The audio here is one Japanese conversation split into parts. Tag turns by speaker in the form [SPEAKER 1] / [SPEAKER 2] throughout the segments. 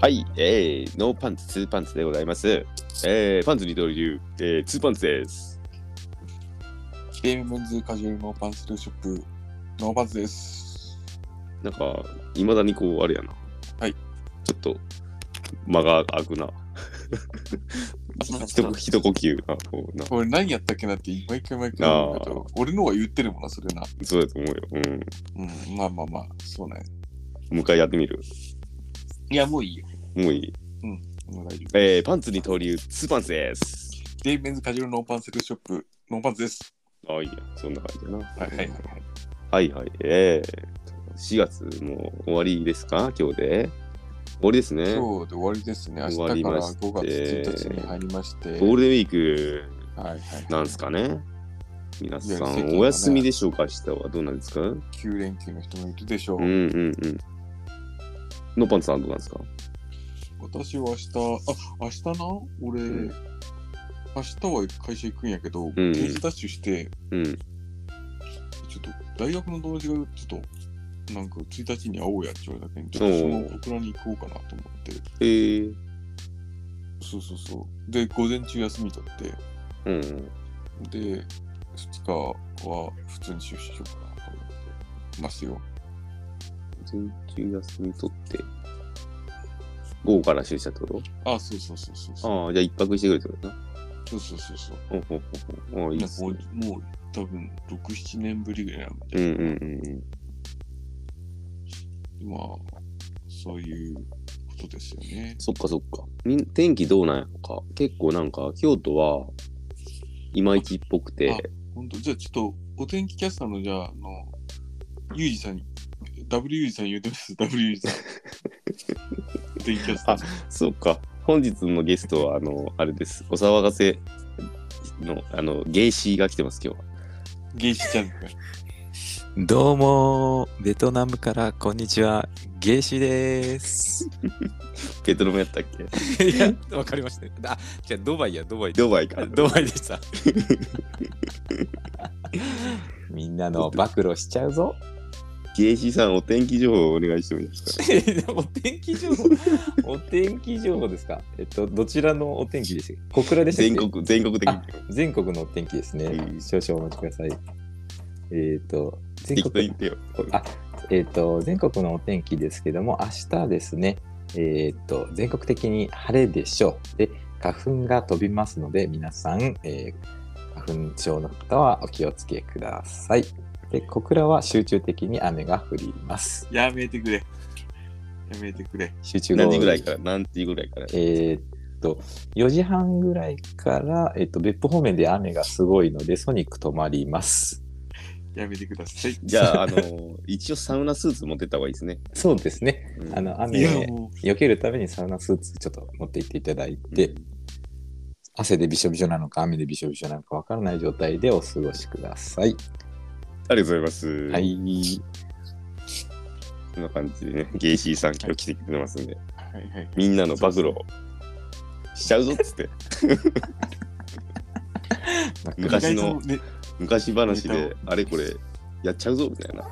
[SPEAKER 1] はい、えー、ノーパンツ、ツーパンツでございます。えー、パンツ二刀流、えー、ツーパンツです。
[SPEAKER 2] ゲームメンズカジュアルノーパンツトゥーショップ、ノーパンツです。
[SPEAKER 1] なんか、いまだにこう、あれやな。
[SPEAKER 2] はい。
[SPEAKER 1] ちょっと、間が空く な。一呼一呼吸な、こうな。
[SPEAKER 2] これ何やったっけなって毎回毎回思うけど俺のは言ってるもんな、それな。
[SPEAKER 1] そうだと思うよ。うん。
[SPEAKER 2] うん、まあまあまあ、そうね。
[SPEAKER 1] もう一回やってみる。
[SPEAKER 2] いや、もういいよ。
[SPEAKER 1] もういい。
[SPEAKER 2] もう大丈夫。
[SPEAKER 1] えー、パンツ二刀流、ツーパンツです。
[SPEAKER 2] ゲームメンズカジュアルノーパンツトゥーショップ、ノーパンツです。
[SPEAKER 1] ああ、いいや。そんな感じだな。
[SPEAKER 2] はいはいはいはい。
[SPEAKER 1] はいはい。えー、4月もう終わりですか今日で。終わりですね。
[SPEAKER 2] 今日で終わりですね。明日
[SPEAKER 1] 終
[SPEAKER 2] か
[SPEAKER 1] わ
[SPEAKER 2] ら
[SPEAKER 1] りま
[SPEAKER 2] 5
[SPEAKER 1] して
[SPEAKER 2] 月1日に入りまして。
[SPEAKER 1] ゴールデンウィーク
[SPEAKER 2] はいはい。
[SPEAKER 1] なんですかね皆さ
[SPEAKER 2] いや
[SPEAKER 1] ん、
[SPEAKER 2] 席がね
[SPEAKER 1] お休みでしょうか明日はどうなんですかうん
[SPEAKER 2] 9連休の人もいるでしょう。
[SPEAKER 1] うんうん。のパンツさんどうなんですか
[SPEAKER 2] 私は明日、あ、明日な俺、
[SPEAKER 1] うん
[SPEAKER 2] 明日は会社行くんやけど、
[SPEAKER 1] ん
[SPEAKER 2] 定時ダッシュして、
[SPEAKER 1] うん。
[SPEAKER 2] ちょっと大学の友達がちょっと、なんか1日に会おうやって言われたけん、ちょっとその
[SPEAKER 1] おう
[SPEAKER 2] オクラに行こうかなと思って、
[SPEAKER 1] えー、
[SPEAKER 2] そうそうそう。で、午前中休み取って、
[SPEAKER 1] うん。
[SPEAKER 2] で、2日は普通に出社しようかなと思ってますよ。
[SPEAKER 1] 全中休み取って、午後から出社ってこ
[SPEAKER 2] あ、そうそうそうそう
[SPEAKER 1] と
[SPEAKER 2] そう。
[SPEAKER 1] ああ、じゃあ一泊してくれってことな。
[SPEAKER 2] そうそうそうそう。
[SPEAKER 1] ほうほうほうほうああ、いい
[SPEAKER 2] な
[SPEAKER 1] っ
[SPEAKER 2] んか
[SPEAKER 1] す
[SPEAKER 2] も
[SPEAKER 1] ね。
[SPEAKER 2] うもう多分6、7年ぶりぐらいなんで、
[SPEAKER 1] うんうんうん
[SPEAKER 2] まあ、そういうことですよね。
[SPEAKER 1] そっかそっか。みん天気どうなんやろか。結構なんか、京都は、いまいちっぽくて
[SPEAKER 2] あ、本当じゃあちょっとお天気キャスターのじゃあ、あの、ゆうじさんに、W ゆうじさん言うてます、W ゆう じさん。お天気キャスター。
[SPEAKER 1] そっか。本日のゲストは、あの、あれです。お騒がせの、あの、ゲイシーが来てます、今日は。
[SPEAKER 2] ゲイシちゃんとか。
[SPEAKER 3] どうもベトナムからこんにちはゲイシです。
[SPEAKER 1] ベトナムやったっけ
[SPEAKER 3] いやわかりました。あじゃあドバイやドバイ
[SPEAKER 1] ドバイか。
[SPEAKER 3] ドバイでした。みんなの暴露しちゃうぞ。
[SPEAKER 1] ゲイシーさん、お天気情報をお願いしてもいい ですか
[SPEAKER 3] お天気情報お天気情報ですか。えっとどちらのお天気でしたっけ小倉でしたっけ
[SPEAKER 1] 全国、全国的に
[SPEAKER 3] あ。全国のお天気ですね。
[SPEAKER 1] うん
[SPEAKER 3] 少々お待ちください。えっと全
[SPEAKER 1] 適当
[SPEAKER 3] 国
[SPEAKER 1] 言ってよ。
[SPEAKER 3] あえー、と全国のお天気ですけども明日ですね、えー、と全国的に晴れでしょうで花粉が飛びますので皆さん、えー花粉症の方はお気をつけくださいで小倉は集中的に雨が降ります
[SPEAKER 2] やめてくれ。やめてくれ。
[SPEAKER 3] 集中豪雨
[SPEAKER 1] 何時ぐらいから何時ぐらいから
[SPEAKER 3] えーっと4時半ぐらいから、えー、と別府方面で雨がすごいのでソニック止まります
[SPEAKER 2] やめてください。
[SPEAKER 1] じゃあ、あの、一応サウナスーツ持ってった方がいいですね。
[SPEAKER 3] そうですね
[SPEAKER 1] うん
[SPEAKER 3] あ、の
[SPEAKER 2] いや、
[SPEAKER 3] 雨
[SPEAKER 2] もう、
[SPEAKER 3] 避けるためにサウナスーツちょっと持って行っていただいて、汗でびしょびしょなのか雨でびしょびしょなのかわからない状態でお過ごしくださ
[SPEAKER 1] あ
[SPEAKER 3] い。
[SPEAKER 1] りがとうございます。
[SPEAKER 3] は。い。
[SPEAKER 1] こんな感じでね、ゲイシーさん、今日来てくれますんで、
[SPEAKER 2] はいはい。
[SPEAKER 1] みんなの暴露をしちゃうぞっつって、昔の
[SPEAKER 2] 意外とね
[SPEAKER 1] 昔話で あれこれやっちゃうぞみたいな。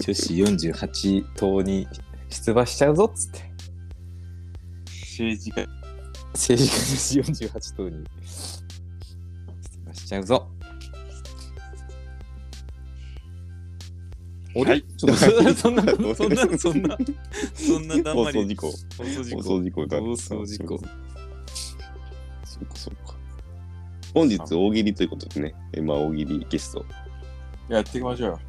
[SPEAKER 3] 女子48党に出馬しちゃうぞっつって。
[SPEAKER 2] 政治家。
[SPEAKER 3] 政治家女子48党に出馬しちゃうぞ。
[SPEAKER 1] は
[SPEAKER 3] 俺
[SPEAKER 1] い
[SPEAKER 3] ちょっとそんな、そんな、そんな、そんな
[SPEAKER 1] 放
[SPEAKER 3] 黙
[SPEAKER 1] 送
[SPEAKER 3] り。
[SPEAKER 1] 事故。
[SPEAKER 3] 放送事
[SPEAKER 1] 放
[SPEAKER 3] 故。
[SPEAKER 1] 送事故だ。
[SPEAKER 3] 放送事故。
[SPEAKER 1] そうかそうか。本日大喜利ということでね、えまあ大喜利ゲスト。
[SPEAKER 2] やっていきましょうよ。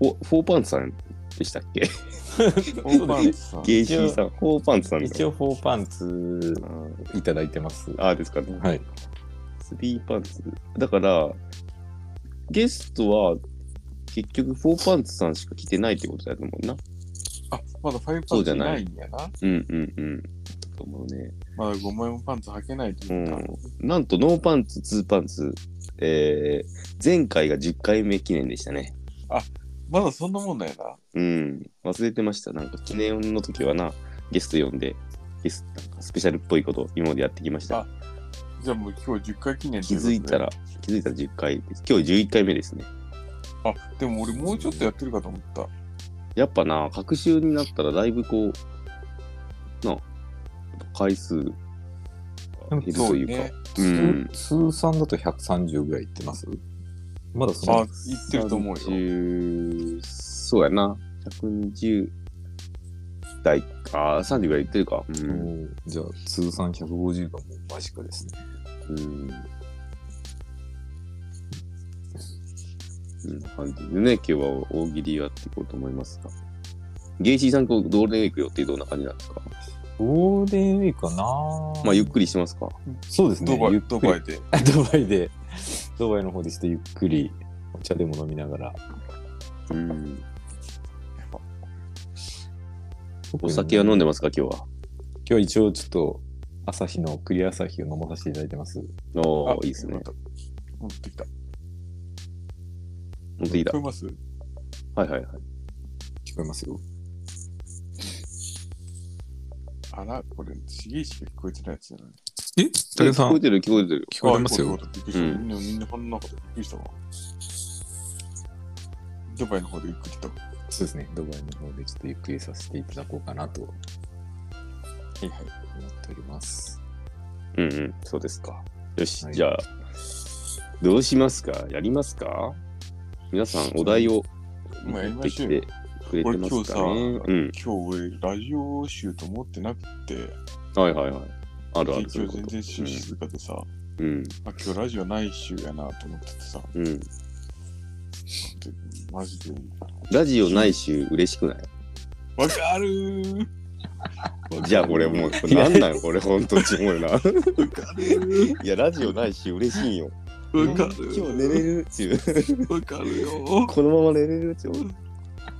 [SPEAKER 1] フォフォーパンツさんでしたっけ
[SPEAKER 2] オーパンツさん。
[SPEAKER 1] ゲイシーさん、フォーパンツさん
[SPEAKER 3] 一
[SPEAKER 1] だ。
[SPEAKER 3] 応、フォーパンツいただいてます。
[SPEAKER 1] ああですかね。
[SPEAKER 3] はい。
[SPEAKER 1] スリーパンツ。だから、ゲストは結局フォーパンツさんしか来てないってことだと思うな。
[SPEAKER 2] あ、まだファイブパ
[SPEAKER 1] そう
[SPEAKER 2] ン
[SPEAKER 1] じゃ
[SPEAKER 2] ツ
[SPEAKER 1] ない
[SPEAKER 2] ないんやな。
[SPEAKER 1] うんうんうん。だと思うね。
[SPEAKER 2] まだ5枚もパンツ履けないと
[SPEAKER 1] う
[SPEAKER 2] 言った。
[SPEAKER 1] ん、なんとノーパンツ、ツーパンツ、えー、前回が10回目記念でしたね。
[SPEAKER 2] まだそんなもんだよな。
[SPEAKER 1] うん、忘れてました。なんか記念の時はな、ゲスト呼んで、ゲストなんかスペシャルっぽいこと今までやってきました
[SPEAKER 2] あ。じゃあもう今日10回記念と
[SPEAKER 1] 気
[SPEAKER 2] うこと
[SPEAKER 1] づ
[SPEAKER 2] で
[SPEAKER 1] いたら。、気づいたら10回です。今日11回目ですね。
[SPEAKER 2] あ、でも俺もうちょっとやってるかと思った。
[SPEAKER 1] やっぱな、隔週になったらだいぶこう、回数が減るというか。
[SPEAKER 2] ね。
[SPEAKER 1] うん
[SPEAKER 3] 通算だと130ぐらいいってますまだそ
[SPEAKER 2] あ、
[SPEAKER 3] の
[SPEAKER 2] 行ってると思うよ。
[SPEAKER 1] 30そうやな。120代か、30ぐらいいってるか。う
[SPEAKER 3] お
[SPEAKER 1] ん。
[SPEAKER 3] ーじゃあ通算150がもう間近ですね。
[SPEAKER 1] うん。うん、感じでね、今日は大喜利やっていこうと思いますが。ゲイシーさん、こうゴールデンウィーク予定どんな感じなんですか
[SPEAKER 3] ゴールデンウィークかな
[SPEAKER 1] まあ、ゆっくりしますか。
[SPEAKER 3] そうです
[SPEAKER 2] ド
[SPEAKER 3] ね。
[SPEAKER 2] バ
[SPEAKER 3] ゆっ
[SPEAKER 2] イ、
[SPEAKER 3] く
[SPEAKER 2] ド
[SPEAKER 3] り
[SPEAKER 2] バイで。
[SPEAKER 3] ドバイで、ドバイの方でちょっとゆっくりお茶でも飲みながら。
[SPEAKER 1] うん。お酒は飲んでますか、今日は。
[SPEAKER 3] 今日は一応ちょっと朝日のクリア朝日を飲まさせていただいてます。
[SPEAKER 1] おー、いいですね
[SPEAKER 2] よ。かった持ってきた。
[SPEAKER 1] 本当いいだ
[SPEAKER 2] 聞こ。えます
[SPEAKER 1] はいはいはい。
[SPEAKER 3] 聞こえますよ。
[SPEAKER 2] あら、これ、しげいしか聞こえてないやつじゃない。
[SPEAKER 3] え武田さ
[SPEAKER 1] 聞こえ
[SPEAKER 3] ん
[SPEAKER 1] てる、聞こえてる。
[SPEAKER 3] 聞こえてます
[SPEAKER 2] あよ
[SPEAKER 3] よ。
[SPEAKER 2] かったびっくりした。
[SPEAKER 1] う
[SPEAKER 2] みんな、みんなこんなことびっくりしたわ。ドバイの方でゆっくりと。
[SPEAKER 3] そうですね。ドバイの方でちょっとゆっくりさせていただこうかなと思
[SPEAKER 2] はいはい。
[SPEAKER 3] っております。
[SPEAKER 1] うんうん。
[SPEAKER 3] そうですか。
[SPEAKER 1] よし、
[SPEAKER 3] はい
[SPEAKER 1] じゃあ、どうしますかやりますか皆さん、お題を
[SPEAKER 2] まあや
[SPEAKER 1] 持
[SPEAKER 2] り
[SPEAKER 1] っ
[SPEAKER 2] ま
[SPEAKER 1] て
[SPEAKER 2] しょ
[SPEAKER 1] き
[SPEAKER 2] うよ
[SPEAKER 1] てくれて
[SPEAKER 2] 俺
[SPEAKER 1] ま
[SPEAKER 2] 今日
[SPEAKER 1] す
[SPEAKER 2] さ、
[SPEAKER 1] かねうん。
[SPEAKER 2] 今日俺ラジオ集と思ってなくて、
[SPEAKER 1] はいはいはい。あるある。そうい
[SPEAKER 2] 今
[SPEAKER 1] う
[SPEAKER 2] 日
[SPEAKER 1] こ
[SPEAKER 2] 全
[SPEAKER 1] と
[SPEAKER 2] 然集静かでさ、
[SPEAKER 1] うん。
[SPEAKER 2] あ今日ラジオない週やなと思っててさ、
[SPEAKER 1] うん。うん
[SPEAKER 2] でマジで。
[SPEAKER 1] ラジオない週、嬉しく ない
[SPEAKER 2] わかるー
[SPEAKER 1] じゃあ、俺もう、これなんなんこれ、ほんとちもうな。
[SPEAKER 2] わかるー
[SPEAKER 1] いや、ラジオない週、嬉しい よ。
[SPEAKER 2] わかる
[SPEAKER 1] 今日寝れるっていう。
[SPEAKER 2] るわかる よ
[SPEAKER 1] このまま寝れるって思う。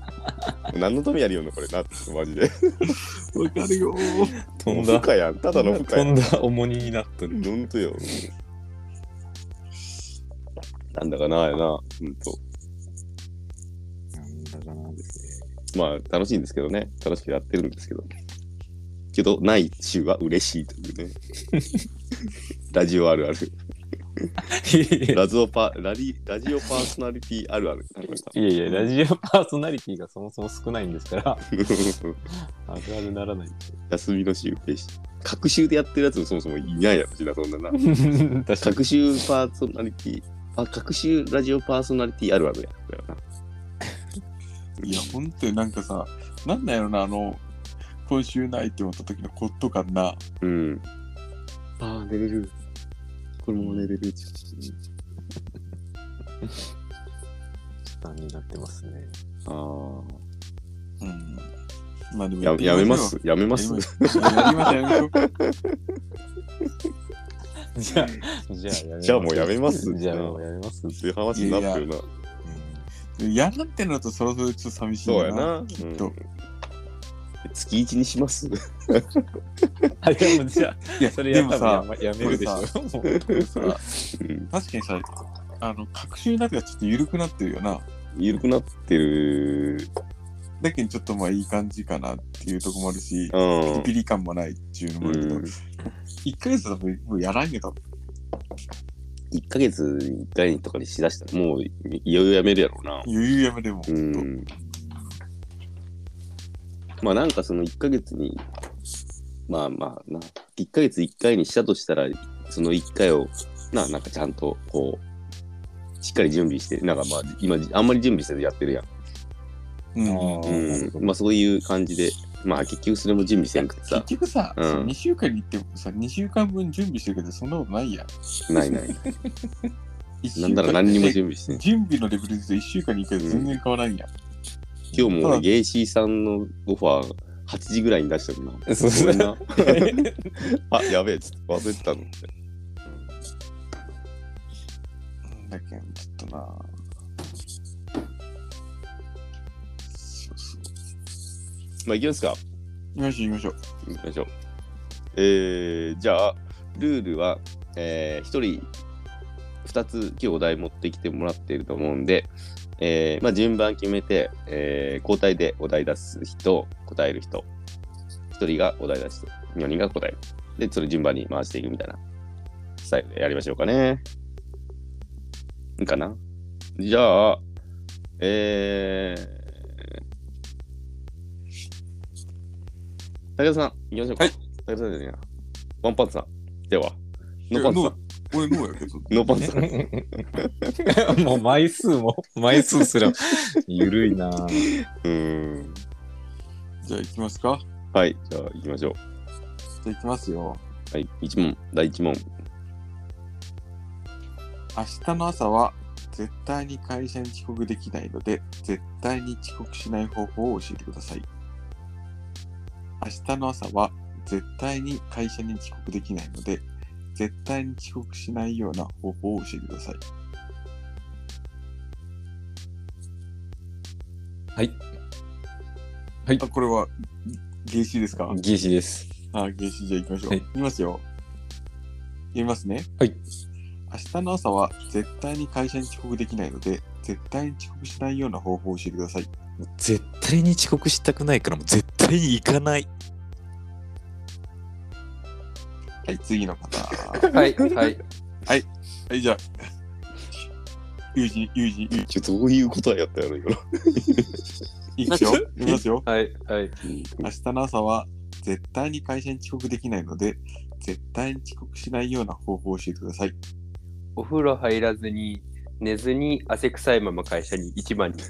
[SPEAKER 1] 何のためにやるよんのこれなってマジで。
[SPEAKER 2] ーわかるよー
[SPEAKER 3] 飛ん
[SPEAKER 1] もう
[SPEAKER 3] だ
[SPEAKER 1] 負、荷やん。ただの負荷や
[SPEAKER 3] 飛んだ重荷になったね。
[SPEAKER 1] ほんとよ。なんだかなあやな、ほんと。
[SPEAKER 3] なんだかなですね。
[SPEAKER 1] まあ、楽しいんですけどね。楽しくやってるんですけど。けど、ない週は嬉しいと いうね。ラジオあるある。 ラジオパ、ラリ、ラジオパーソナリティあるある。なんかさ
[SPEAKER 3] いやいや、ラジオパーソナリティがそもそも少ないんですから、あるあるならない。
[SPEAKER 1] 休みの週嬉しい。各週でやってるやつもそもそもいないやつだ、そんなな。
[SPEAKER 3] 確かに。
[SPEAKER 1] 各週パーソナリティ、あ、各週ラジオパーソナリティあるあるや。だよな。
[SPEAKER 2] いや、ほんとになんかさ、なんだよな、あの、今週ないって思った時のコット感な。
[SPEAKER 1] うん。ああ、寝れる。これも寝れる。
[SPEAKER 3] 負担になってますね。
[SPEAKER 1] ああ。
[SPEAKER 2] うん。まあでも
[SPEAKER 1] ややめますやめ
[SPEAKER 2] や
[SPEAKER 1] ます
[SPEAKER 2] りましょうやりましょうやりましょう
[SPEAKER 3] じゃあ、じゃあやめます
[SPEAKER 1] じゃあもうやめます
[SPEAKER 3] じゃあもうやめます。
[SPEAKER 1] そういう話になってるな。
[SPEAKER 2] やんなってんのとそろそろちょっと寂しい
[SPEAKER 1] そうやな。うん
[SPEAKER 2] っと
[SPEAKER 1] 月一にします。
[SPEAKER 3] あ、でもじゃ
[SPEAKER 2] いや
[SPEAKER 3] あ、それ
[SPEAKER 2] で
[SPEAKER 3] や
[SPEAKER 2] も
[SPEAKER 3] ったらや
[SPEAKER 2] さ
[SPEAKER 3] めやめるでしょ。もう
[SPEAKER 2] でもさ
[SPEAKER 1] うん
[SPEAKER 2] 確かにさあの隔週なんかちょっと緩くなってるよな
[SPEAKER 1] 緩くなってる。
[SPEAKER 2] だけどちょっとまあいい感じかなっていうとこもあるし
[SPEAKER 1] う
[SPEAKER 2] ピリ
[SPEAKER 1] ん。
[SPEAKER 2] ピリ感もないっていうのもあるけど、
[SPEAKER 1] うん
[SPEAKER 2] 1ヶ月だともうやらんよ多分
[SPEAKER 1] 一ヶ月に一回とかにしだしたら、もういいよいよやめるやろうな。
[SPEAKER 2] 余裕やめでも、
[SPEAKER 1] うん。まあなんかその一ヶ月に、まあまあな、一ヶ月一回にしたとしたら、その一回を、な、なんかちゃんとこう、しっかり準備して、なんかまあ今、あんまり準備せずやってるやん。
[SPEAKER 2] うん
[SPEAKER 1] うん、まあそういう感じで、まあ結局それも準備せんくて
[SPEAKER 2] 結
[SPEAKER 1] さ、
[SPEAKER 2] 局さ、
[SPEAKER 1] うん
[SPEAKER 2] 2週間に行ってもさ2週間分準備してるけどそんなことないやん
[SPEAKER 1] ないない。
[SPEAKER 2] 一週
[SPEAKER 1] な
[SPEAKER 2] 間
[SPEAKER 1] んなら何にも準備して ない。
[SPEAKER 2] 準備のレベルで1週間に1回全然変わらんやん、
[SPEAKER 1] 今日も
[SPEAKER 2] う
[SPEAKER 1] 俺
[SPEAKER 2] ん
[SPEAKER 1] ゲイシーさんのオファー8時ぐらいに出したもんな。
[SPEAKER 3] そうそう
[SPEAKER 1] ごめんな あ、やべえ、ちょっと忘れてたの。
[SPEAKER 2] だけど、ちょっとなそうそう
[SPEAKER 1] まあ行きますか。
[SPEAKER 2] よし、行きましょう。
[SPEAKER 1] 行きましょう。えー、じゃあ、ルールは、えー、1人2つ今日お題持ってきてもらっていると思うんで、えーまあ、順番決めて、えー交代でお題出す人、答える人、1人がお題出して、4人が答える。で、それ順番に回していくみたいなスタイルでやりましょうかね。いいかなじゃあ、えー、武田さん、行きましょうか。
[SPEAKER 2] はい
[SPEAKER 1] 武田さんじゃねえな。ワンパンツさん。では、ノーパンツさん。
[SPEAKER 2] いやノー俺ノーやけど。
[SPEAKER 1] ノーパンツさん。
[SPEAKER 4] もう枚数も、枚数すら、ゆるいなぁ。
[SPEAKER 1] うーん。
[SPEAKER 2] じゃあ行きますか。
[SPEAKER 1] はい、じゃあ行きましょう。
[SPEAKER 2] じゃあ行きますよ。
[SPEAKER 1] はい、一問、第一問。
[SPEAKER 2] 明日の朝は絶対に会社に遅刻できないので、絶対に遅刻しない方法を教えてください。明日の朝は絶対に会社に遅刻できないので、絶対に遅刻しないような方法を教えてください。
[SPEAKER 4] はい。
[SPEAKER 2] あ、これは、ゲーシーですか
[SPEAKER 4] ゲシです。
[SPEAKER 2] あ、原始じゃあ行きましょう。
[SPEAKER 4] はい
[SPEAKER 2] い、きますよ。読みますね。
[SPEAKER 4] はい。
[SPEAKER 2] 明日の朝は絶対に会社に遅刻できないので、絶対に遅刻しないような方法を教えてください。
[SPEAKER 3] 絶対に遅刻したくないからもう絶対に行かない
[SPEAKER 2] はい、次の方。 は
[SPEAKER 4] はい、はい。
[SPEAKER 2] い、じゃあ。ユージ、ユージ、ユー
[SPEAKER 1] ちょ、どういうことはやったやろ、今。
[SPEAKER 2] ジ、いきます よ。読みますよ。
[SPEAKER 4] はい、はい。
[SPEAKER 2] 明日の朝は絶対に会社に遅刻できないので、絶対に遅刻しないような方法を教えてください。
[SPEAKER 5] お風呂入らずに、寝ずに汗臭いまま会社に一番に。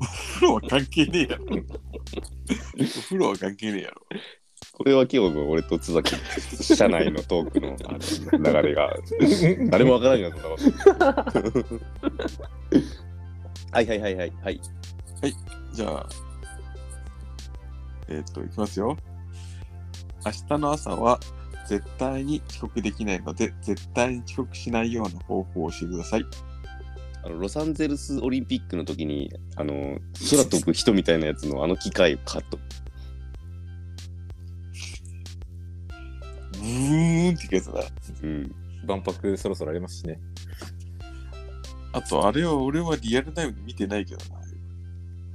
[SPEAKER 2] お風呂は関係ねえ やろ。お風呂は関係ねえやろ。
[SPEAKER 1] これは今日の俺と津崎、社内のトークのあの流れ が、誰もわ からんようになったわはいはいはいはい。はい。
[SPEAKER 2] じゃあ、えーっと、いきますよ。明日の朝は絶対に遅刻できないので、絶対に遅刻しないような方法を教えてください。
[SPEAKER 1] あのロサンゼルスオリンピックの時に、あの、空飛ぶ人みたいなやつのあの機械をカット。
[SPEAKER 2] ブーンってやつだ。
[SPEAKER 1] うん。
[SPEAKER 4] 万博そろそろありますしね。
[SPEAKER 2] あと、あれは俺はリアルタイムで見てないけどな。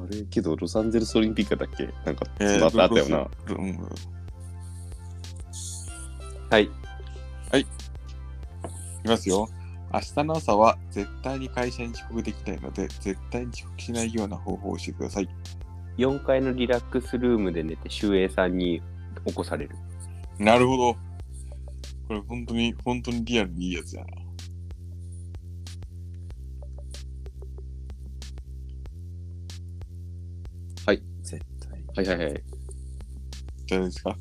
[SPEAKER 1] あれ、けど、ロサンゼルスオリンピックだっけなんか、
[SPEAKER 2] え
[SPEAKER 1] そ
[SPEAKER 2] ー
[SPEAKER 1] の後あったよな。。
[SPEAKER 2] ロロうん
[SPEAKER 5] はい。
[SPEAKER 2] いきますよ。明日の朝は絶対に会社に遅刻できないので、絶対に遅刻しないような方法を教えてください。
[SPEAKER 5] 4階のリラックスルームで寝て、秀英さんに起こされる。
[SPEAKER 2] なるほど。これ本当に、本当にリアルにいいやつやな。
[SPEAKER 4] 絶対。
[SPEAKER 1] はいはいはい。
[SPEAKER 2] じゃないですか。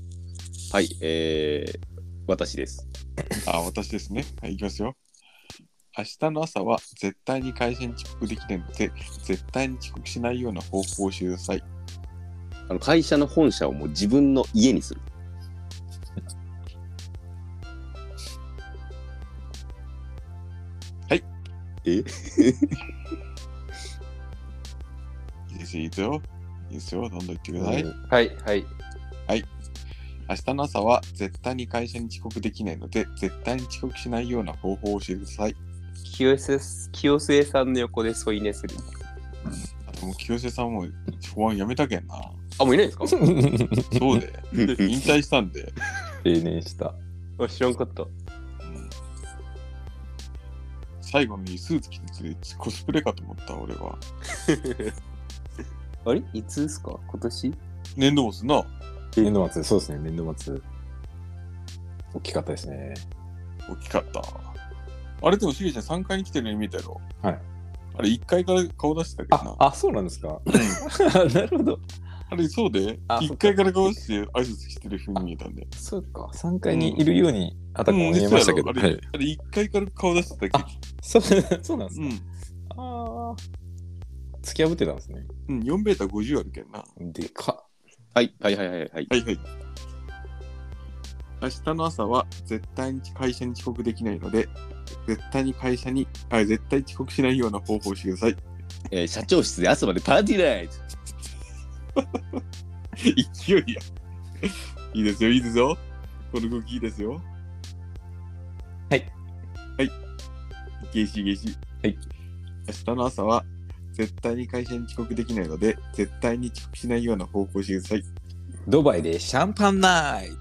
[SPEAKER 1] はい、えー、私です。
[SPEAKER 2] あ、私ですね。はい、いきますよ。明日の朝は絶対に会社に遅刻できないので、絶対に遅刻しないような方法をしてください。
[SPEAKER 1] あの会社の本社をもう自分の家にす る。
[SPEAKER 2] はい。
[SPEAKER 1] え
[SPEAKER 2] いいですよ、いいですよ。いいですよ、どんどん言ってくださ い。
[SPEAKER 5] はい、はい。
[SPEAKER 2] 明日の朝は絶対に会社に遅刻できないので、絶対に遅刻しないような方法を教えてください。
[SPEAKER 5] 清瀬清末さんの横で添い寝する。
[SPEAKER 2] あともう清瀬さんも保安やめたけんな。
[SPEAKER 5] あ、もういないんですか
[SPEAKER 2] そうで、引退したんで。
[SPEAKER 4] 定年した。
[SPEAKER 5] あ知らんかった。
[SPEAKER 2] 最後にスーツ着ててコスプレかと思った俺は。
[SPEAKER 5] あれいつですか今年
[SPEAKER 2] 年度末な、
[SPEAKER 4] 年度末、そうですね、年度末。大きかったですね。
[SPEAKER 2] 大きかった。あれでもしげちゃん3階に来てるように見えたやろ。
[SPEAKER 4] はい。
[SPEAKER 2] あれ1階から顔出してたけど
[SPEAKER 4] あ
[SPEAKER 2] な、。あ
[SPEAKER 4] あそうなんですか。 なるほど。
[SPEAKER 2] れそうで、
[SPEAKER 4] あ
[SPEAKER 2] 1階から顔出して挨拶してる風に見えたんで。
[SPEAKER 4] そうか、3階にいるように、あたかも
[SPEAKER 2] うん
[SPEAKER 4] 見えましたけど。
[SPEAKER 2] 実はあ
[SPEAKER 4] はい
[SPEAKER 2] れあれ1階から顔出してたけど。
[SPEAKER 4] そう そうなんです
[SPEAKER 2] う
[SPEAKER 4] ね。
[SPEAKER 2] ん。
[SPEAKER 4] ああ。突き破ってたんですね。
[SPEAKER 2] うん、4ベータ50あるけんな。は
[SPEAKER 4] でか
[SPEAKER 1] はい、はいはいはいはい。
[SPEAKER 2] いはい。明日の朝は絶対に会社に遅刻できないので、絶対に会社に、あ絶対遅刻しないような方法をしてください。
[SPEAKER 1] えー社長室で朝までパーティーライト。
[SPEAKER 2] 勢いや。いいですよ、いいですよ。この動きいいですよ。
[SPEAKER 4] はい。
[SPEAKER 2] はい。ゲシゲシ。
[SPEAKER 4] はい。
[SPEAKER 2] 明日の朝は、絶対に会社に遅刻できないので、絶対に遅刻しないような方向をしてください。
[SPEAKER 4] ドバイでシャンパンナイト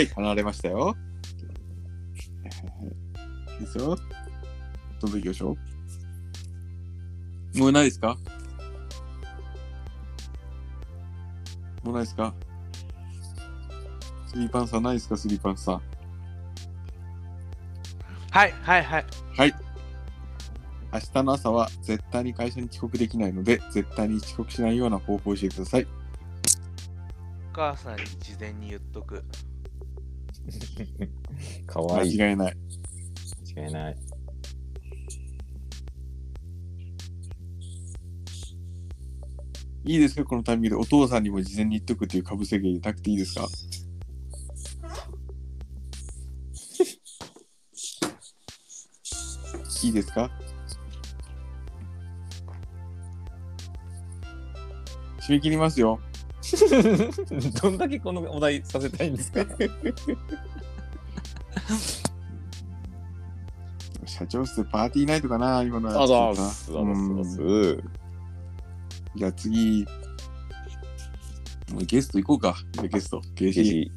[SPEAKER 2] はい、離れましたよ。いいですよ。どんどん行きましょう。もうないですかもうないですかスリーパンさんないですかスリーパンさん。
[SPEAKER 6] はいはいはい。
[SPEAKER 2] はい。明日の朝は絶対に会社に遅刻できないので、絶対に遅刻しないような方法を教えてください。
[SPEAKER 6] お母さんに事前に言っとく。
[SPEAKER 4] かわ
[SPEAKER 2] 間
[SPEAKER 4] いい。
[SPEAKER 2] 違いない。
[SPEAKER 4] 間違いない。
[SPEAKER 2] いいですよ、このタイミングでお父さんにも事前に言っとくっていうかぶせ芸入れなくていいですかいいですか締め切りますよ。
[SPEAKER 4] どんだけこのお題させたいんですか
[SPEAKER 2] 社長室パーティーナイトかな今のやつ
[SPEAKER 1] あざす、あざ
[SPEAKER 2] うん
[SPEAKER 1] す、あざす。
[SPEAKER 2] じゃあ次、もうゲスト行こうか。じゃあゲスト、ゲ
[SPEAKER 1] ぜ
[SPEAKER 2] ス
[SPEAKER 1] ひ、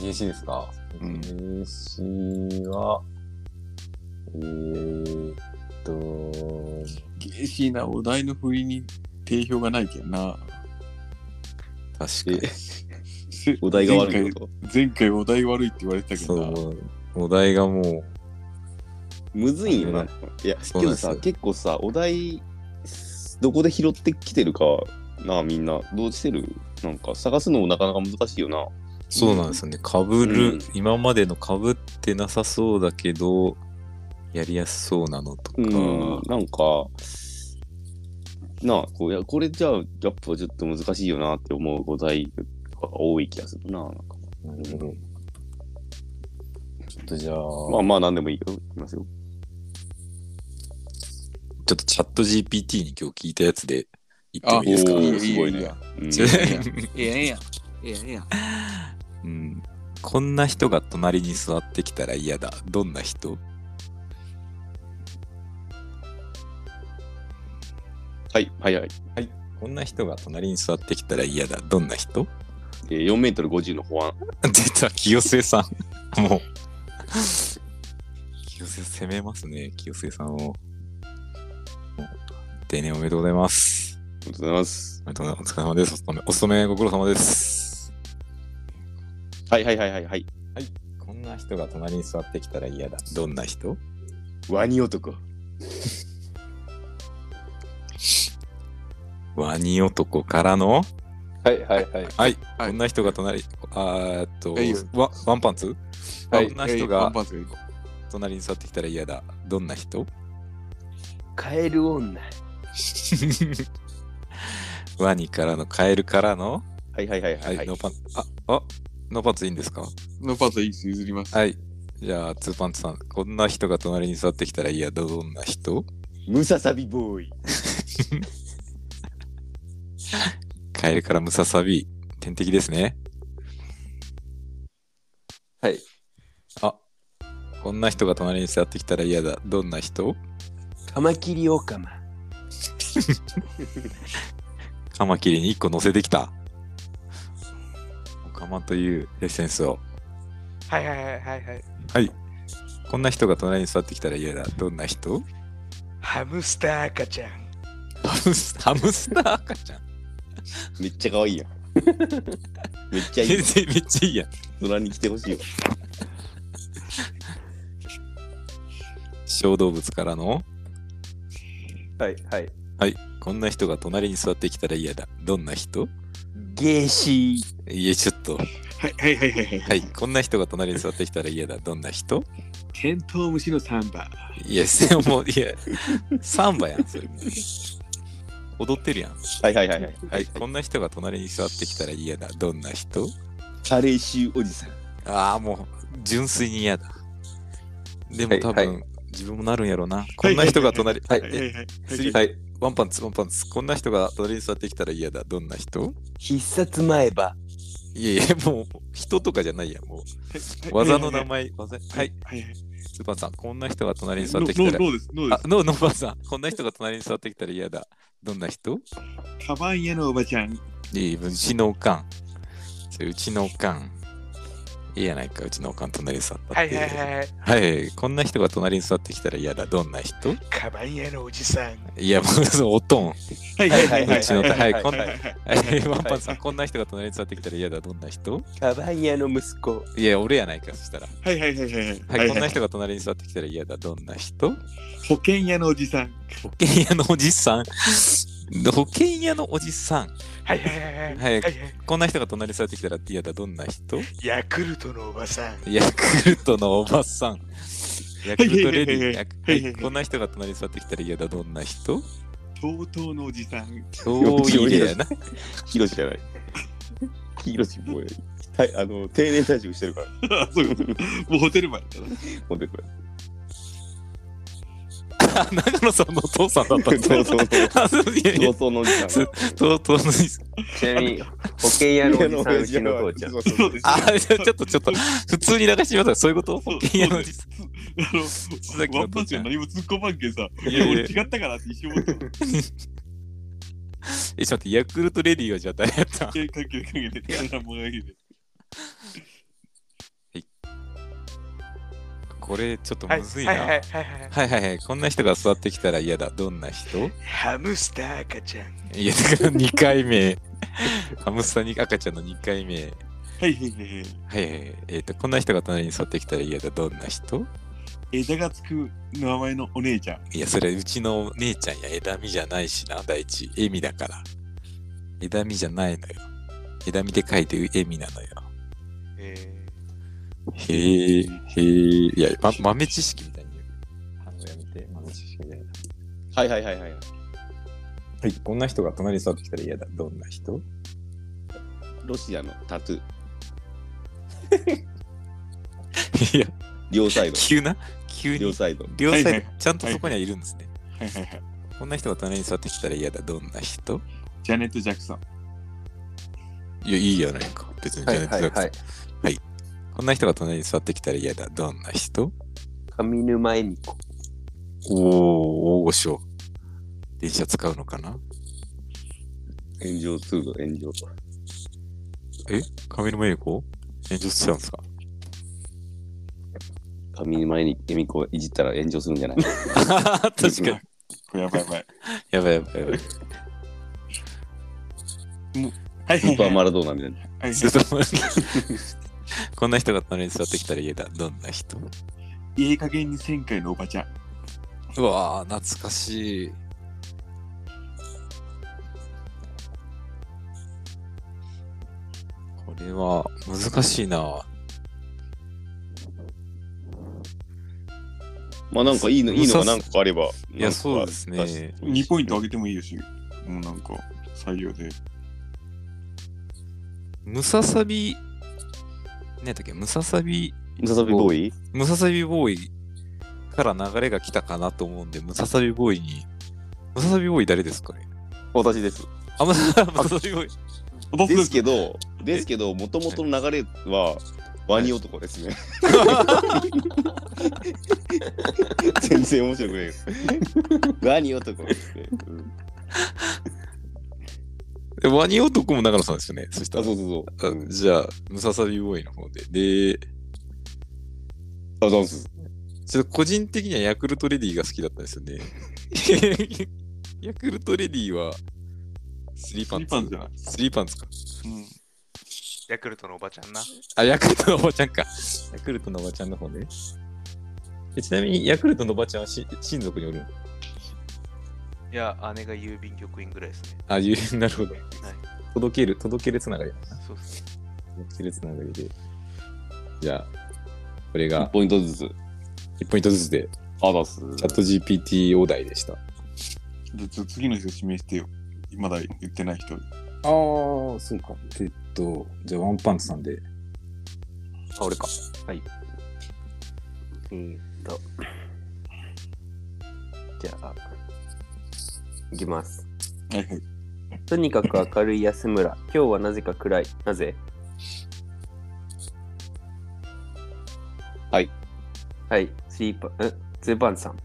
[SPEAKER 4] AC ですか
[SPEAKER 2] うん
[SPEAKER 4] 名詞は、えー、っと、
[SPEAKER 2] ゲシーなお題の振りに定評がないけんな。
[SPEAKER 3] 確か
[SPEAKER 1] お題が悪いこと。
[SPEAKER 2] 前回前回お題悪いって言われてた
[SPEAKER 3] に。
[SPEAKER 2] けどな。
[SPEAKER 3] そう。お題がもう、
[SPEAKER 1] むずいんよな。いや、
[SPEAKER 3] そ
[SPEAKER 1] け
[SPEAKER 3] うなん
[SPEAKER 1] ど
[SPEAKER 3] ですよ
[SPEAKER 1] さ、結構さ、お題、どこで拾ってきてるかな、みんな。どうしてるなんか、探すのもなかなか難しいよな。
[SPEAKER 3] そうなんですよね。かぶる、
[SPEAKER 1] うん
[SPEAKER 3] 今までのかぶってなさそうだけど、やりやすそうなのとか、
[SPEAKER 1] うん、なんか、なあ、こういやこれじゃあ、やっぱちょっと難しいよなって思うお題とかが多い気がするな。なんか
[SPEAKER 4] なるほど。ちょっとじゃあ、
[SPEAKER 1] まあまあ、なんでもいいよ。いきますよ。
[SPEAKER 3] ちょっとチャット GPT に今日聞いたやつで言って
[SPEAKER 2] あ、
[SPEAKER 3] もいいですか
[SPEAKER 1] おー
[SPEAKER 2] よ
[SPEAKER 1] すごいね
[SPEAKER 2] よ
[SPEAKER 1] うん
[SPEAKER 3] ちょ
[SPEAKER 2] いいやんやん。
[SPEAKER 6] いやいや。
[SPEAKER 3] うん、こんな人が隣に座ってきたら嫌だ。どんな人
[SPEAKER 1] はい、はい、はい。
[SPEAKER 3] こんな人が隣に座ってきたら嫌だ。どんな人
[SPEAKER 1] えー4メートル50の保安。
[SPEAKER 3] 出た、清瀬さん。もう。清瀬攻めますね、清瀬さんを。もう定年おめでとうございます。
[SPEAKER 1] ありがとうございます。
[SPEAKER 3] おめでとうございます。お疲れ様です。お勤め、お勤めご苦労様です。
[SPEAKER 1] はい、はい、はい、はい、はい。
[SPEAKER 3] こんな人が隣に座ってきたら嫌だ。どんな人
[SPEAKER 1] ワニ男。
[SPEAKER 3] ワニ男からの
[SPEAKER 5] はいはいは
[SPEAKER 3] は
[SPEAKER 5] い。
[SPEAKER 3] い、
[SPEAKER 2] はい
[SPEAKER 3] こんな人が隣、あーっと
[SPEAKER 2] はいよ、
[SPEAKER 3] ワワンパンツ、
[SPEAKER 5] はい
[SPEAKER 3] こんな人
[SPEAKER 2] ワ
[SPEAKER 3] が
[SPEAKER 2] ンパンツがいい子
[SPEAKER 3] 隣に座ってきたら嫌だ。どんな人
[SPEAKER 5] カエル女。
[SPEAKER 3] ワニからのカエルからの、
[SPEAKER 1] はい、はい、はい、は。
[SPEAKER 3] はいい、
[SPEAKER 1] はい
[SPEAKER 3] ノーパンあ、あ、ノーパンツいいんですか
[SPEAKER 2] のパンツはいいです。譲ります。
[SPEAKER 3] はい。じゃあ、ツーパンツさん、こんな人が隣に座ってきたら嫌だ。どんな人
[SPEAKER 1] ムササビボーイ。
[SPEAKER 3] カエルからムササビ、天敵ですね。
[SPEAKER 5] はい。
[SPEAKER 3] あ、こんな人が隣に座ってきたら嫌だ。どんな人
[SPEAKER 5] カマキリオカマ。
[SPEAKER 3] カマキリに1個乗せてきた。カマというエッセンスを。
[SPEAKER 6] はいはいはいはいはい。
[SPEAKER 3] はい。こんな人が隣に座ってきたら嫌だ。どんな人
[SPEAKER 6] ハムスター赤ちゃん。
[SPEAKER 3] ハムスハムスター赤ちゃん。
[SPEAKER 1] めっちゃ可愛 いやん。めっちゃいい
[SPEAKER 3] 全
[SPEAKER 1] わ。
[SPEAKER 3] 然めっちゃいいやん。
[SPEAKER 1] 空に来てほしいわ。
[SPEAKER 3] 小動物からの。
[SPEAKER 5] はいはい。
[SPEAKER 3] はい。こんな人が隣に座ってきたら嫌だ。どんな人
[SPEAKER 5] ゲーシ
[SPEAKER 3] いや、ちょっと。
[SPEAKER 2] はいはいはいはい
[SPEAKER 3] はい。こんな人が隣に座ってきたら嫌だ。どんな人
[SPEAKER 2] テントウムシのサンバ。
[SPEAKER 3] いや、せもう、いや、サンバやん、それもう。踊ってるやん。
[SPEAKER 1] はい、はい、はい、はい。
[SPEAKER 3] はい。こんな人が隣に座ってきたら嫌だ。どんな人
[SPEAKER 1] カレー臭おじさん。
[SPEAKER 3] ああ、もう、純粋に嫌だ。でも
[SPEAKER 5] はい
[SPEAKER 3] 多分、
[SPEAKER 5] は
[SPEAKER 3] 自分もなるんやろうな。こんな人が隣、はい、
[SPEAKER 2] はい
[SPEAKER 3] え
[SPEAKER 2] はい
[SPEAKER 3] スリー、はい、ワンパンツ、ワンパンツ。こんな人が隣に座ってきたら嫌だ。どんな人
[SPEAKER 5] 必殺前歯。
[SPEAKER 3] いやいや、もう、人とかじゃないやん。もう、技の名。前、技。はい、
[SPEAKER 2] はいはい。
[SPEAKER 3] スーパーさん、こんな人が隣に座ってき
[SPEAKER 2] ノー
[SPEAKER 3] たら。
[SPEAKER 2] ノーです。ノー
[SPEAKER 3] あ
[SPEAKER 2] で、
[SPEAKER 3] ノーノーパンさん、こんな人が隣に座ってきたら嫌だ。どんな人
[SPEAKER 2] す。カバン屋のおばちゃん。
[SPEAKER 3] いい、うちのおかん。それうちのおかん。いいやないか、うちのおかん隣に座った
[SPEAKER 6] は
[SPEAKER 3] っ
[SPEAKER 6] い
[SPEAKER 3] て。
[SPEAKER 6] はいはい。
[SPEAKER 3] はいこんな人が隣に座ってきたら嫌だ。どんな人
[SPEAKER 6] カバン屋のおじさん。
[SPEAKER 3] いや、もうそのおとん。
[SPEAKER 2] はいはいはいは
[SPEAKER 3] う
[SPEAKER 2] い
[SPEAKER 3] ちの
[SPEAKER 2] は。
[SPEAKER 3] はいい、こんな、はいワンパンさん、こんな人が隣に座ってきたら嫌だ。どんな人
[SPEAKER 5] カバン屋の息子。
[SPEAKER 3] いや、俺やないか、そしたら。
[SPEAKER 2] はいはいはいはい
[SPEAKER 3] はい、
[SPEAKER 2] はい。
[SPEAKER 3] こんな人が隣に座ってきたら嫌だ。どんな人
[SPEAKER 2] 保険屋のおじさん。
[SPEAKER 3] 保険屋のおじさん。保険屋のおじさん。
[SPEAKER 6] はいはいはい
[SPEAKER 3] は
[SPEAKER 6] はいい。はい、
[SPEAKER 3] こんな人が隣に座ってきたら嫌だ。どんな人
[SPEAKER 6] ヤクルトのおばさん。
[SPEAKER 3] ヤクルトのおばさん。ヤクルトレディ。ヤク
[SPEAKER 2] は
[SPEAKER 3] はい
[SPEAKER 2] はいはい
[SPEAKER 3] いこんな人が隣に座ってきたら嫌だ。どんな人
[SPEAKER 2] とうとうのおじさん。
[SPEAKER 3] 超いいやな。
[SPEAKER 1] ヒロシじゃない。ヒロシもう、はい、あの、定年退職してるから、
[SPEAKER 2] あ そういうこともうホテル前だな。
[SPEAKER 1] ほんでこれ。
[SPEAKER 3] あ長野さんのお父さんだった ん
[SPEAKER 1] そう
[SPEAKER 3] だ。
[SPEAKER 1] そうそう。
[SPEAKER 3] あそういやい
[SPEAKER 1] 同
[SPEAKER 3] や
[SPEAKER 1] 窓のおじさんが。
[SPEAKER 3] とうとうのい
[SPEAKER 5] ちなみに、保険屋のおじさん、うちの父ちゃん。
[SPEAKER 1] そうそうそう
[SPEAKER 2] そうです
[SPEAKER 3] あちょちょっとちょっと普通に流してみましたそういうこと
[SPEAKER 2] そう
[SPEAKER 3] 保険屋のおじさ
[SPEAKER 2] あの、
[SPEAKER 3] 崎の
[SPEAKER 2] ワ
[SPEAKER 3] お
[SPEAKER 2] ンパ
[SPEAKER 3] 父
[SPEAKER 2] ンチ
[SPEAKER 3] ちゃ
[SPEAKER 2] が
[SPEAKER 3] ん
[SPEAKER 2] 何も突っ込まんけんさ。
[SPEAKER 3] ん。い
[SPEAKER 2] い
[SPEAKER 3] や
[SPEAKER 2] や、
[SPEAKER 3] い
[SPEAKER 2] 俺
[SPEAKER 3] や
[SPEAKER 2] 違ったからって一瞬思った。い
[SPEAKER 3] えちょっと待ってヤクルトレディはじゃあ誰やったん
[SPEAKER 2] や関係ない関係ないいや何もないけど
[SPEAKER 3] これちょっと
[SPEAKER 6] は
[SPEAKER 3] む
[SPEAKER 6] い
[SPEAKER 3] ずい
[SPEAKER 6] は
[SPEAKER 3] な。
[SPEAKER 6] い
[SPEAKER 3] は
[SPEAKER 6] はいいはい。
[SPEAKER 3] はいはい。こんな人が座ってきたら嫌だ。どんな人
[SPEAKER 6] ハムスター赤ちゃん。
[SPEAKER 3] いや、だから2回目。ハムスターに赤ちゃんの2回目。
[SPEAKER 2] はいはいはいはい。
[SPEAKER 3] はいはいはい。えっ、と、こんな人が隣に座ってきたら嫌だ。どんな人
[SPEAKER 2] 枝がつく名前のお姉ちゃん。
[SPEAKER 3] いや、それうちの姉ちゃんや枝見じゃないしな、第一。エミだから。枝見じゃないのよ。枝見で書いてエミなのよ。
[SPEAKER 6] えー
[SPEAKER 3] へえ、へえ。いや、ま、豆知識みたいに言う。
[SPEAKER 4] 単語やめて、まず知識みたいな。
[SPEAKER 1] はいはいはいはい。
[SPEAKER 4] はい、こんな人が隣に座ってきたら嫌だ。どんな人
[SPEAKER 1] ロシアのタトゥー、
[SPEAKER 3] いや、
[SPEAKER 1] 両サイ ド。
[SPEAKER 3] 急な急
[SPEAKER 1] 両
[SPEAKER 3] に。
[SPEAKER 1] サイド。
[SPEAKER 3] 両サイド、
[SPEAKER 2] はいはい
[SPEAKER 3] ちゃんとそこにはいるんですね。
[SPEAKER 2] はいはいはい。
[SPEAKER 3] こんな人が隣に座ってきたら嫌だ。どんな人
[SPEAKER 2] ジャネット・ジャクソン。
[SPEAKER 3] いや、いいやないか。別に
[SPEAKER 5] は
[SPEAKER 3] じゃ
[SPEAKER 5] い
[SPEAKER 3] な
[SPEAKER 5] はい
[SPEAKER 3] くて
[SPEAKER 5] はい。
[SPEAKER 3] こんな人が隣に座ってきたら嫌だ。どんな人
[SPEAKER 5] 上沼恵美子。
[SPEAKER 3] おお、大御所。電車使うのかな
[SPEAKER 1] 炎上するぞ、炎上と。
[SPEAKER 3] え上沼恵美子炎上しちゃうんですか
[SPEAKER 1] 紙の前に恵美子をいじったら炎上するんじゃない
[SPEAKER 3] 確かに。
[SPEAKER 2] これやばいやばい。
[SPEAKER 3] やばいやばいやばい。
[SPEAKER 2] はい
[SPEAKER 1] ス
[SPEAKER 2] は
[SPEAKER 1] ー
[SPEAKER 2] いは
[SPEAKER 1] パー
[SPEAKER 2] い。
[SPEAKER 1] マラドーナみたいな。
[SPEAKER 2] はい
[SPEAKER 3] ずっとこんな人が隣に座ってきたら嫌だ。どんな人
[SPEAKER 2] いい加減に1000回のおばちゃん。
[SPEAKER 3] うわー、懐かしい。これは難しいな。
[SPEAKER 1] まあなんかいいの、
[SPEAKER 3] う
[SPEAKER 1] い
[SPEAKER 3] さ
[SPEAKER 1] いのがなんかあれば。
[SPEAKER 3] いや、そうですね。
[SPEAKER 2] 2ポイントあげてもいいよし。もうなんか、採用で。
[SPEAKER 3] ムササビ、何やったっけ、ムササビ、
[SPEAKER 1] ムササビボーイ
[SPEAKER 3] ムササビボーイから流れが来たかなと思うんで、ムササビボーイに、ムササビボーイ誰ですかね
[SPEAKER 1] 私です。
[SPEAKER 3] あ、ムサムササビボーイ。
[SPEAKER 2] ボ
[SPEAKER 1] ですけ
[SPEAKER 2] ど。
[SPEAKER 1] ど、ですけど、もともとの流れは、ワニ男ですね。 全然面白くないです。ワニ男ですね。うん
[SPEAKER 3] えワニ男も長野さんですよね。そした
[SPEAKER 1] あ、
[SPEAKER 3] ら
[SPEAKER 1] そ。うそうそう。
[SPEAKER 3] あじゃあ、ムササビボーイの方で。で、
[SPEAKER 1] あ、ダンス。
[SPEAKER 3] ちょっと個人的にはヤクルトレディが好きだったんですよね。 ヤクルトレディは、スリーパンツ。
[SPEAKER 2] スリーパンツじゃない
[SPEAKER 3] スリーパンツか。
[SPEAKER 2] うん
[SPEAKER 6] ヤクルトのおばちゃんな。
[SPEAKER 3] あ、ヤクルトのおばちゃんか。ヤクルトのおばちゃんの方ね。えちなみに、ヤクルトのおばちゃんはし親族におるの
[SPEAKER 6] いや、姉が郵便局員ぐらいですね。
[SPEAKER 3] あ、いう、なるほど。
[SPEAKER 6] はい。
[SPEAKER 3] 届ける、届けるつながりだな。
[SPEAKER 6] そうですね。
[SPEAKER 3] 届けるつながりで。じゃあ、これが
[SPEAKER 1] ポイントずつ。
[SPEAKER 3] 1ポイントずつで、
[SPEAKER 1] あ、ダンス。
[SPEAKER 3] チャット GPT お題でした。あ
[SPEAKER 2] でちょっと次の人指名してよ。まだ言ってない人。
[SPEAKER 4] ああ、そうか。えっと、じゃあワンパンツさんで。
[SPEAKER 5] あ、俺か。はい。えー、っと。じゃあ、いきます。
[SPEAKER 2] はいはい。
[SPEAKER 5] とにかく明るい安村。今日はなぜか暗い。なぜ
[SPEAKER 1] はい。
[SPEAKER 5] はい。スリーパン、んズーパンさん。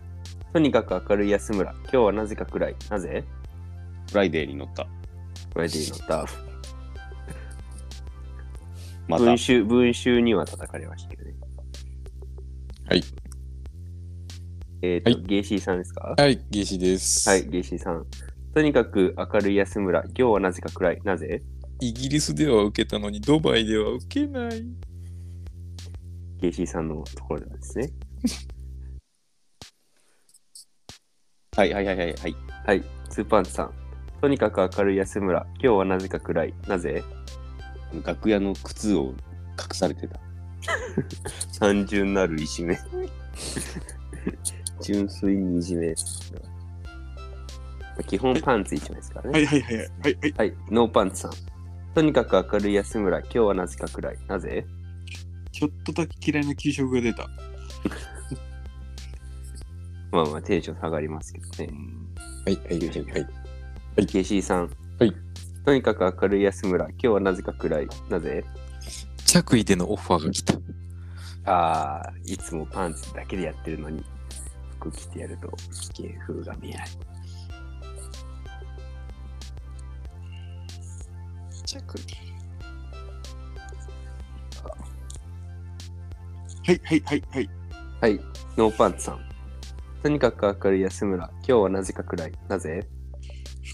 [SPEAKER 5] とにかく明るい安村。今日はなぜか暗い。なぜ
[SPEAKER 1] フライデーに乗った。
[SPEAKER 5] これでいいのだ。
[SPEAKER 1] また
[SPEAKER 5] 文集、文集には叩かれましたけどね。
[SPEAKER 2] はい。
[SPEAKER 5] えっ、と、
[SPEAKER 2] はい
[SPEAKER 5] ゲイシーさんですか
[SPEAKER 2] はい、ゲイシーです。
[SPEAKER 5] はい、。ゲイシーさん。とにかく明るい安村、今日はなぜか暗い。なぜ
[SPEAKER 2] イギリスでは受けたのに、ドバイでは受けない。
[SPEAKER 5] ゲイシーさんのところなんですね。
[SPEAKER 1] はいはいはいはいはい。
[SPEAKER 5] はい、ツーパンツさん。とにかく明るい安村、今日はなぜか暗い。なぜ
[SPEAKER 1] 楽屋の靴を隠されてた。
[SPEAKER 5] 単純なる いじめ。純粋にいじめ。基本パンツ一枚ですから
[SPEAKER 2] は
[SPEAKER 5] ね。
[SPEAKER 2] いはいはいはい。はいはい、
[SPEAKER 5] はい、ノーパンツさん。とにかく明るい安村、今日はなぜか暗い。なぜ
[SPEAKER 2] ちょっとだけ嫌いな給食が出た。
[SPEAKER 5] まあまあテンション下がりますけどね。
[SPEAKER 4] はい、はい、はい。
[SPEAKER 5] ゲシーさん。
[SPEAKER 2] はい。
[SPEAKER 5] とにかく明るい安村、今日はなぜか暗い。なぜ
[SPEAKER 3] 着衣でのオファーが来た。
[SPEAKER 5] ああ、いつもパンツだけでやってるのに、服着てやると、芸風が見えない。
[SPEAKER 2] はいはいはいはい。
[SPEAKER 5] はい、ノーパンツさん。とにかく明るい安村、今日はなぜか暗い。なぜ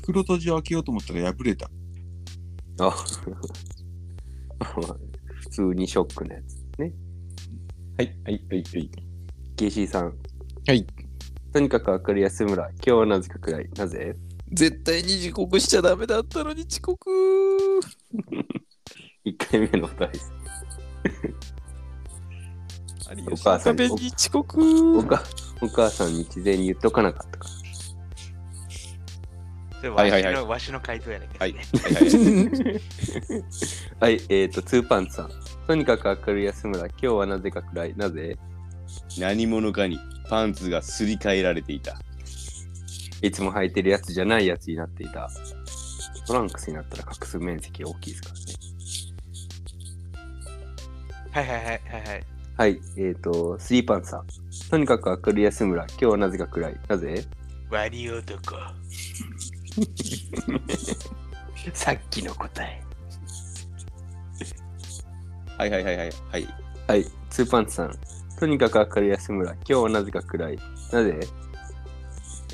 [SPEAKER 2] 袋閉じを開けようと思ったら破れた。
[SPEAKER 5] あまあ普通にショックなやつ。
[SPEAKER 4] はい、はい、はい、はい。
[SPEAKER 5] ゲシーさん。
[SPEAKER 2] はい。
[SPEAKER 5] とにかく明るい安村、今日はなぜか暗い。なぜ
[SPEAKER 3] 絶対に遅刻しちゃダメだったのに遅刻
[SPEAKER 5] 1回目のお題です。
[SPEAKER 3] お
[SPEAKER 5] お母さんに
[SPEAKER 3] 壁に遅
[SPEAKER 5] お
[SPEAKER 3] 刻
[SPEAKER 5] かお母さんに事前に言っとかなか ったか。
[SPEAKER 6] それ
[SPEAKER 1] はいはいはい
[SPEAKER 6] わしのわしの回答やねんけど
[SPEAKER 1] はい。
[SPEAKER 6] ね
[SPEAKER 1] はいはいはい
[SPEAKER 5] はい、えっ、ー、と、ツーパンツさん。とにかく明るい安村、今日はなぜか暗い。なぜ
[SPEAKER 1] 何者かにパンツがすり替えられていた。
[SPEAKER 5] いつも履いてるやつじゃないやつになっていた。トランクスになったら隠す面積が大きいですからね。
[SPEAKER 6] はいはいはいはいはい
[SPEAKER 5] はい、えっ、ー、と、スリーパンツさん。とにかく明るい安村、今日はなぜか暗い。なぜ
[SPEAKER 6] 悪い 男
[SPEAKER 5] さっきの答え。
[SPEAKER 1] はいはいはいはいはい。
[SPEAKER 5] はい、ツーパンツさん。とにかく明るい安村、今日はなぜか暗い。なぜ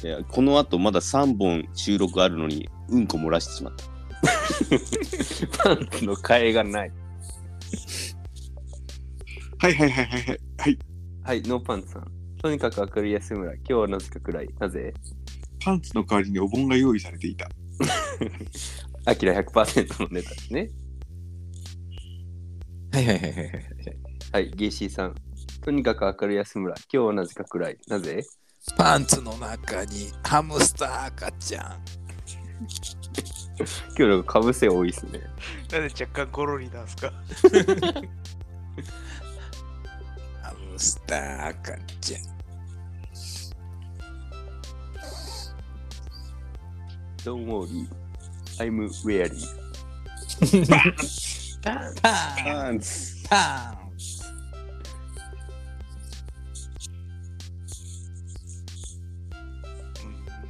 [SPEAKER 1] いやこの後まだ3本収録あるのにうんこ漏らしてしまった。
[SPEAKER 5] パンツの替えがない。
[SPEAKER 2] はいはいはいはいはい。
[SPEAKER 5] はい、ノーパンツさん。とにかく明るい安村、今日はなぜか暗い。なぜ
[SPEAKER 2] パンツの代わりにお盆が用意されていた。
[SPEAKER 5] アキラ100%のネタですね。
[SPEAKER 3] はいはいはいはいはい。
[SPEAKER 5] はい、ゲイシーさん。とにかく明るい安村、今日はなぜか暗い。なぜ
[SPEAKER 3] パンツの中にハムスター赤ちゃん。
[SPEAKER 5] 今日のかぶせ多いですね。
[SPEAKER 6] なんで若干ゴロリなんすか
[SPEAKER 3] ハムスター赤ちゃん。
[SPEAKER 5] Don't worry, I'm weary.
[SPEAKER 1] パンツ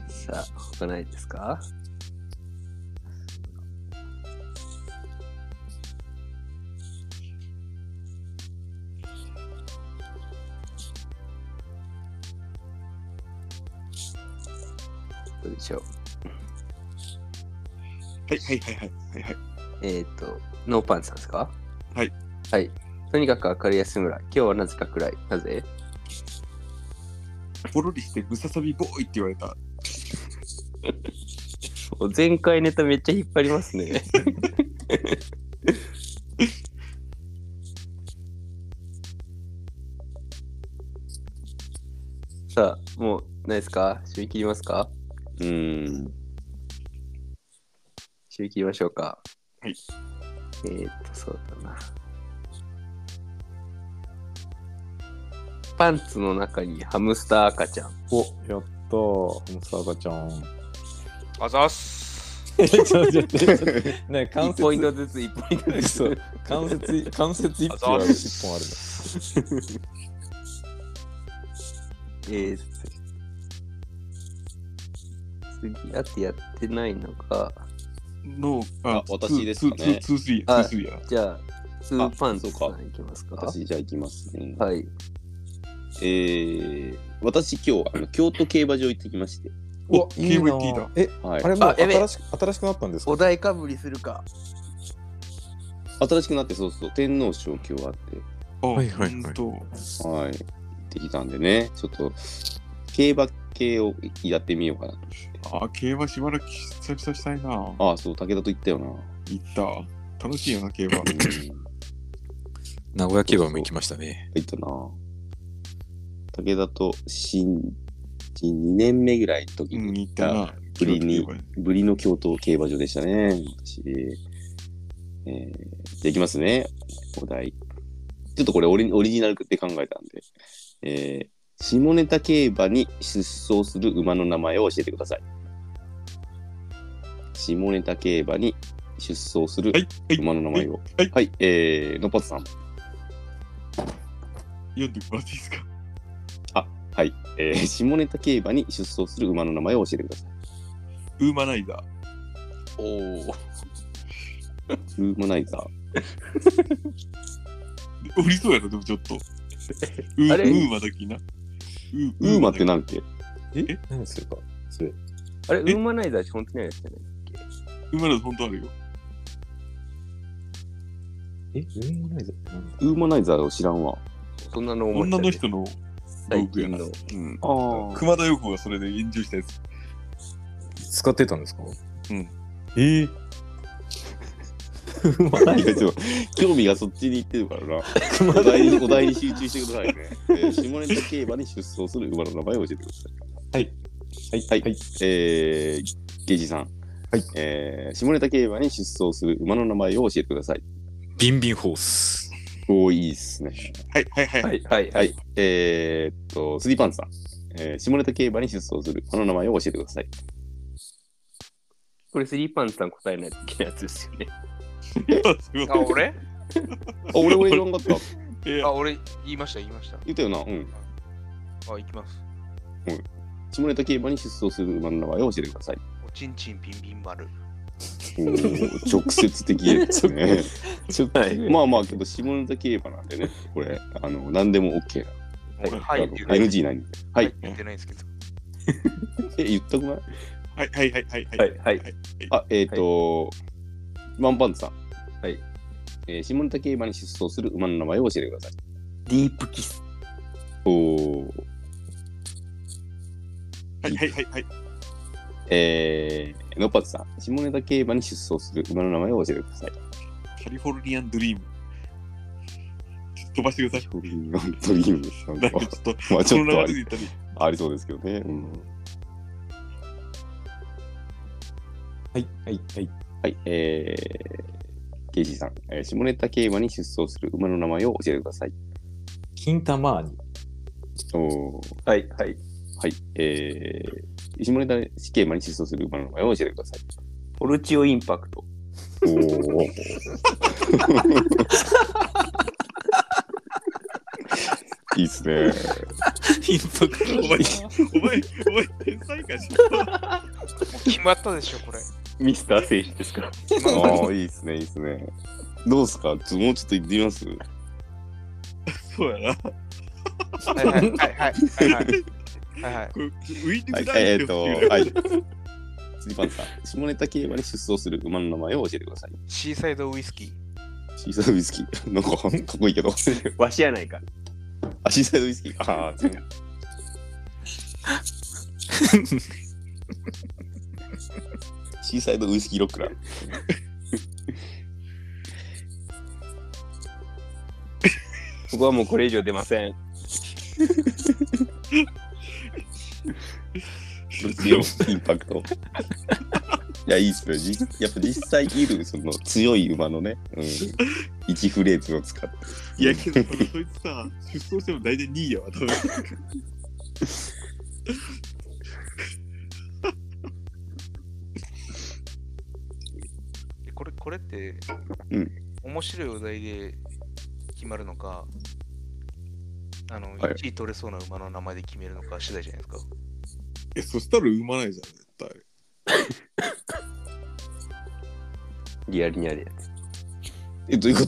[SPEAKER 5] さあ、他ないですかどうでしょう
[SPEAKER 2] はいはいはいはいはいはい。
[SPEAKER 5] えっ、ー、と、ノーパンツさんですか
[SPEAKER 2] はい。
[SPEAKER 5] はい。とにかく明るい安村、今日はなぜか暗い。なぜ
[SPEAKER 2] ポロリしてムササビボーイって言われた。
[SPEAKER 5] 前回ネタめっちゃ引っ張りますね。 さあ、もうないですか締め切りますか
[SPEAKER 1] うーん。
[SPEAKER 5] 締め切りましょうか。
[SPEAKER 2] はい。
[SPEAKER 5] えー、っと、そうだな。パンツの中にハムスター赤ちゃん。
[SPEAKER 4] お、やったー。ムサガちゃん。
[SPEAKER 6] あざっす
[SPEAKER 4] え、ちょっと待って、ちょっと待って。
[SPEAKER 5] 1
[SPEAKER 4] ね、関
[SPEAKER 5] ポイント
[SPEAKER 4] 節。
[SPEAKER 5] ずつ、1ポイントず
[SPEAKER 4] そう
[SPEAKER 5] つ。
[SPEAKER 4] 関節、関節一
[SPEAKER 6] あ
[SPEAKER 4] 本
[SPEAKER 6] ざ
[SPEAKER 4] あ
[SPEAKER 6] っ
[SPEAKER 4] る。一
[SPEAKER 6] す
[SPEAKER 4] 本ある
[SPEAKER 5] えー、次、あとやってないのか。
[SPEAKER 2] の、
[SPEAKER 1] あ私ですかね
[SPEAKER 2] ツースリー、ツースリーや。
[SPEAKER 5] じゃあ、スーパンツ
[SPEAKER 1] そうか
[SPEAKER 5] さんいきますか
[SPEAKER 1] 私、じゃあ行きますね。
[SPEAKER 5] はい。
[SPEAKER 1] えー、私、今日、あの京都競馬場行ってきまして。
[SPEAKER 2] お
[SPEAKER 4] おいいな
[SPEAKER 2] PVT だ
[SPEAKER 4] え、
[SPEAKER 1] はい
[SPEAKER 4] あ。れもう
[SPEAKER 5] あやべえ
[SPEAKER 4] 新し新しくなったんですか
[SPEAKER 5] お題かぶりするか。
[SPEAKER 1] 新しくなって、そうそう、天皇賞今日あっ
[SPEAKER 2] あ、
[SPEAKER 3] はいはいはい
[SPEAKER 2] ほんと
[SPEAKER 1] て、はい。行ってきたんでね、ちょっと、競馬系をやってみようかなと思って。
[SPEAKER 2] あ、競馬しばらく久々したいな。行
[SPEAKER 1] ああ、そう、武田と言ったよな。
[SPEAKER 2] った。楽しいよな、競 馬。
[SPEAKER 1] うん
[SPEAKER 3] 名古屋競馬も行きましたね。
[SPEAKER 1] 入ったな。武田と新人2年目ぐらいの時
[SPEAKER 2] うん、
[SPEAKER 1] に
[SPEAKER 2] 行
[SPEAKER 1] 行
[SPEAKER 2] っ
[SPEAKER 1] ったた
[SPEAKER 2] な。
[SPEAKER 1] ぶりに
[SPEAKER 2] 京都競馬
[SPEAKER 1] ぶりの京都競馬場でしたね。私えーじゃあいきますね、お題。ちょっとこれオリオリジナルで考えたんで、えー下ネタ競馬に出走する馬の名前を教えてください。下ネタ競馬に出走する
[SPEAKER 2] はい、はい、
[SPEAKER 1] 馬の名前を。
[SPEAKER 2] はい
[SPEAKER 1] えー、のっぽつさん。
[SPEAKER 2] 読んでもらっていいですか。
[SPEAKER 1] はい、えー下ネタ競馬に出走する馬の名前を教えてください。
[SPEAKER 2] ウーマナイザー。
[SPEAKER 5] おお。
[SPEAKER 1] ウーマナイザー。
[SPEAKER 2] 降りそうやな、でもちょっ と。ウー
[SPEAKER 5] あれ
[SPEAKER 2] ウーマだきな。ウー
[SPEAKER 1] ウーマって
[SPEAKER 2] な。
[SPEAKER 1] なんて
[SPEAKER 4] 何するかそれ。
[SPEAKER 5] あれ、ウーマナイザーって本当にあるやつじゃない
[SPEAKER 2] ウーマナイザー、ほんとあるよ。
[SPEAKER 4] え、ウィングライズってなんだ
[SPEAKER 1] ウーマナイザーを知らんわ。
[SPEAKER 5] そんなの面
[SPEAKER 2] 女
[SPEAKER 5] 白
[SPEAKER 2] の
[SPEAKER 5] い
[SPEAKER 2] 人の道
[SPEAKER 5] 最
[SPEAKER 2] 具や
[SPEAKER 5] 近
[SPEAKER 2] な。
[SPEAKER 5] の
[SPEAKER 2] うん。
[SPEAKER 1] ああ
[SPEAKER 2] 熊田陽子がそれで炎上したやつ。
[SPEAKER 4] 使ってたん ですか
[SPEAKER 2] うん。
[SPEAKER 4] ええ。
[SPEAKER 1] いやでも興味がそっちに行ってるからな。お題にお題に集中してくださいね。えー下ネタ競馬に出走する馬の名前を教えてください。
[SPEAKER 4] はい。
[SPEAKER 1] はい。はい。えー、ゲジさん。
[SPEAKER 4] はい。
[SPEAKER 1] えー、下ネタ競馬に出走する馬の名前を教えてください。
[SPEAKER 3] ビンビンホース。
[SPEAKER 1] おー、いいっすね。
[SPEAKER 2] はいはいはい。
[SPEAKER 5] はいはいは。
[SPEAKER 1] はいい。えー、っと、スリーパンツさん。えー、下ネタ競馬に出走する馬の名前を教えてください。
[SPEAKER 5] これ、スリーパンツさん答えないといけないやつですよね。
[SPEAKER 2] すごい
[SPEAKER 6] あ、俺
[SPEAKER 1] あ、俺は言わんか った。
[SPEAKER 2] いや
[SPEAKER 6] あ、俺言いました言いました。
[SPEAKER 1] 言ったよな。うん。
[SPEAKER 6] あ、行きます。
[SPEAKER 1] 下ネタ競馬に出走する馬の名前を教えてください。
[SPEAKER 6] おちんちんピンピン丸。
[SPEAKER 1] おー直接的です ね。
[SPEAKER 5] ちょっと、はい、
[SPEAKER 1] まあまあけど下ネタ競馬なんでね、これ、あの、何でも OK な。
[SPEAKER 2] はい
[SPEAKER 6] はい。
[SPEAKER 1] あの NG ないんで。は
[SPEAKER 6] はいい。。言ってないですけど。
[SPEAKER 1] え、言ったくない
[SPEAKER 2] はいはいはいはい
[SPEAKER 5] はいはい
[SPEAKER 1] あ、えっ、ー、と、ワンパンツさん。
[SPEAKER 5] はい。
[SPEAKER 1] えー、下ネタ競馬に出走する馬の名前を教えてください。
[SPEAKER 5] ディープキス。
[SPEAKER 1] おお。
[SPEAKER 2] はいはいはいはい。
[SPEAKER 1] えー、ノッパツさん。下ネタ競馬に出走する馬の名前を教えてください。
[SPEAKER 2] カリフォルニアンドリーム。ちょっと飛ばしてください。
[SPEAKER 1] ドリーム、ドリームです。
[SPEAKER 2] なんかちょっと、
[SPEAKER 1] まあち
[SPEAKER 2] そ
[SPEAKER 1] ょ
[SPEAKER 2] の
[SPEAKER 1] っとあり
[SPEAKER 2] 流れで言ったり。
[SPEAKER 1] ありそうですけどね。うん。
[SPEAKER 4] はい、はい、はい。
[SPEAKER 1] はい、えー、ケイジさん、えー下ネタ競馬に出走する馬の名前を教えてください。
[SPEAKER 4] 金玉に。
[SPEAKER 1] おー
[SPEAKER 5] はいはい。
[SPEAKER 1] はい、えー、下ネタ競馬に出走する馬の名前を教えてください。
[SPEAKER 5] ポルチオインパクト。
[SPEAKER 1] おお。 いいっすね。
[SPEAKER 3] インパク
[SPEAKER 2] お前、お前、お前、天才かしら。
[SPEAKER 6] もう決まったでしょ、 これ。
[SPEAKER 5] ミスター選手ですか。
[SPEAKER 1] ああ、いいっすね、いいっすね。どうっすかちょもうちょっと言ってみます
[SPEAKER 2] そうやな。こ
[SPEAKER 6] はいはいはいはいはい。はいはい。
[SPEAKER 2] れウィンド
[SPEAKER 1] は
[SPEAKER 2] ウ
[SPEAKER 1] い
[SPEAKER 2] だ、
[SPEAKER 1] えーっと、はい。次パンツさん、下ネタ競馬に出走する馬の名前を教えてください。
[SPEAKER 6] シーサイドウイスキー。
[SPEAKER 1] シーサイドウイスキー。なんか、かっこいいけど。
[SPEAKER 5] わしやないか。
[SPEAKER 1] あ、シーサイドウイスキー。ああ、違う。シーサイドウイスキーロックだ。
[SPEAKER 5] 僕はもうこれ以上出ません。
[SPEAKER 1] 強いインパクト。いや、いいっすね。じやっぱ実際いる、その強い馬のね、うん、1フレーズを使って。
[SPEAKER 2] いやけど、そいつさ、出走しても大体2位やわ、多分。
[SPEAKER 6] えこれ、これって、
[SPEAKER 1] うん
[SPEAKER 6] 面白いお題で決まるのか、あの、
[SPEAKER 1] はい
[SPEAKER 6] 1位取れそうな馬の名前で決めるのか次第じゃないですか。
[SPEAKER 2] え、そしたら生まないじゃん、絶対。
[SPEAKER 5] リアルにあるやつ。
[SPEAKER 1] え、どういうこ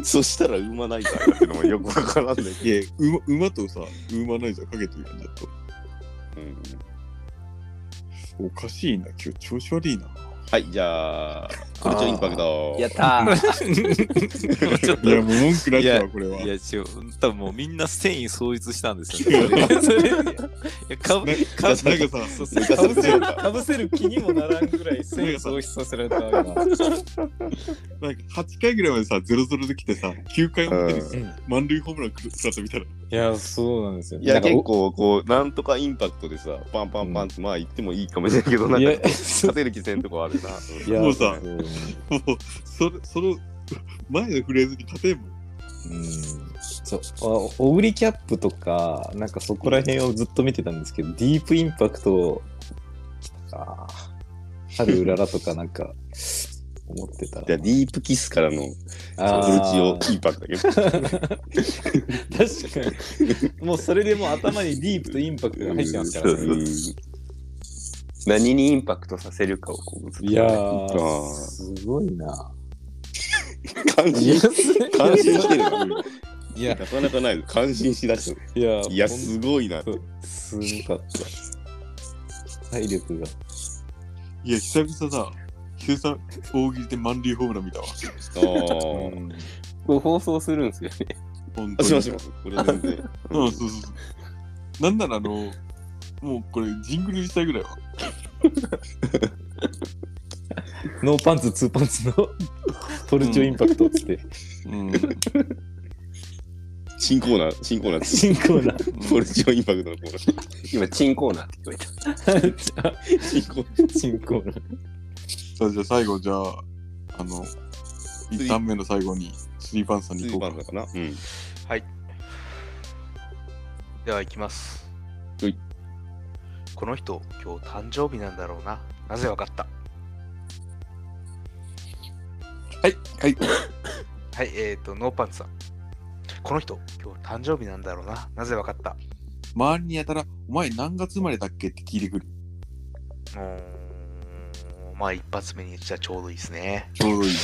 [SPEAKER 1] とそしたら産まないからってのもよくわからんだ
[SPEAKER 2] い
[SPEAKER 1] け
[SPEAKER 2] や、馬馬とさ、馬ないじゃん、かけてるやん、だと。
[SPEAKER 1] ど、うん
[SPEAKER 2] おかしいな、今日調子悪いな。
[SPEAKER 1] はい、じゃあ、これちょインパクト。
[SPEAKER 5] やったー。
[SPEAKER 3] もうちょっ
[SPEAKER 2] いや、もう文句なっちゃう
[SPEAKER 3] い
[SPEAKER 2] わ、これは。
[SPEAKER 3] いや、ちょ、多分もうみんな繊維創立したんですよ ね。それいやかぶ
[SPEAKER 2] な
[SPEAKER 3] かぶ
[SPEAKER 2] なんかさ、
[SPEAKER 1] 抜かされてる
[SPEAKER 3] かぶせる気にもならんぐらい繊維喪失させられたわ
[SPEAKER 2] な
[SPEAKER 3] 今
[SPEAKER 2] んか8回ぐらいまでさ、0-0で来てさ、9回までに
[SPEAKER 3] うん
[SPEAKER 2] 満塁ホームラン食らったみたいな。
[SPEAKER 3] いや、そうなんですよ。
[SPEAKER 1] いや、
[SPEAKER 3] なんか
[SPEAKER 1] 結構、こう、なんとかインパクトでさ、パンパンパンって、まあ言ってもいいかもしれないけど、なん
[SPEAKER 3] い
[SPEAKER 1] か
[SPEAKER 3] や
[SPEAKER 1] こう、勝てる気せんとこあるな。
[SPEAKER 3] いや
[SPEAKER 2] もうさ
[SPEAKER 3] そう
[SPEAKER 2] もう、それ、その、前のフレーズに勝てんもん。
[SPEAKER 4] うんそうあオグリキャップとかなんかそこら辺をずっと見てたんですけどディープインパクトとか春うららとかなんか思ってた
[SPEAKER 1] じゃあ、ディープキスからの、う
[SPEAKER 4] あ
[SPEAKER 1] ち
[SPEAKER 4] ー
[SPEAKER 1] を インパクトだけど。
[SPEAKER 4] 確かにもうそれでもう頭にディープとインパクトが入ってますから
[SPEAKER 1] うん
[SPEAKER 4] ね
[SPEAKER 5] 何にインパクトさせるかをこうずっとね
[SPEAKER 4] いや
[SPEAKER 1] あー
[SPEAKER 4] ーすごいな
[SPEAKER 1] 感
[SPEAKER 3] いや
[SPEAKER 1] 心、感心してるな。
[SPEAKER 3] いや
[SPEAKER 1] なかなかない。感心しだした。
[SPEAKER 3] いや
[SPEAKER 1] いや、
[SPEAKER 3] ほん
[SPEAKER 1] すごいな。
[SPEAKER 3] と
[SPEAKER 4] すごかった体力が
[SPEAKER 2] いや、久々さ、久々大喜利で満塁ホームラン見たわ。
[SPEAKER 1] あー
[SPEAKER 5] これ放送するんですよね。
[SPEAKER 2] 本
[SPEAKER 1] あ、
[SPEAKER 2] 当
[SPEAKER 1] しま
[SPEAKER 2] に
[SPEAKER 1] すします。これ全然。
[SPEAKER 2] うん、そうそうそう。なんならあの、もうこれ、ジングルにしたいぐらいは。
[SPEAKER 4] ノーパンツツーパンツのトルチョインパクトっつって
[SPEAKER 2] うん。
[SPEAKER 1] 新コーナー、新コーナー。
[SPEAKER 4] 新コーナ
[SPEAKER 1] これ一応インパクトのコーナー。
[SPEAKER 5] 今、チンコーナーって聞こえた。
[SPEAKER 4] ー
[SPEAKER 1] 新コーナー。
[SPEAKER 4] 新コーナー
[SPEAKER 2] さあ、じゃあ最後、じゃあ、あの、一旦目の最後に、スリーパンさんに
[SPEAKER 1] ス
[SPEAKER 2] 行
[SPEAKER 1] ーパ
[SPEAKER 2] こ
[SPEAKER 1] ー
[SPEAKER 2] う
[SPEAKER 1] だ
[SPEAKER 2] か。
[SPEAKER 1] かな。うん。
[SPEAKER 6] はい。では行きます。
[SPEAKER 1] はい
[SPEAKER 6] この人、今日誕生日なんだろうな。なぜわかった
[SPEAKER 2] はい、はい。
[SPEAKER 6] はい、えっ、ー、と、ノーパンツさん。この人、今日誕生日なんだろうな。なぜわかった
[SPEAKER 2] 周りにやたら、お前何月生まれだっけって聞いてくる。
[SPEAKER 6] うーん、まあ一発目にしたらちょうどいいですね。
[SPEAKER 2] ちょうどいいよ。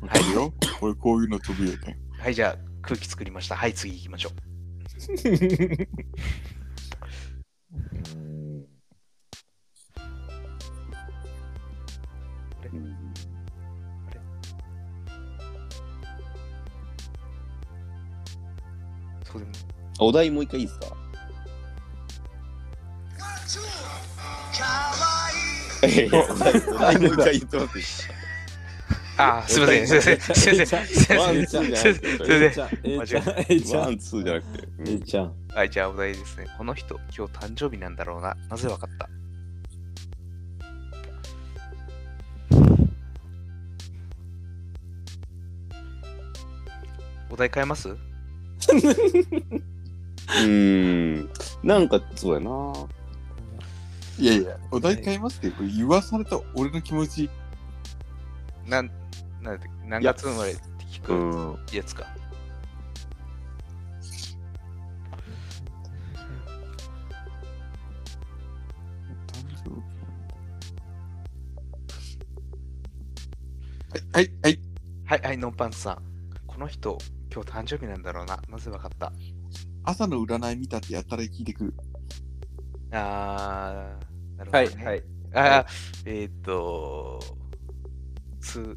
[SPEAKER 2] わかるよ。俺、こういうの得意だね。
[SPEAKER 6] はい、じゃあ空気作りました。はい、次行きましょう。そうでも
[SPEAKER 1] お題もう一回いいですかいやいやお題もう一回言ってもらっていいですか
[SPEAKER 6] あー、すいません、すいません、すいません、すいません
[SPEAKER 1] ワン、ツーじゃなく
[SPEAKER 6] すいま
[SPEAKER 1] て。
[SPEAKER 6] せん。
[SPEAKER 4] えいちゃん、えいちゃ
[SPEAKER 1] ワ
[SPEAKER 4] ん、
[SPEAKER 1] ン、ツーじゃなくて。う
[SPEAKER 4] えい
[SPEAKER 1] ん
[SPEAKER 4] ちゃん。
[SPEAKER 6] はい、じゃあお題ですね。この人、今日誕生日なんだろうな。なぜわかったお題変えます
[SPEAKER 1] うーん。なんか、そうやな。
[SPEAKER 2] いやいや、お題変えますって、これ言わされた俺の気持ち。
[SPEAKER 6] なん、なんだっけ何月生まれって聞
[SPEAKER 1] う
[SPEAKER 6] く
[SPEAKER 1] ん。
[SPEAKER 6] やつか。
[SPEAKER 2] はい、はい、はい。
[SPEAKER 6] はい、はい、ノンパンツさん。この人、今日誕生日なんだろうな。なぜわかった
[SPEAKER 2] 朝の占い見たってやたら聞いてくる。
[SPEAKER 6] あー、なるほど、ね。
[SPEAKER 5] はい、はい。
[SPEAKER 6] あー、えーっと、つ、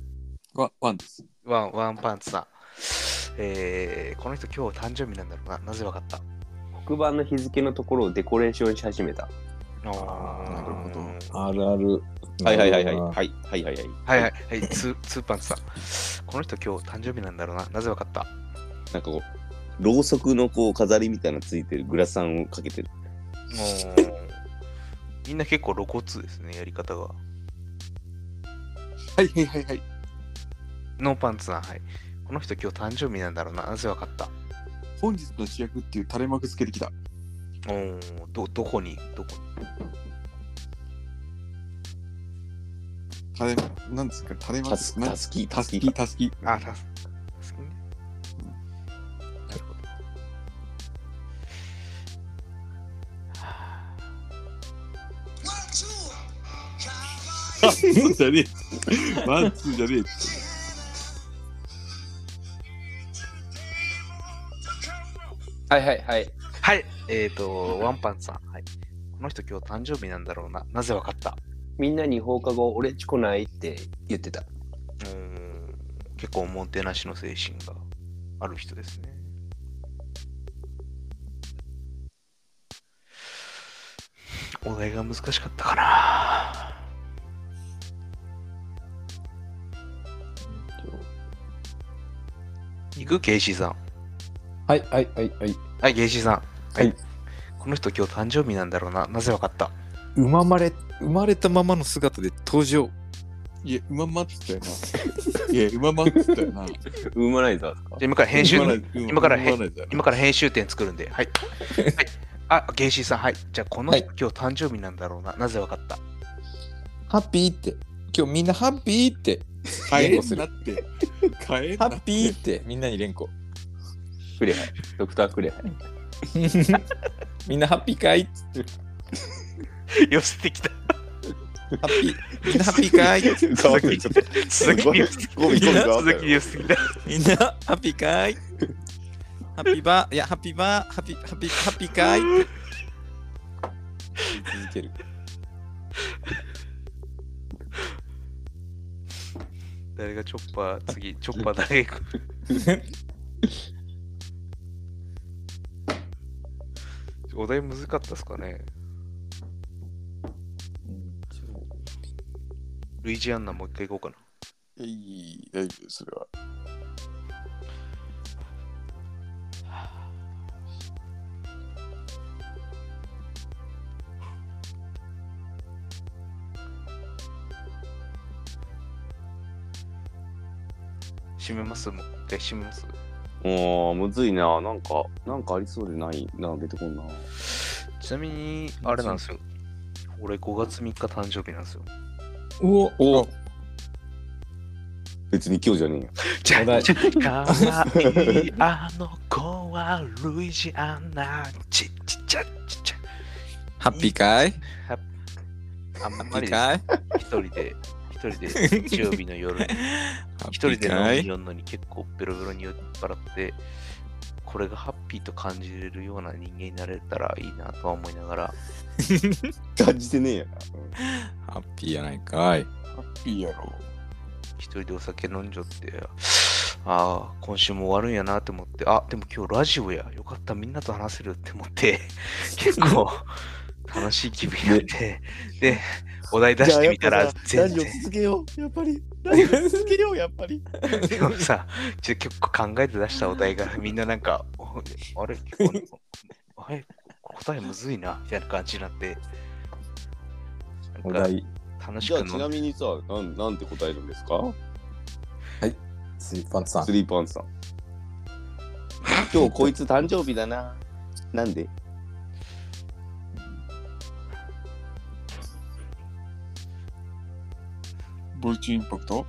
[SPEAKER 2] ワワンです。
[SPEAKER 6] ワン、ワンパンツさん。えー、この人今日誕生日なんだろうな。なぜわかった
[SPEAKER 5] 黒板の日付のところをデコレーションし始めた。
[SPEAKER 6] あ
[SPEAKER 2] なるほど
[SPEAKER 4] あるある。
[SPEAKER 1] はいはいはいはい。はいはいはいはい。
[SPEAKER 6] はいはい、はい、ツー、ツーパンツさん。この人今日誕生日なんだろうな。なぜわかった
[SPEAKER 1] なんかこう、ろうそくのこう飾りみたいなのついてるグラサンをかけてる。
[SPEAKER 6] みんな結構露骨ですね、やり方が。
[SPEAKER 2] はい、はい、はい、はい。
[SPEAKER 6] ノーパンツさん、はい。この人今日誕生日なんだろうな。なぜわかった
[SPEAKER 2] 本日の主役っていう垂れ幕つけてきた。
[SPEAKER 6] おーど、どこに、どこに。
[SPEAKER 2] 垂れ、なんですか、垂れ幕
[SPEAKER 1] た
[SPEAKER 2] つ
[SPEAKER 1] す
[SPEAKER 2] けな
[SPEAKER 1] たすき、
[SPEAKER 2] た
[SPEAKER 1] た
[SPEAKER 2] す
[SPEAKER 1] すき
[SPEAKER 2] き、。たすき。
[SPEAKER 6] あ、たす、たすきね。なるほど。
[SPEAKER 2] あそうじゃねえ。ワンツーじゃねえ。
[SPEAKER 5] はいはいはい。
[SPEAKER 6] はい、えっ、と、ワンパンさん。はい。この人今日誕生日なんだろうな。なぜわかった
[SPEAKER 5] みんなに放課後、俺んち来ないって言ってた。
[SPEAKER 6] うーん結構おもてなしの精神がある人ですね。お題が難しかったかな。行くゲイシーさん。
[SPEAKER 4] はいはいはいはい。
[SPEAKER 6] はい、ゲイシーさん。
[SPEAKER 4] はい。
[SPEAKER 6] この人今日誕生日なんだろうな。なぜわかった
[SPEAKER 3] 生まれ、生まれたままの姿で登場。
[SPEAKER 2] いや、うまんまっつったよ な。いや、うまんまっつったよな。
[SPEAKER 1] ウーマナイザーですか
[SPEAKER 6] じゃあ今から編集、今から編今
[SPEAKER 2] 今
[SPEAKER 6] から編集点作るんで。はい。はい、あ、ゲイシーさん。はい。じゃあこの人、今日誕生日なんだろうな。なぜわか った
[SPEAKER 4] ハッピーって。今日みんなハッピーって。
[SPEAKER 2] 変えんなって。変えん
[SPEAKER 4] ハ
[SPEAKER 2] な
[SPEAKER 4] ッピーってみんなに連呼。
[SPEAKER 1] クレハイ。ドクタークレハイ。
[SPEAKER 4] みんなハッピーかい
[SPEAKER 6] 寄せてきた。
[SPEAKER 4] ハッピー。みんなハッピーかい
[SPEAKER 1] 顔がちょっと
[SPEAKER 6] 鈴木に寄せてき
[SPEAKER 1] ゴミゴミ
[SPEAKER 6] た。
[SPEAKER 1] が
[SPEAKER 6] 鈴木に寄せてきた。
[SPEAKER 3] みんな、ハッピーかーいハッピーバー、いや、ハッピーバー、ハッピー、ハッピー、ハッピーかーい
[SPEAKER 4] 続ける。
[SPEAKER 6] 誰がチョッパー、次、チョッパー誰が行く お題難かったっすかねルイジアンナもう一回行こうか
[SPEAKER 2] いい、大丈夫、それは。
[SPEAKER 6] な。閉めますもう一回閉めます。
[SPEAKER 1] もうむずいな。なんか、なんかありそうでないな。出てこんな。
[SPEAKER 6] ちなみに、あれなんですよ。俺5月3日誕生日なんですよ。
[SPEAKER 4] おおお
[SPEAKER 1] 別に今日じゃねえよ。
[SPEAKER 6] じゃ
[SPEAKER 4] お題
[SPEAKER 6] じゃかわいいあの子はルイジアンナ。ちっちゃちっちゃ。
[SPEAKER 3] ハッピーかーい
[SPEAKER 6] あん
[SPEAKER 3] ハ
[SPEAKER 6] ま
[SPEAKER 3] ッピ
[SPEAKER 6] り
[SPEAKER 3] ーかーい
[SPEAKER 6] 一人で、一人で 日曜日の夜に
[SPEAKER 3] ハッピ
[SPEAKER 6] 一人
[SPEAKER 3] ー
[SPEAKER 6] で
[SPEAKER 3] かー
[SPEAKER 6] 飲み
[SPEAKER 3] い
[SPEAKER 6] よんのに結構ベロベロに酔っ払って、これがハッピーと感じれるような人間になれたらいいなとは思いながら、
[SPEAKER 1] 感じてねえよ。
[SPEAKER 3] ハッピーやないかーい
[SPEAKER 2] いいやろ。
[SPEAKER 6] 一人でお酒飲んじゃって、ああ、今週も終わるんやなって思って、あ、でも今日ラジオや、よかった、みんなと話せるって思 って、結構楽しい気分になって、で、お題出してみたら、全然。
[SPEAKER 1] 続けよう。やっぱり。ラジオ続けよう。やっぱり。
[SPEAKER 6] でも さ、ちょ結構考えて出したお題がみんななんか、おあれ、結構あれ、答えむずいな、みたいな感じになって。
[SPEAKER 4] お
[SPEAKER 6] なんか
[SPEAKER 4] 題、
[SPEAKER 6] 楽し
[SPEAKER 1] じゃあ
[SPEAKER 6] く
[SPEAKER 1] ち
[SPEAKER 6] の
[SPEAKER 1] なみにさ、なんなんて答えるんですか
[SPEAKER 4] スリッパンツさ ん
[SPEAKER 1] ス。リーパンツさん。今日こいつ誕生日だな。なんで
[SPEAKER 2] ボルチンインパクト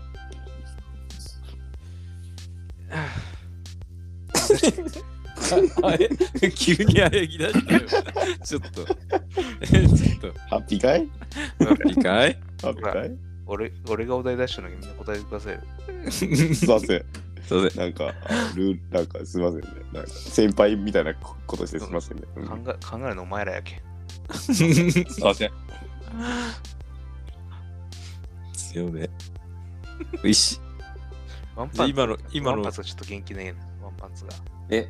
[SPEAKER 3] あれ急にあれぎだしたよ。ちょっと。えちょっと。
[SPEAKER 1] ハッピーかい
[SPEAKER 3] ハッピーかーい
[SPEAKER 1] ハッピーかい
[SPEAKER 6] 俺俺がお題出したのにみんな答えてくださいよ。
[SPEAKER 1] すいません。
[SPEAKER 3] そうで
[SPEAKER 1] なんか、あのルーなんかすいませんね。なんか先輩みたいなこことしてすいませんね。うん
[SPEAKER 6] 考え考えるのお前らやけん。
[SPEAKER 3] す。
[SPEAKER 1] すいません。
[SPEAKER 3] 強め。ういし。
[SPEAKER 6] ワンパンツ
[SPEAKER 3] 今の、今
[SPEAKER 6] ワン
[SPEAKER 3] の
[SPEAKER 6] パン、ツはちょっと元気ねえな。ワンパンツが。
[SPEAKER 5] え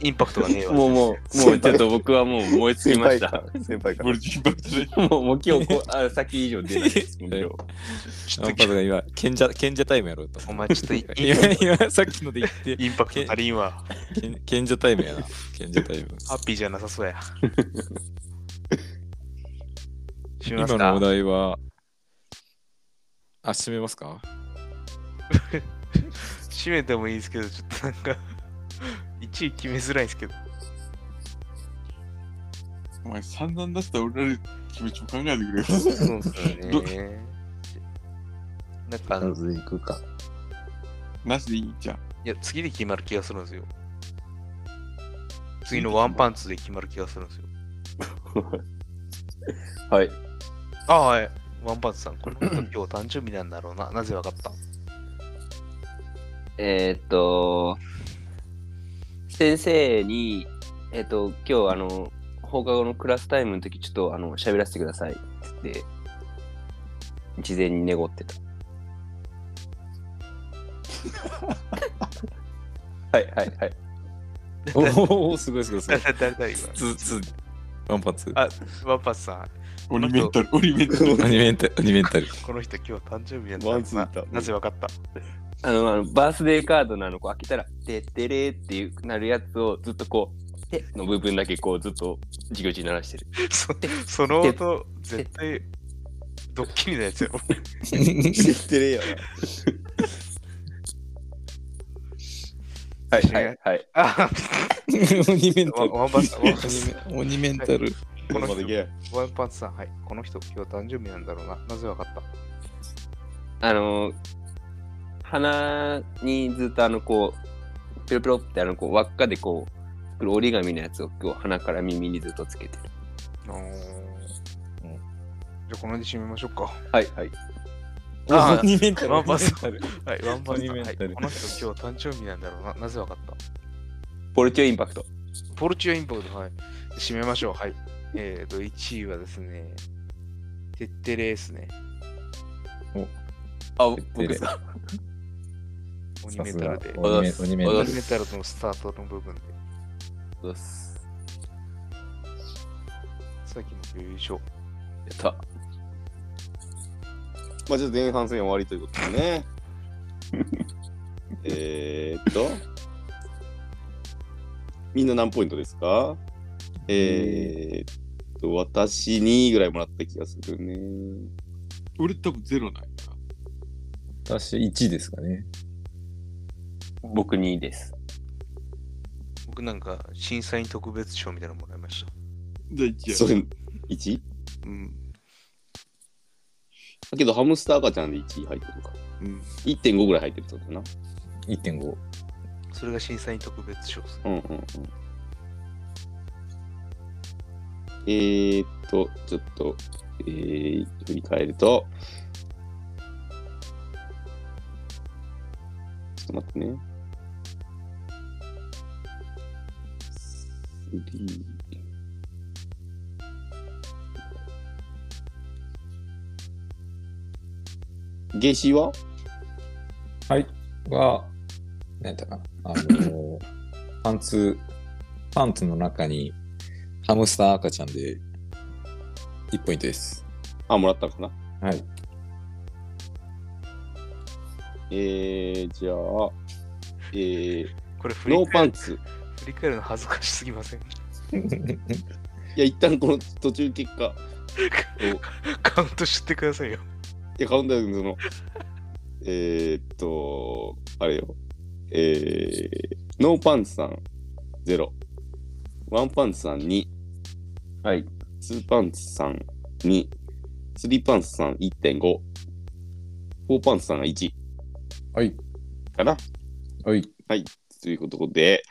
[SPEAKER 6] インパクトがねえわ。
[SPEAKER 5] もうもう、 もうちょっと僕はもう燃え
[SPEAKER 1] 先
[SPEAKER 5] 尽きま
[SPEAKER 1] 輩
[SPEAKER 5] し
[SPEAKER 1] か
[SPEAKER 5] た。
[SPEAKER 1] ら。先輩か
[SPEAKER 2] ボ
[SPEAKER 1] ら
[SPEAKER 2] ル。チンインパクトで。
[SPEAKER 5] もう、もう今日こ、あ先以上出ない です。もう今日
[SPEAKER 6] ちょ
[SPEAKER 3] ア
[SPEAKER 6] っ
[SPEAKER 3] ンパ
[SPEAKER 6] と
[SPEAKER 3] ドが今、賢者、賢者タイムやろうと。
[SPEAKER 6] お前ちょっとい
[SPEAKER 3] 今、今さっきので言って、
[SPEAKER 6] インパクト足りんわ。
[SPEAKER 3] 賢賢者タイムやな。賢者タイム。
[SPEAKER 6] ハッピーじゃなさそうや。しま
[SPEAKER 3] 今
[SPEAKER 6] す
[SPEAKER 3] の
[SPEAKER 6] か
[SPEAKER 3] お題は、あ、閉めますか
[SPEAKER 6] 閉めてもいいですけど、ちょっとなんか、1位決めづらいですけど。
[SPEAKER 2] お前、散々出した俺らの気持ちも考えてくれ よ。
[SPEAKER 6] そうですね。なんかあの、い
[SPEAKER 4] ずいくか。
[SPEAKER 2] なしでいいんじゃん。
[SPEAKER 6] や、次で決まる気がするんですよ。次のワンパンツで決まる気がするんですよ。
[SPEAKER 1] はい。
[SPEAKER 6] ああ、はい。ワンパンツさん、この 人今日誕生日なんだろうな。なぜわかった
[SPEAKER 5] えーっと、先生に、えっと、今日あの、放課後のクラスタイムの時、ちょっとあの喋らせてくださいって言って、事前に寝ごってた。 はいはいはい。
[SPEAKER 3] おーおー、すごいすごいすごい。
[SPEAKER 6] 誰誰誰今
[SPEAKER 3] つ、つ、ワンパンツ。
[SPEAKER 6] あワンパスさん、
[SPEAKER 2] オリメンタル、オリメンタ ル。
[SPEAKER 3] アニメンタル、アニメンタル。
[SPEAKER 6] この人今日誕生日や
[SPEAKER 1] ワンツーいった
[SPEAKER 6] ななぜわかった
[SPEAKER 5] あの、あのバースデーカードのあの、こう開けたら、てってれーっていうなるやつをずっとこう、ての部分だけこうずっと授業中に鳴らしてる。
[SPEAKER 6] そその音、絶対ドッキリのやつやろ。
[SPEAKER 1] 知ってるよ
[SPEAKER 5] はい
[SPEAKER 6] は
[SPEAKER 5] はいいはい。
[SPEAKER 3] ア
[SPEAKER 6] あ
[SPEAKER 3] ニメンタ
[SPEAKER 6] ワン
[SPEAKER 3] ル。
[SPEAKER 6] ワンパンツ ワンパンツ
[SPEAKER 3] アニメンタル。
[SPEAKER 6] この人
[SPEAKER 1] まだゲ
[SPEAKER 6] ワンパンツさん、はい。この人、今日誕生日なんだろうな。なぜわかった
[SPEAKER 5] あの、鼻にずっとあの、こう、ピロピロってあの、こう、輪っかでこう、作る折り紙のやつを今日鼻から耳にずっとつけてる。
[SPEAKER 6] あーじゃあ、この辺で締めましょうか。
[SPEAKER 5] はいはい。
[SPEAKER 6] あ
[SPEAKER 3] アニメンタル。
[SPEAKER 6] ワンパンツ
[SPEAKER 3] アニメンタル
[SPEAKER 6] はい、ワンパンツ
[SPEAKER 3] アニ
[SPEAKER 6] さん、
[SPEAKER 3] メンタ
[SPEAKER 6] はい。
[SPEAKER 3] ル
[SPEAKER 6] この人、今日誕生日なんだろうな。なぜわかった
[SPEAKER 5] ポルチオインパクト。
[SPEAKER 6] ポルチュアインパクト、はい。締めましょう。はい。えっ、と、1位はですね、テッテレですね。
[SPEAKER 5] あ、
[SPEAKER 3] て
[SPEAKER 5] 僕
[SPEAKER 3] れ
[SPEAKER 5] ですか。
[SPEAKER 6] オニ
[SPEAKER 3] さ
[SPEAKER 6] メ
[SPEAKER 3] す
[SPEAKER 6] タ
[SPEAKER 3] が
[SPEAKER 6] ルで。。オ
[SPEAKER 3] アニメアニメンタ
[SPEAKER 5] お
[SPEAKER 3] ル
[SPEAKER 5] だ
[SPEAKER 6] ニ。メタルのスタートの部分で、
[SPEAKER 5] そうっす
[SPEAKER 6] さっきの優勝。
[SPEAKER 5] やった。
[SPEAKER 1] まあちょっと前半戦終わりということでね。 えーっと、みんな何ポイントですかえーっと、私2位ぐらいもらった気がするね。
[SPEAKER 2] 俺多分ゼロないな。
[SPEAKER 3] 私1位ですかね。
[SPEAKER 5] 僕2位です。
[SPEAKER 6] 僕なんか、審査員特別賞みたいなのもらいました。
[SPEAKER 2] じゃあ一
[SPEAKER 1] そ
[SPEAKER 2] や。
[SPEAKER 1] れ 1? だ
[SPEAKER 6] うん。
[SPEAKER 1] けどハムスター赤ちゃんで1位入ってるのか。
[SPEAKER 2] うん。
[SPEAKER 1] 1.5ぐらい入ってるってことだな。
[SPEAKER 3] 1.5。
[SPEAKER 6] それが審査員特別賞ですね。
[SPEAKER 1] うんうんうん。えー、っと、ちょっと、えー、振り返ると、ちょっと待ってね。スリー夏至は
[SPEAKER 3] が、何やったかな。あのー、パンツ、パンツの中にハムスター赤ちゃんで1ポイントです。
[SPEAKER 1] あ、もらったのかな
[SPEAKER 3] はい。
[SPEAKER 1] えー、じゃあ、えー、
[SPEAKER 6] こ れ振り
[SPEAKER 1] ノ
[SPEAKER 6] 返
[SPEAKER 1] ー
[SPEAKER 6] る
[SPEAKER 1] パンツ。
[SPEAKER 6] 振り返るの恥ずかしすぎません
[SPEAKER 1] い や、一旦この途中結果、
[SPEAKER 6] カウントしてくださいよ。
[SPEAKER 1] いや、カウンターその、 えー、っと、あれよ、えー、ノーパンツさん、ゼロ。ワンパンツさん、2。
[SPEAKER 5] はい。
[SPEAKER 1] ツーパンツさん、2。スリーパンツさん、1.5。フォーパンツさんが1。
[SPEAKER 3] はい。
[SPEAKER 1] かな
[SPEAKER 3] はい。
[SPEAKER 1] ということで、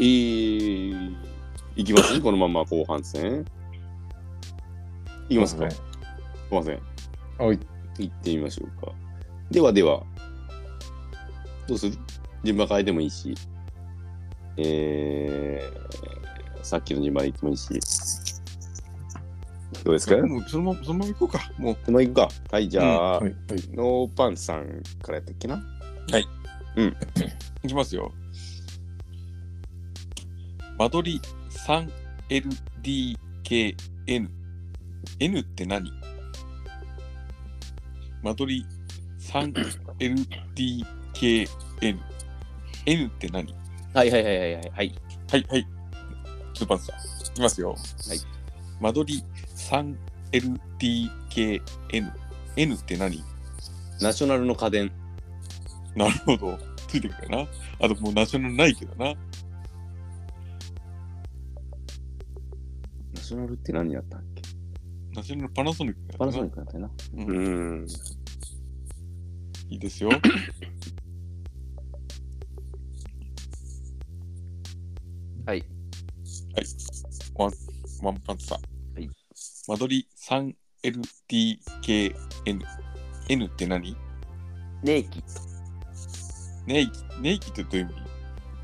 [SPEAKER 1] えー、いきますこのまま後半戦。いきますかすいません。
[SPEAKER 3] はい。
[SPEAKER 1] 行ってみましょうか。ではでは、どうする順番変えてもいいし、えー、さっきの順番で行ってもいいし。どうですか
[SPEAKER 2] もうそのまま、そのまま行こうか。もう。
[SPEAKER 1] でも行くか。はい、じゃあ、
[SPEAKER 3] はい。はい
[SPEAKER 1] ノーパンツさんからやったっけな
[SPEAKER 2] いきますよ。間取り 3LDKN。N って何間取り 3LDKN。N って何
[SPEAKER 1] はいはいはいはいはい。
[SPEAKER 2] はいはい。スーパーさん。いきますよ。
[SPEAKER 1] はい。
[SPEAKER 2] 間取り 3LDKN。N って何
[SPEAKER 1] ナショナルの家電。
[SPEAKER 2] なるほど。ついてくるな。あともうナショナルないけどな。
[SPEAKER 1] ナショナルって何やったっけ
[SPEAKER 2] ナショナルパナソニックだ
[SPEAKER 1] パ
[SPEAKER 2] な
[SPEAKER 1] ナソニックだったよな。
[SPEAKER 2] う
[SPEAKER 1] うん。
[SPEAKER 2] いいですよ。
[SPEAKER 5] はい。
[SPEAKER 2] はい。ワン、ワンパンツさん。
[SPEAKER 5] はい。
[SPEAKER 2] 間取り 3LDKN。N って何
[SPEAKER 5] ネイキッド。
[SPEAKER 2] ネイキ、ネイキってどういう意味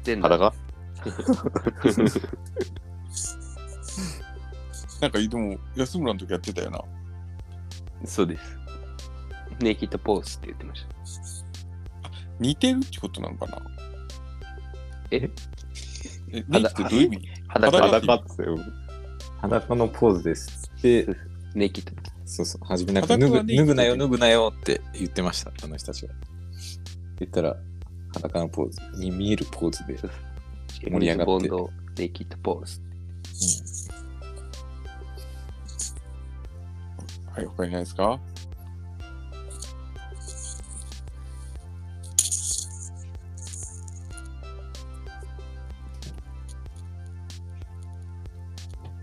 [SPEAKER 5] 全裸
[SPEAKER 1] 裸
[SPEAKER 2] なんか、でも、安村の時やってたよな。
[SPEAKER 5] そうです。ネイキッドポーズって言ってました。
[SPEAKER 2] 似てるってことなのかな
[SPEAKER 5] え
[SPEAKER 2] え、ネイキってどういう意味
[SPEAKER 5] 裸
[SPEAKER 2] 裸
[SPEAKER 1] 戦ってよ。
[SPEAKER 3] 裸のポーズですって、
[SPEAKER 5] ネイキッド。
[SPEAKER 3] そうそう、初めなんか
[SPEAKER 2] 裸
[SPEAKER 3] 脱
[SPEAKER 2] は
[SPEAKER 3] ぐ、
[SPEAKER 2] ね
[SPEAKER 3] 脱ぐなよ、脱ぐなよって言ってました、あの人たちが。言ったら、裸のポーズに見えるポーズで。盛り上がって
[SPEAKER 5] ボンド、ネイキッドポーズ。
[SPEAKER 2] はい、他にないですか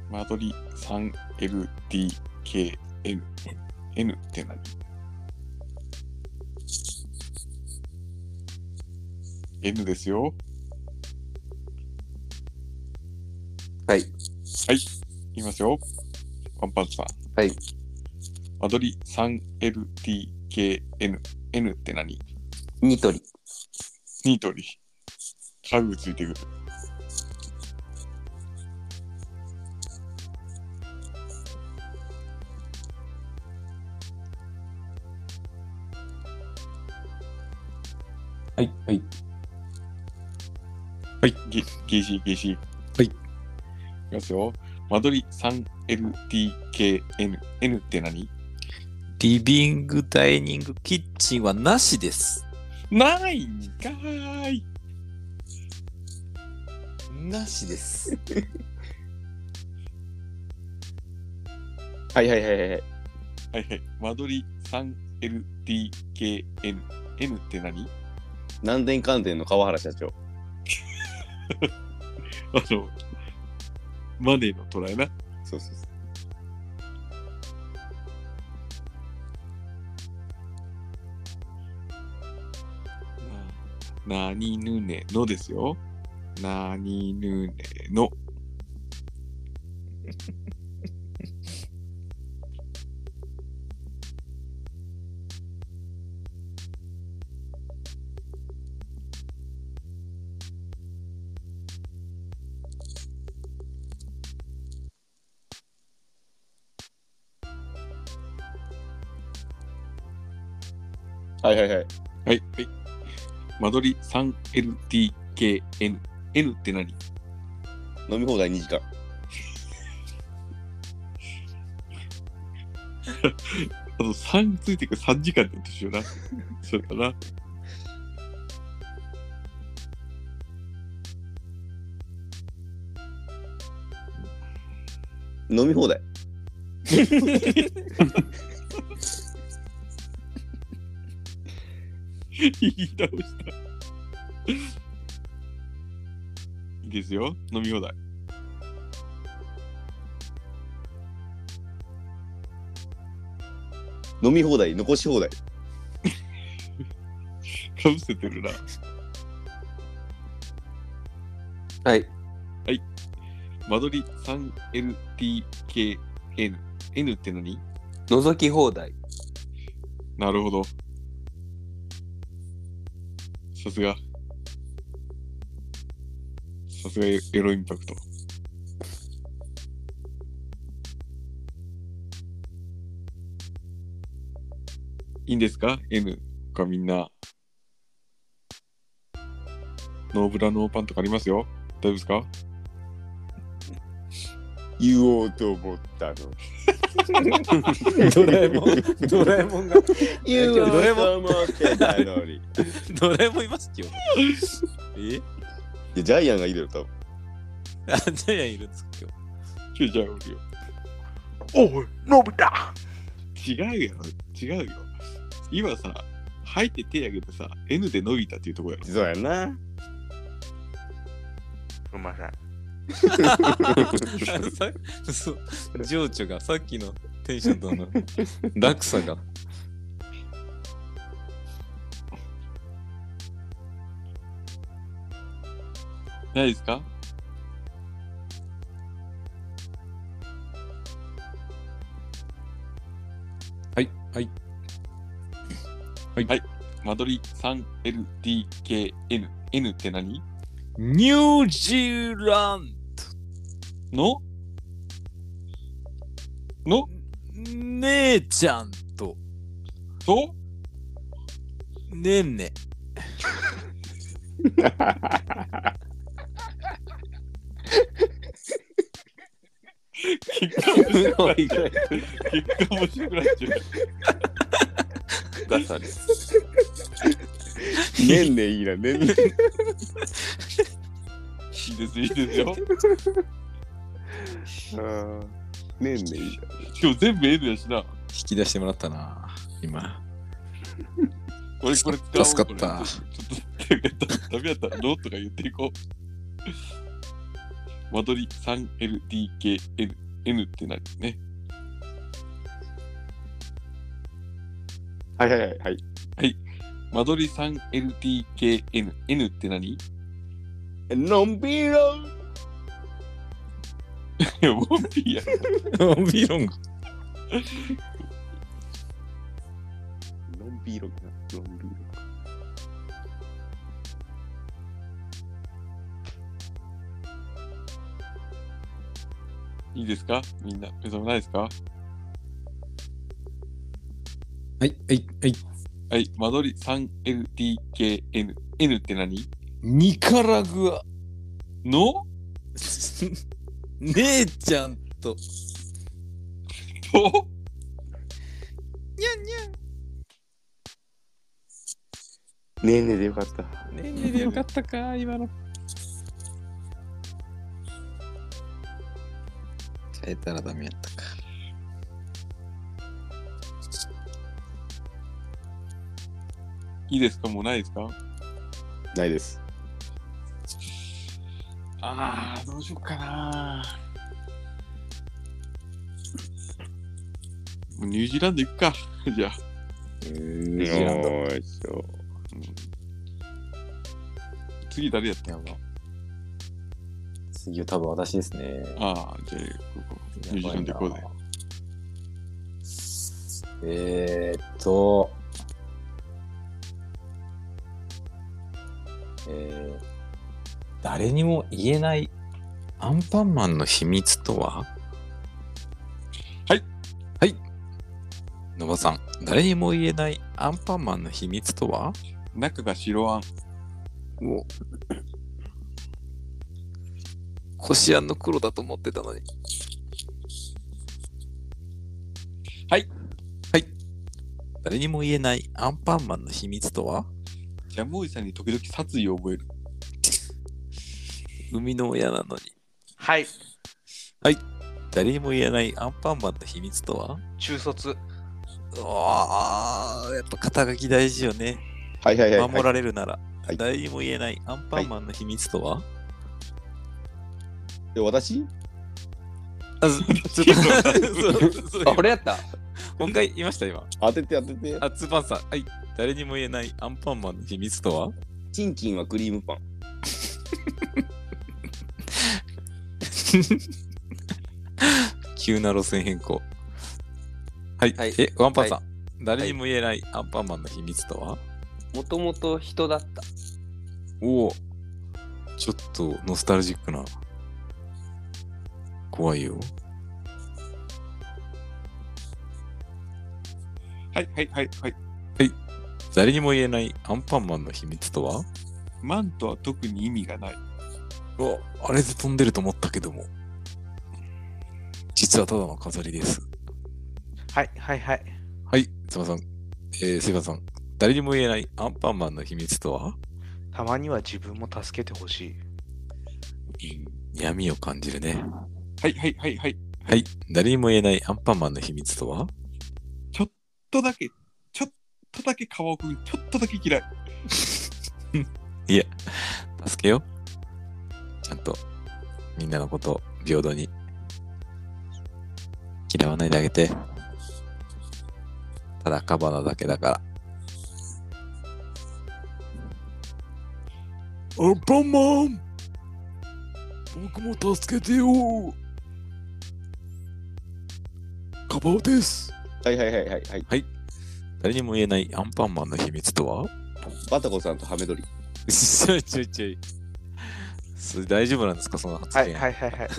[SPEAKER 2] 間取り 3LDKN。N って何 ?N ですよ。
[SPEAKER 5] は
[SPEAKER 2] は
[SPEAKER 5] い。
[SPEAKER 2] い。言いますよ。ワンパンツさん。
[SPEAKER 5] はい。
[SPEAKER 2] 間取り 3LDKN。N って何
[SPEAKER 5] ニトリ。
[SPEAKER 2] ニトリ。家具ついてくる。
[SPEAKER 3] はい、はい。
[SPEAKER 2] ゲゲシゲシ。
[SPEAKER 3] はい
[SPEAKER 2] いきますよ。間取り 3LDKN。N って何
[SPEAKER 3] リビング、ダイニング、キッチンはなしです。
[SPEAKER 2] ないんかーい。
[SPEAKER 3] なしです。
[SPEAKER 1] はいはいはいはい。
[SPEAKER 2] はいはい。間取り 3LDKN。N って何
[SPEAKER 1] 南電関電の川原社長。
[SPEAKER 2] あの、マネーの捉えな。
[SPEAKER 1] そうそうそ
[SPEAKER 2] なにぬねのですよ。なにぬねの。
[SPEAKER 1] う。はいはいはい。
[SPEAKER 2] はい。はい。間取り 3LDKN。N って何
[SPEAKER 1] 飲み放題2時間。
[SPEAKER 2] あの3ついてくる3時間ってことしような。それかな。
[SPEAKER 1] 飲み放題。
[SPEAKER 2] 言い直した。いいですよ。飲み放題。
[SPEAKER 1] 飲み放題、残し放題。
[SPEAKER 2] かぶせてるな。
[SPEAKER 5] はい。
[SPEAKER 2] 間取り 3LDKN。N って何
[SPEAKER 5] 覗き放題。
[SPEAKER 2] なるほど。さすが。さすがエエロインパクト。いいんですか ?N かみんな。ノーブラノーパンとかありますよ。大丈夫ですか
[SPEAKER 1] 言おうと思った の。
[SPEAKER 3] ドラえもん、 ドラえもんが、
[SPEAKER 1] 言おうと思ってたのに。い
[SPEAKER 3] ドラえもんいますよ。え
[SPEAKER 1] やジャイアンがいるよ、多分。
[SPEAKER 3] あ、ジャイアンいるんですか今
[SPEAKER 2] 違うよ。
[SPEAKER 6] おい、伸びた
[SPEAKER 2] 違うよ。違うよ。今さ、吐いて手挙げてさ、N で伸びたっていうところやろ。
[SPEAKER 1] そうやな。
[SPEAKER 6] すいません。
[SPEAKER 3] 日さそう情緒がさっきのテンションとの落差が。
[SPEAKER 2] ないですか
[SPEAKER 3] はい、はい。
[SPEAKER 2] 間取り 3LDKN。N って何
[SPEAKER 3] ニュージーラン
[SPEAKER 2] のの
[SPEAKER 3] ド姉ちゃんと
[SPEAKER 2] と
[SPEAKER 3] ねんね
[SPEAKER 2] 結果面白くなっちゃう。結果面白くなっちゃう。
[SPEAKER 5] 出される。
[SPEAKER 1] ねんねいいな、ねんね。
[SPEAKER 2] いいですよ、いいです よ。
[SPEAKER 1] ねんねいいじ
[SPEAKER 2] しかも全部 N やしな。
[SPEAKER 3] 引き出してもらったな今
[SPEAKER 2] これこれ使おう
[SPEAKER 3] 助かった
[SPEAKER 2] これちょっと、ちょっとダメだったら、ノーとか言っていこう。間取り 3LDKN N ってなるね。
[SPEAKER 1] ゃん。はいはいはいはい。
[SPEAKER 2] 間取り 3LDKN N って何い
[SPEAKER 1] のんびろん
[SPEAKER 2] や、ボンビーや。
[SPEAKER 3] ビロ
[SPEAKER 1] のんびろ
[SPEAKER 3] ン
[SPEAKER 1] んな。のんびろ
[SPEAKER 2] いいですかみんな。目覚めないですか
[SPEAKER 3] はいはいはい
[SPEAKER 2] はい、間取り 3LDKN N って何
[SPEAKER 3] ニカラグア
[SPEAKER 2] の
[SPEAKER 3] 姉ちゃんと
[SPEAKER 2] と
[SPEAKER 3] にゃんにゃん
[SPEAKER 1] んねんねでよかった。
[SPEAKER 3] ねえねえでよかったか、今の。変えたらダメやったか。
[SPEAKER 2] いいですかもうないですか
[SPEAKER 1] ないです。
[SPEAKER 2] ああ、どうしようかな。もうニュージーランド行くか。 じゃあ。
[SPEAKER 1] よーしょ。
[SPEAKER 2] うん次誰やったんや
[SPEAKER 4] 次は多分私ですね。
[SPEAKER 2] ろああ、じゃあ、ここニュージーランド行こうぜ。
[SPEAKER 4] えー、っと、えー、誰にも言えない
[SPEAKER 3] アンパンマンの秘密とは
[SPEAKER 2] はい。
[SPEAKER 3] はい。のばさん、誰にも言えないアンパンマンの秘密とは
[SPEAKER 2] 中が白あん。
[SPEAKER 3] こしあんの黒だと思ってたのに。
[SPEAKER 2] はい。
[SPEAKER 3] はい。誰にも言えないアンパンマンの秘密とは
[SPEAKER 2] ジャムおじさんに時々殺意を覚える。
[SPEAKER 3] 生みの親なのに。
[SPEAKER 6] はい、
[SPEAKER 3] 誰にも言えないアンパンマンの秘密とは
[SPEAKER 6] 中卒。
[SPEAKER 3] ああ、やっぱ肩書き大事よね。
[SPEAKER 1] はいはいはい、はい。
[SPEAKER 3] 守られるなら。
[SPEAKER 1] はい
[SPEAKER 3] 誰にも言えないアンパンマンの秘密とは、
[SPEAKER 1] え私
[SPEAKER 3] あ、ずちょっとそうそう
[SPEAKER 5] あ、俺やった。
[SPEAKER 3] もう一回言いました今。
[SPEAKER 1] 当てて当てて。
[SPEAKER 3] あ、ツーパンさん。はい。誰にも言えないアンパンマンの秘密とは
[SPEAKER 1] チンチンはクリームパン。
[SPEAKER 3] 急な路線変更。はい。
[SPEAKER 5] はい
[SPEAKER 3] え、ワンパンさん、誰にも言えないアンパンマンの秘密とは、
[SPEAKER 5] もともと人だった。
[SPEAKER 3] おお。ちょっとノスタルジックな。怖いよ。
[SPEAKER 2] はいはいはいはい。
[SPEAKER 3] 誰にも言えないアンパンマンの秘密とは
[SPEAKER 2] マントは特に意味がない。
[SPEAKER 3] うわ、あれで飛んでると思ったけども。実はただの飾りです。
[SPEAKER 6] はいはいはい。
[SPEAKER 3] はい、すいません。えー、すいません。誰にも言えないアンパンマンの秘密とは
[SPEAKER 6] たまには自分も助けてほしい。
[SPEAKER 3] 闇を感じるね。
[SPEAKER 2] はいはいはいはい。ちょ
[SPEAKER 3] はい、誰にも言えないアンパンマンの秘密とは
[SPEAKER 2] っとだけ、ちょっとだけ川尾くん、ちょっとだけ嫌い。
[SPEAKER 3] いや、助けよう。ちゃんと、みんなのことを平等に。嫌わないであげて。ただカバなだけだから。アンパンマン僕も助けてよカバオです
[SPEAKER 1] はいはいはいはいはい。
[SPEAKER 3] 誰にも言えないアンパンマンの秘密とは
[SPEAKER 1] バタコさんとハメ撮り。
[SPEAKER 3] ちょいちょいちょい。それ大丈夫なんですか、その発
[SPEAKER 6] はい
[SPEAKER 3] 言。
[SPEAKER 6] はいはいはいはい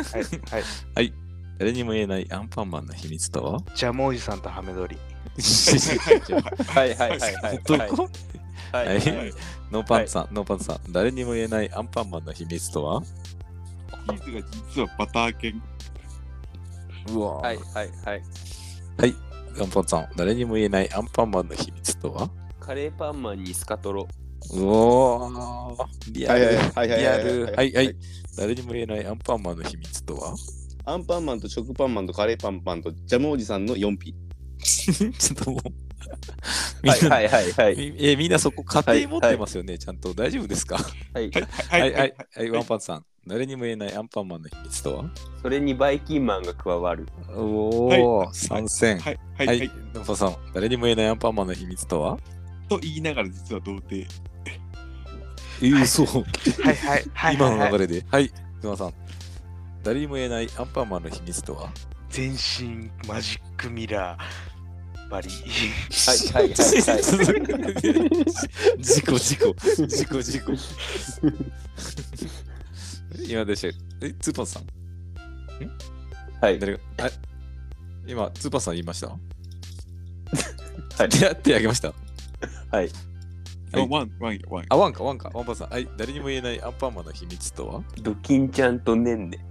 [SPEAKER 6] はい。
[SPEAKER 3] 誰にも言えないアンパンマンの秘密とは
[SPEAKER 6] ジャムおじさんとハメ撮り。
[SPEAKER 5] はいはいはい はい。
[SPEAKER 3] どこ
[SPEAKER 5] はい
[SPEAKER 3] はいノーパンツさん、ノーパンツさん、誰にも言えないアンパンマンの秘密とは
[SPEAKER 2] ーズが実はバター犬。
[SPEAKER 3] うわ
[SPEAKER 5] はいはいはい。
[SPEAKER 3] アンパンさん、誰にも言えないアンパンマンの秘密とは
[SPEAKER 5] カレーパンマンにスカトロ。
[SPEAKER 3] うおーリアル。
[SPEAKER 1] はい
[SPEAKER 3] リアル。はいはい。誰にも言えないアンパンマンの秘密とは
[SPEAKER 1] アンパンマンと食パンマンとカレーパンパンとジャムおじさんの 4P。
[SPEAKER 3] ちょっともう。み
[SPEAKER 5] はい
[SPEAKER 3] んな、
[SPEAKER 5] はいはいはい。
[SPEAKER 3] みえみんなそこ家庭持ってますよね、ちゃんと。大丈夫ですか
[SPEAKER 5] はい
[SPEAKER 2] は
[SPEAKER 3] はいい
[SPEAKER 2] は
[SPEAKER 3] はいい。はい、ワンパンツさん。誰にも言えないアンパンマンの秘密とは
[SPEAKER 5] それにバイキンマンが加わる。
[SPEAKER 3] おー、参戦。
[SPEAKER 2] はいはい
[SPEAKER 3] は
[SPEAKER 2] はいい。、
[SPEAKER 3] ノンパンさん。誰にも言えないアンパンマンの秘密とは
[SPEAKER 2] と言いながら実は童貞。
[SPEAKER 3] えー、そう。
[SPEAKER 6] はいはいはい
[SPEAKER 3] 今
[SPEAKER 6] はいは
[SPEAKER 3] の
[SPEAKER 6] い。
[SPEAKER 3] 流れで。はい、沼さん。誰にも言えないアンパンマンの秘密とは
[SPEAKER 6] 全身マジックミラー。 バリ。
[SPEAKER 5] はいはいはいはい。
[SPEAKER 3] 事故事故事故事故 今でしたえツーパンさん
[SPEAKER 5] はい
[SPEAKER 3] 誰があ今ツーパンさん言いましたはい手手あげましたはい
[SPEAKER 2] ワン、ワンよ、ワンよ。
[SPEAKER 3] あワンかワンかワンパンさんはい誰にも言えないアンパンマンの秘密とは
[SPEAKER 5] ドキンちゃんとねんね。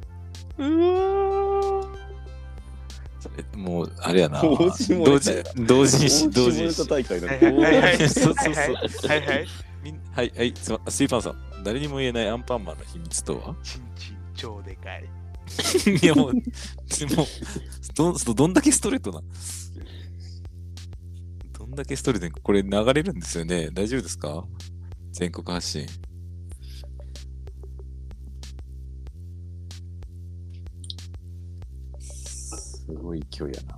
[SPEAKER 3] えもうあれやな
[SPEAKER 1] 同時漏れ
[SPEAKER 3] 同時同時にし同時に し
[SPEAKER 1] 大会
[SPEAKER 6] は
[SPEAKER 1] だ
[SPEAKER 6] いはいはいはい。はいはい
[SPEAKER 3] そうそうそう
[SPEAKER 6] はいはい。
[SPEAKER 3] みんはいはいすまスイーパンさん誰にも言えないアンパンマンの秘密とは
[SPEAKER 6] ちんちん超でかい。
[SPEAKER 3] いやもうもうどんどんだけストレートなどんだけストレートにこれ流れるんですよね大丈夫ですか全国発信
[SPEAKER 4] すごい勢いやな。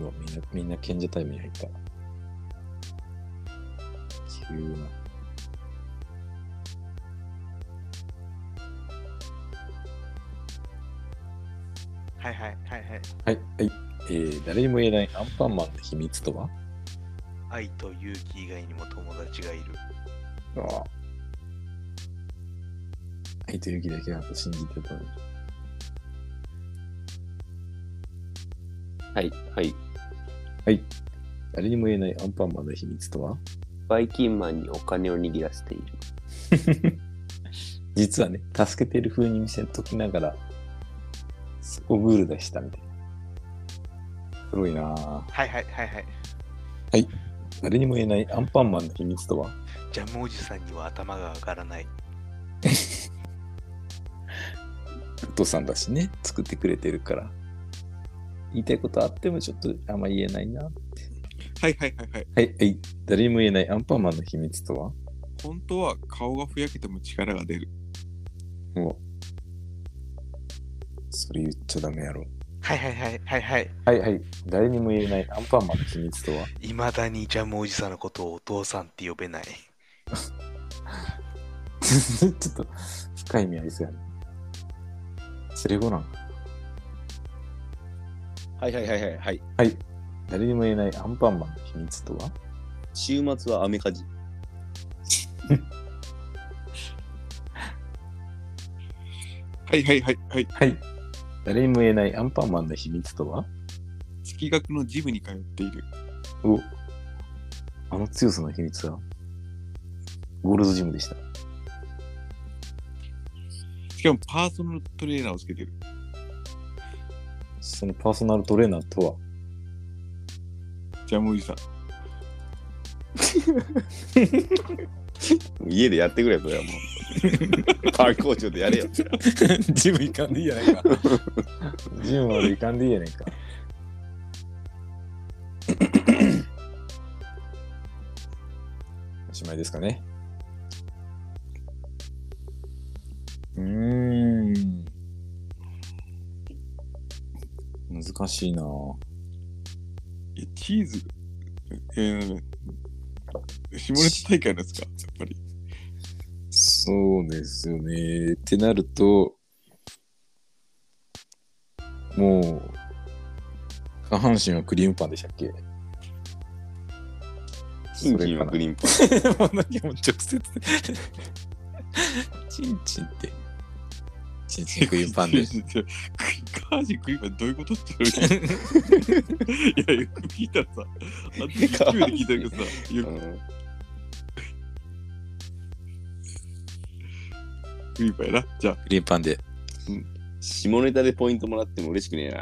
[SPEAKER 4] うわ、みんな、みんな賢者タイムに入った。急な。
[SPEAKER 6] はいはいはいはい。
[SPEAKER 4] はい、はい。えー、誰にも言えないアンパンマンの秘密とは
[SPEAKER 6] 愛と勇気以外にも友達がいる。
[SPEAKER 4] ああ。愛と勇気だけだと信じてたのに。
[SPEAKER 5] はいはい。
[SPEAKER 4] 誰にも言えないアンパンマンの秘密とは
[SPEAKER 5] バイキンマンにお金を握らせている。
[SPEAKER 4] 実はね、助けてる風に見せときながら、オグールでしたみたいな。すごいなぁ。
[SPEAKER 6] はいはいはいはい。
[SPEAKER 4] 誰にも言えないアンパンマンの秘密とは
[SPEAKER 6] ジャムおじさんには頭が上がらない。
[SPEAKER 4] お父さんだしね、作ってくれてるから。言いたいことあってもちょっとあんま言えないな。は
[SPEAKER 2] はいはいはいはい。
[SPEAKER 4] い、はい。誰にも言えないアンパンマンの秘密とは
[SPEAKER 2] 本当は顔がふやけても力が出る。
[SPEAKER 4] もう。それ言っちゃダメやろ。
[SPEAKER 6] はいはいはいはいはい。
[SPEAKER 4] はいはい。誰にも言えないアンパンマンの秘密とは
[SPEAKER 6] いまだにジャムおじさんのことをお父さんって呼べない。
[SPEAKER 4] ちょっと深い意味ありそうやね。それ後なん
[SPEAKER 1] はいはいはいはいはい。
[SPEAKER 4] はい。誰にも言えないアンパンマンの秘密とは
[SPEAKER 1] 週末はアメカジ。
[SPEAKER 2] はいはいはいはい。
[SPEAKER 4] はい。誰にも言えないアンパンマンの秘密とは
[SPEAKER 2] 月額のジムに通っている。
[SPEAKER 4] おあの強さの秘密はゴールドジムでした。
[SPEAKER 2] しかもパーソナルトレーナーをつけてる。
[SPEAKER 4] そのパーソナルトレーナーとは
[SPEAKER 2] ジャムおじさん。
[SPEAKER 1] 家でやってくれ、それはも う。パー工場でやれよ。
[SPEAKER 3] ジム行かんでいいやないか
[SPEAKER 4] ジムまで行かんでいいやねんか。
[SPEAKER 3] おしまいですかね
[SPEAKER 4] うーん。難しいなぁ。
[SPEAKER 2] え、チーズ。えー、下ネタ大会のやつか、やっぱり。
[SPEAKER 3] そうですよね。ってなると、もう、下半身はクリームパンでしたっけ
[SPEAKER 1] キンキンはグリーンパンツ。
[SPEAKER 3] もう何も直接。チンチンって。チンチンクリームパン で。
[SPEAKER 2] カージクリーンパンどういうことって言われるいや、よく聞いたらさ、あと勢いで聞いたけどさ、よく
[SPEAKER 1] うん
[SPEAKER 2] クリーンパンやな。じゃあ、
[SPEAKER 3] クリームパンで。
[SPEAKER 1] 下ネタでポイントもらっても嬉しくねえな。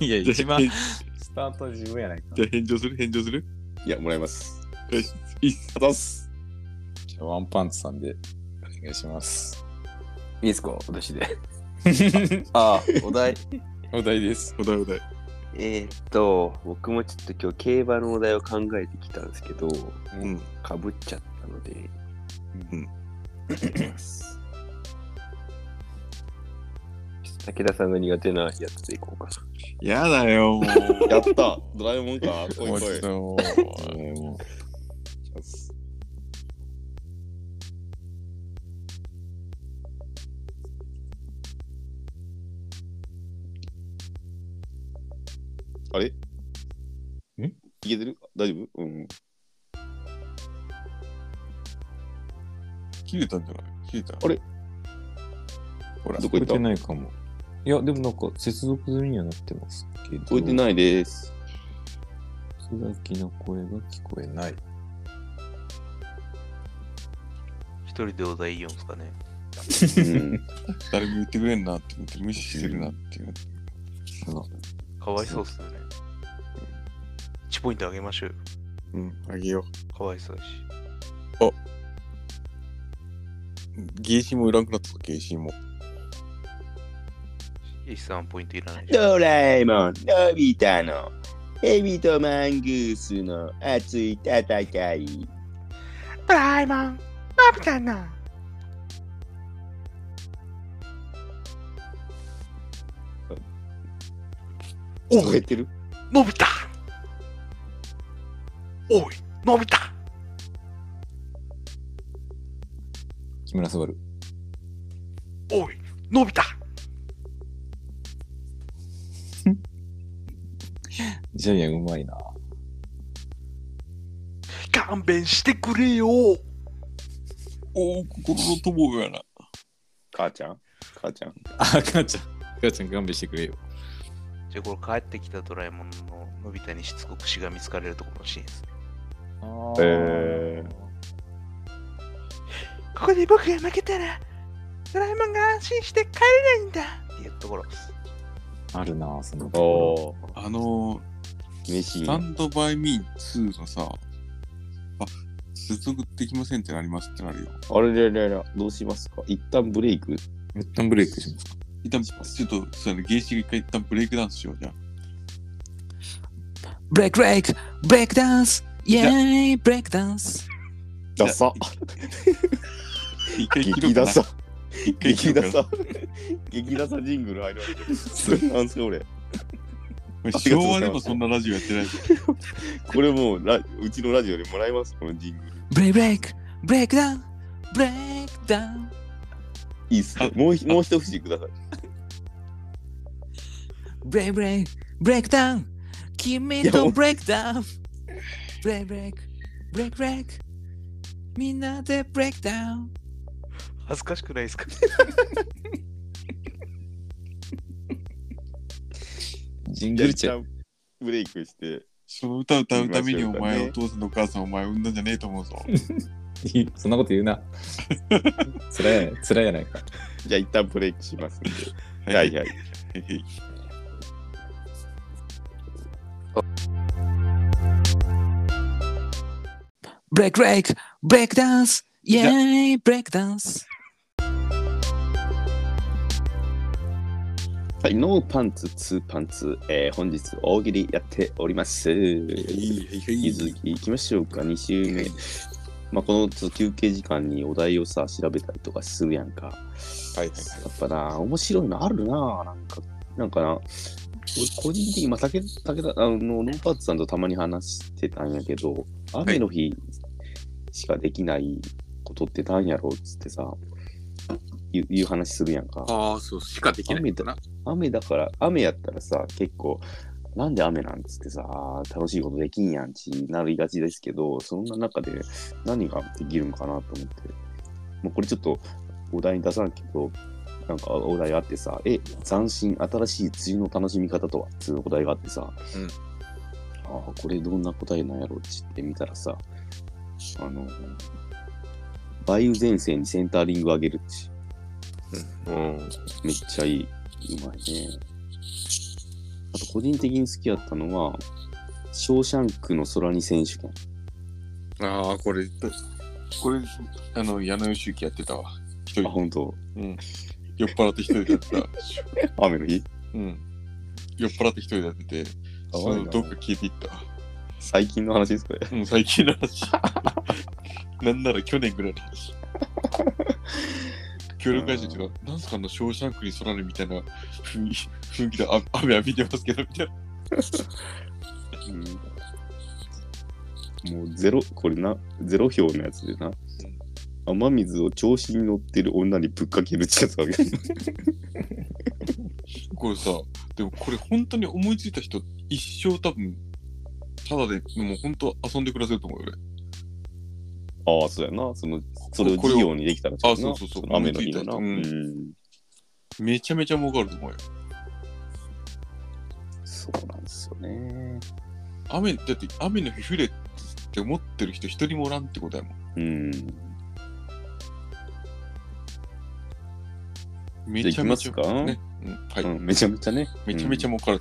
[SPEAKER 3] いや、
[SPEAKER 2] じゃあ
[SPEAKER 3] 一番
[SPEAKER 2] 返
[SPEAKER 3] スタート自分やないか。
[SPEAKER 2] じゃあ返上する返上する
[SPEAKER 1] いや、もらいます。
[SPEAKER 2] よし、いいっす。
[SPEAKER 1] あざっす。
[SPEAKER 3] じゃあワンパンツさんでお願いします。
[SPEAKER 5] いいですか私で。 ああ、お題。
[SPEAKER 3] お題 です。
[SPEAKER 2] お題お題。
[SPEAKER 5] えーっと、僕もちょっと今日競馬のお題を考えてきたんですけ
[SPEAKER 2] う
[SPEAKER 5] ど、
[SPEAKER 2] ん。
[SPEAKER 5] かぶっちゃったので。
[SPEAKER 2] うん
[SPEAKER 5] 武田さんが苦手なやつでいこうか
[SPEAKER 2] やだよ、 もう。
[SPEAKER 1] やったドラえもんか。来い
[SPEAKER 3] もうちょ
[SPEAKER 1] 来
[SPEAKER 3] っ
[SPEAKER 1] い。
[SPEAKER 3] ともう も
[SPEAKER 1] あれんいけてる大丈夫うん。
[SPEAKER 2] 切れたんじゃない切れた。
[SPEAKER 1] あれ
[SPEAKER 2] ほら
[SPEAKER 1] ど、
[SPEAKER 3] う
[SPEAKER 1] こ行っ
[SPEAKER 3] 聞い
[SPEAKER 1] た
[SPEAKER 3] てないかも。いや、でもなんか接続済みにはなってますけど。
[SPEAKER 1] 聞こえてないです。
[SPEAKER 3] 椿の声が聞こえない。
[SPEAKER 6] 一人でお題言うんすかね。
[SPEAKER 1] うん。
[SPEAKER 2] 誰も言ってくれんなって思って無視してるなっていう。
[SPEAKER 6] かわいそうっすよね。1ポイントあげましょうよ。
[SPEAKER 2] うん、あげよ
[SPEAKER 6] かわいそうだし。
[SPEAKER 2] う。ゲーシーもいらんくなったぞ、ゲーシーも。
[SPEAKER 6] イシさんポイントいらないし。
[SPEAKER 1] ドラえもん、のび太の、ヘビとマングースの熱い戦い。
[SPEAKER 7] ドラえもん、のび太の。
[SPEAKER 1] お減ってる
[SPEAKER 6] のび太おい、のび太
[SPEAKER 3] 木村昴。
[SPEAKER 6] おい、のび太
[SPEAKER 3] ジャイアンうまいな。
[SPEAKER 6] 勘弁してくれよ
[SPEAKER 2] おお、心の友がやな。
[SPEAKER 1] 母ちゃん母ちゃん。
[SPEAKER 3] あ、母ちゃん。母ちゃん勘弁してくれよ。
[SPEAKER 6] じゃあこれ帰ってきたドラえもんののび太にしつこくしがみつかれるところのシーンですね。
[SPEAKER 1] え
[SPEAKER 7] ここで僕が負けたら、ドラえもんが安心して帰れないんだ。
[SPEAKER 6] っていうところです。
[SPEAKER 3] あるな、その
[SPEAKER 1] ー、お
[SPEAKER 2] あの
[SPEAKER 1] ー、
[SPEAKER 2] ー、
[SPEAKER 1] 飯
[SPEAKER 2] スタンドバイミー2のさ、あ、接続できませんってなりますってなるよ。
[SPEAKER 1] あれれれれ、どうしますか一旦ブレイク
[SPEAKER 3] 一旦ブレイクしますか。
[SPEAKER 2] 一旦、ちょっと、そうやね、ゲーシーが一回一旦ブレイクダンスしようじ ゃん。
[SPEAKER 3] ブレイクブレイクブレイクダンスイェーイブレイクダンス
[SPEAKER 1] ダサ
[SPEAKER 2] 一回切ろ
[SPEAKER 1] 激
[SPEAKER 2] うか
[SPEAKER 1] ダ
[SPEAKER 2] な
[SPEAKER 1] サ。
[SPEAKER 2] 一回切
[SPEAKER 1] 激
[SPEAKER 2] ろ
[SPEAKER 1] ダ
[SPEAKER 2] うかな
[SPEAKER 1] サ。激ダサジングル入るわけ。それなんすか俺。
[SPEAKER 2] これ昭 和でもそんなラジオやってないぞ。
[SPEAKER 1] これもうラ、うちのラジオでもらいます、このジングル。
[SPEAKER 3] ブレイブレイクブレイクダウンブレイクダウン
[SPEAKER 1] いいっすかもうひ、もう一節ください。
[SPEAKER 3] ブレイブレイクブレイクダウン君とブレイクダウンブレイブレイクブレイクブレイクみんなでブレイクダウン
[SPEAKER 6] 恥ずかしくないですか
[SPEAKER 3] ジン
[SPEAKER 1] じゃあ一旦ブレイクして。
[SPEAKER 2] その歌を歌うために
[SPEAKER 1] 行
[SPEAKER 2] お
[SPEAKER 1] きましょうか
[SPEAKER 2] 前、
[SPEAKER 1] ね
[SPEAKER 2] お父さんのお母さんお前産んだんじゃねえと思うぞ。
[SPEAKER 3] そんなこと言う な。つらい、つらいやないか。
[SPEAKER 1] じゃあ一旦ブレイクしますんで。 はいはい。
[SPEAKER 3] ブレイクブレイクブレイクダンスイェーイブレイクダンス
[SPEAKER 1] はい、ノーパンツ、ツーパンツ、えー、本日大喜利やっております。引き続き行きましょうか、2週目。まあ、このちょっと休憩時間にお題をさ、調べたりとかするやんか。はいはい、やっぱな、面白いのあるな、なんか、なんかな、俺個人的に、まあ、武田、武田、あの、ノーパンツさんとたまに話してたんやけど、雨の日しかできないことってなんやろうっつってさ、いういう話するやんか。
[SPEAKER 2] ああ、そう、しかで
[SPEAKER 1] きないのかな雨だから、雨やったらさ、結構、なんで雨なんつってさ、楽しいことできんやんちなりがちですけど、そんな中で何ができるのかなと思って、もうこれちょっとお題に出さんけど、なんかお題あってさ、え、斬新、新しい梅雨の楽しみ方とはつうお題があってさ、
[SPEAKER 6] うん
[SPEAKER 1] ああ、これどんな答えなんやろうって知ってみたらさ、あの、梅雨前線にセンタリング上げるっち。
[SPEAKER 5] うん。
[SPEAKER 1] めっちゃいい。うまいね。あと、個人的に好きやったのは、ショーシャンクの空に選手権。
[SPEAKER 2] ああ、これ、これ、あの、矢野義之やってたわ。一
[SPEAKER 1] あ、
[SPEAKER 2] 人、
[SPEAKER 1] 本当。
[SPEAKER 2] うん。酔っ払って一人でやってた。
[SPEAKER 1] 雨の日
[SPEAKER 2] うん。酔っ払って一人でやってて、
[SPEAKER 1] あ
[SPEAKER 2] そ
[SPEAKER 1] 悪い
[SPEAKER 2] の
[SPEAKER 1] な
[SPEAKER 2] どっか消えていったわ。
[SPEAKER 1] 最近の話です、これ。
[SPEAKER 2] うん、最近の話。なんなら去年ぐらいの 話。協力会社とか、なんすかあの、ショーシャンクに空にみたいな雰囲気雰囲気であ雨浴びてますけど、みたいな。
[SPEAKER 1] もうゼロ、これな、ゼロ票のやつでな。雨水を調子に乗ってる女にぶっかけるってやつあるよ ね
[SPEAKER 2] これさ、でもこれ本当に思いついた人、一生多分、ただで、もう本当遊んで暮らせると思うよ、俺。
[SPEAKER 1] ああ、そうやな。その、それを事業にできたらちょっとな
[SPEAKER 2] あそうそうそう
[SPEAKER 1] の雨の日のな。
[SPEAKER 2] 思いついた
[SPEAKER 1] うん
[SPEAKER 2] めちゃめちゃ儲かると思うよ。
[SPEAKER 1] そうなんですよね。
[SPEAKER 2] 雨、だって雨の日降れって思ってる人一人もおらんってことやもん。
[SPEAKER 1] うん。
[SPEAKER 2] めちゃめちゃ。
[SPEAKER 1] じゃあ行きます
[SPEAKER 2] ね、うん、はい、
[SPEAKER 1] うん、めちゃめちゃね。
[SPEAKER 2] めちゃめちゃ儲かる。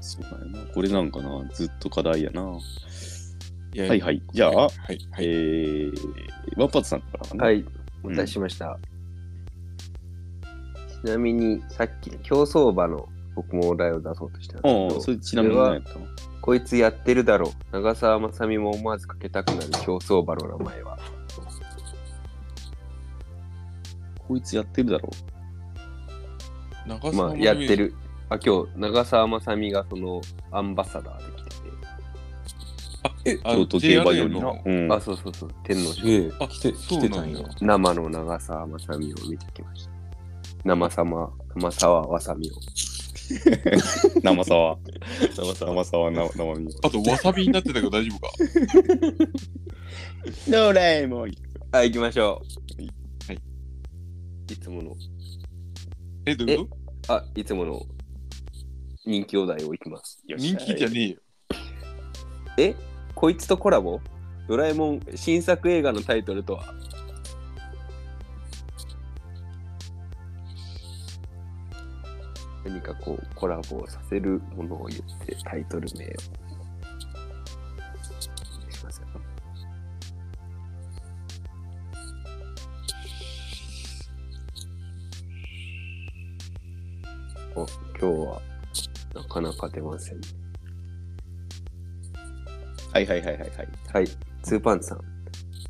[SPEAKER 1] そうだよな。これなんかな、ずっと課題やな。は
[SPEAKER 2] や
[SPEAKER 1] いはい。じゃあ、
[SPEAKER 2] はい、は
[SPEAKER 1] え
[SPEAKER 2] い。
[SPEAKER 1] ー、ワンパッツさんからかな。。
[SPEAKER 5] はいい、お伝えしました。ちなみに、さっきの競走馬の僕もお題を出そうとしたんですけ
[SPEAKER 1] あ
[SPEAKER 5] ど
[SPEAKER 1] あ、それちなみに何やったの
[SPEAKER 5] こいつやってるだろう。長澤まさみも思わずかけたくなる競走馬の名前は。
[SPEAKER 1] こいつやってるだろ
[SPEAKER 2] 長
[SPEAKER 5] まあ、やって。る。あ、今日、長澤まさみがそのアンバサダーで来てて。
[SPEAKER 2] あ、え、
[SPEAKER 1] う。
[SPEAKER 2] あ
[SPEAKER 1] 京
[SPEAKER 2] の、
[SPEAKER 1] 都競馬場
[SPEAKER 2] JRA
[SPEAKER 1] にな
[SPEAKER 2] の。。
[SPEAKER 1] うん。
[SPEAKER 5] あ、そうそうそう。天皇賞。
[SPEAKER 3] で、
[SPEAKER 2] あ
[SPEAKER 3] 来て、
[SPEAKER 2] そうな
[SPEAKER 3] 来て
[SPEAKER 2] んだ
[SPEAKER 3] たんよ。
[SPEAKER 5] 生の長澤まさみを見てきました。生様、生沢わさみを。
[SPEAKER 1] 生沢。生沢。生沢、生生身。
[SPEAKER 2] あと、わさびになってたけど大丈夫か
[SPEAKER 1] ドラえもん。
[SPEAKER 5] はい、行きましょう。
[SPEAKER 2] はい。
[SPEAKER 5] いつもの、
[SPEAKER 2] え、どういうこ
[SPEAKER 5] あ、いつもの人気お題をいきます。
[SPEAKER 2] と人気じゃねえよ。
[SPEAKER 5] えこいつとコラボドラえもん新作映画のタイトルとは何かこうコラボをさせるものを言ってタイトル名をお願いしますよお今日はなかなか出ません
[SPEAKER 1] はいはいはいはいはい。
[SPEAKER 5] はい、ツーパンツさん。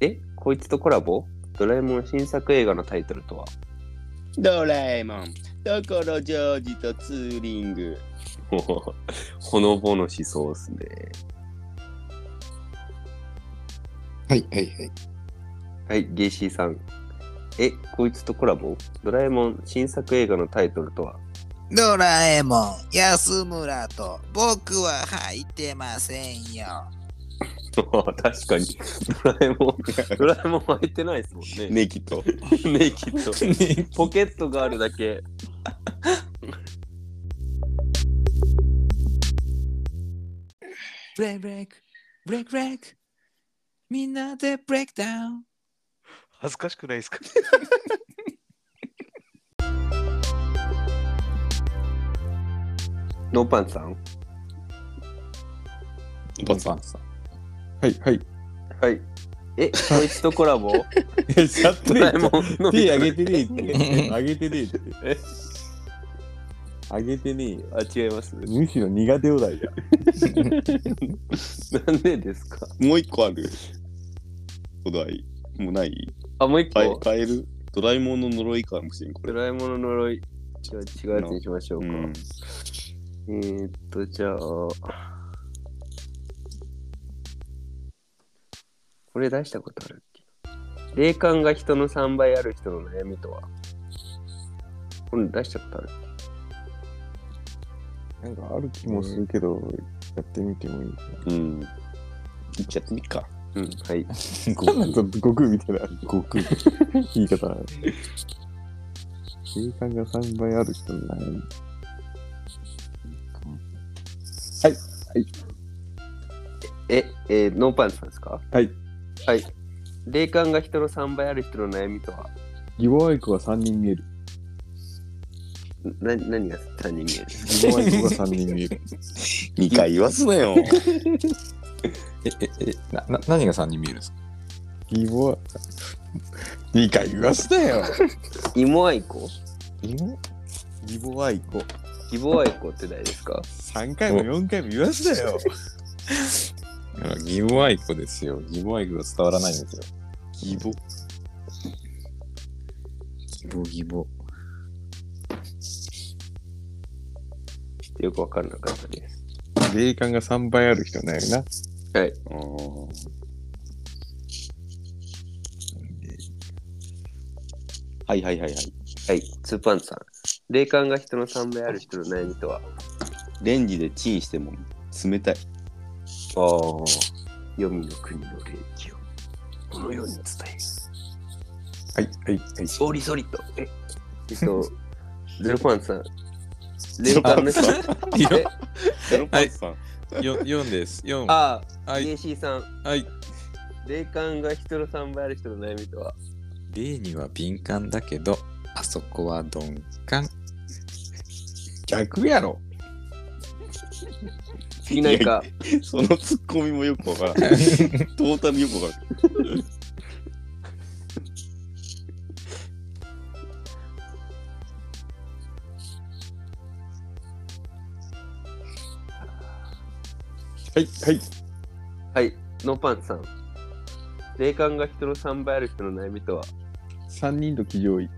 [SPEAKER 5] え、こいつとコラボドラえもん新作映画のタイトルとは
[SPEAKER 1] ドラえもん。ところジョージとツーリング。
[SPEAKER 5] ほのぼのしそうっすね。
[SPEAKER 3] はいはいはい。
[SPEAKER 5] はい、ゲイシーさん。え、こいつとコラボドラえもん新作映画のタイトルとは
[SPEAKER 8] ドラえもん、安村と僕は入ってませんよ。
[SPEAKER 5] 確かに。ドラえもん、ドラえもん入ってないですもんね。
[SPEAKER 1] ネキと。
[SPEAKER 5] ネイキッ ド。ポケットがあるだけ。
[SPEAKER 8] ブレイクブレイク、ブレイクブレイク。みんなでブレイクダウン。
[SPEAKER 6] 恥ずかしくないですか
[SPEAKER 5] ノーパンツさん。
[SPEAKER 1] バツ
[SPEAKER 3] パンツさん。はいはい。
[SPEAKER 5] はい。え、こいつと コラボ
[SPEAKER 3] え、ちょっと
[SPEAKER 5] ドラえもんの
[SPEAKER 3] 手上げてね えって。上げてねえって。上げてねえよ。
[SPEAKER 5] あ、違います。
[SPEAKER 3] むしろ苦手お題だ。
[SPEAKER 5] なんでですか
[SPEAKER 1] もう一個ある。お題。もうない
[SPEAKER 5] あ、もう一個。
[SPEAKER 1] 変え変えるドラえもんの呪いかもしれん、こ
[SPEAKER 5] ド
[SPEAKER 1] れ。
[SPEAKER 5] ラえもんの呪い。じゃあ違うやつにしましょ
[SPEAKER 1] う
[SPEAKER 5] うか。
[SPEAKER 1] ん。
[SPEAKER 5] えー、っと、じゃあ。これ出したことあるっけ霊感が人の3倍ある人の悩みとはこれ出したことあるっ
[SPEAKER 2] なんかある気もするけど、やってみてもいいか
[SPEAKER 1] うん。いっちゃってみっか。うん。 はい。
[SPEAKER 2] な。なんか 悟空みたいな、悟空。言い方。 時間が3倍ある人ない。
[SPEAKER 5] え、えーノーパンツさんですか
[SPEAKER 2] はい。
[SPEAKER 5] はい。霊感が人の3倍ある人の悩みとは、
[SPEAKER 2] ギボアイクは3人見える。
[SPEAKER 5] な何が3人見える
[SPEAKER 2] ギボアイクが3人見える。
[SPEAKER 1] 2回言わすなよ。
[SPEAKER 3] え、え、え、な、な何が3人見えるんですか
[SPEAKER 2] ギボアイ
[SPEAKER 1] 2回言わすなよ。
[SPEAKER 5] 芋愛子
[SPEAKER 1] ギボアイコ。
[SPEAKER 5] 希望愛子って誰ですか
[SPEAKER 1] 3回も4回も言わすなよ。
[SPEAKER 3] ギボアイコですよ。ギボアイコが伝わらないんですよ。
[SPEAKER 1] ギボ。
[SPEAKER 6] ギボギボ。
[SPEAKER 5] ちょっとよくわかんなかったです。
[SPEAKER 2] ク。霊感が3倍ある人ないな。
[SPEAKER 5] はい。
[SPEAKER 1] はいはいはいはい。
[SPEAKER 5] はい。ツーパンツさん。霊感が人の3倍ある人の悩みとは、
[SPEAKER 1] レンジでチンしても冷たい。
[SPEAKER 5] ああ。黄泉の国の霊気を、このように伝
[SPEAKER 2] は
[SPEAKER 5] え
[SPEAKER 2] い、はい、はい。
[SPEAKER 5] ソーリソリと。え、えっ と、ゼロパンツさん。霊感の人。え、
[SPEAKER 1] ゼロパンツさん。
[SPEAKER 3] よ4です。4。
[SPEAKER 5] ああ、
[SPEAKER 3] はい
[SPEAKER 5] イエシーさん。
[SPEAKER 3] はい。
[SPEAKER 5] 霊感が人の3倍ある人の悩みとは、
[SPEAKER 3] 例には敏感だけど、あそこは鈍感。
[SPEAKER 2] 逆や ろ。
[SPEAKER 5] 次ないか。
[SPEAKER 1] そのツッコミもよくわからん。トータルよくわからん。
[SPEAKER 2] はい、はい。
[SPEAKER 5] はい、ノーパンツさん。霊感が人の3倍ある人の悩みとは、
[SPEAKER 2] 3人の騎乗位。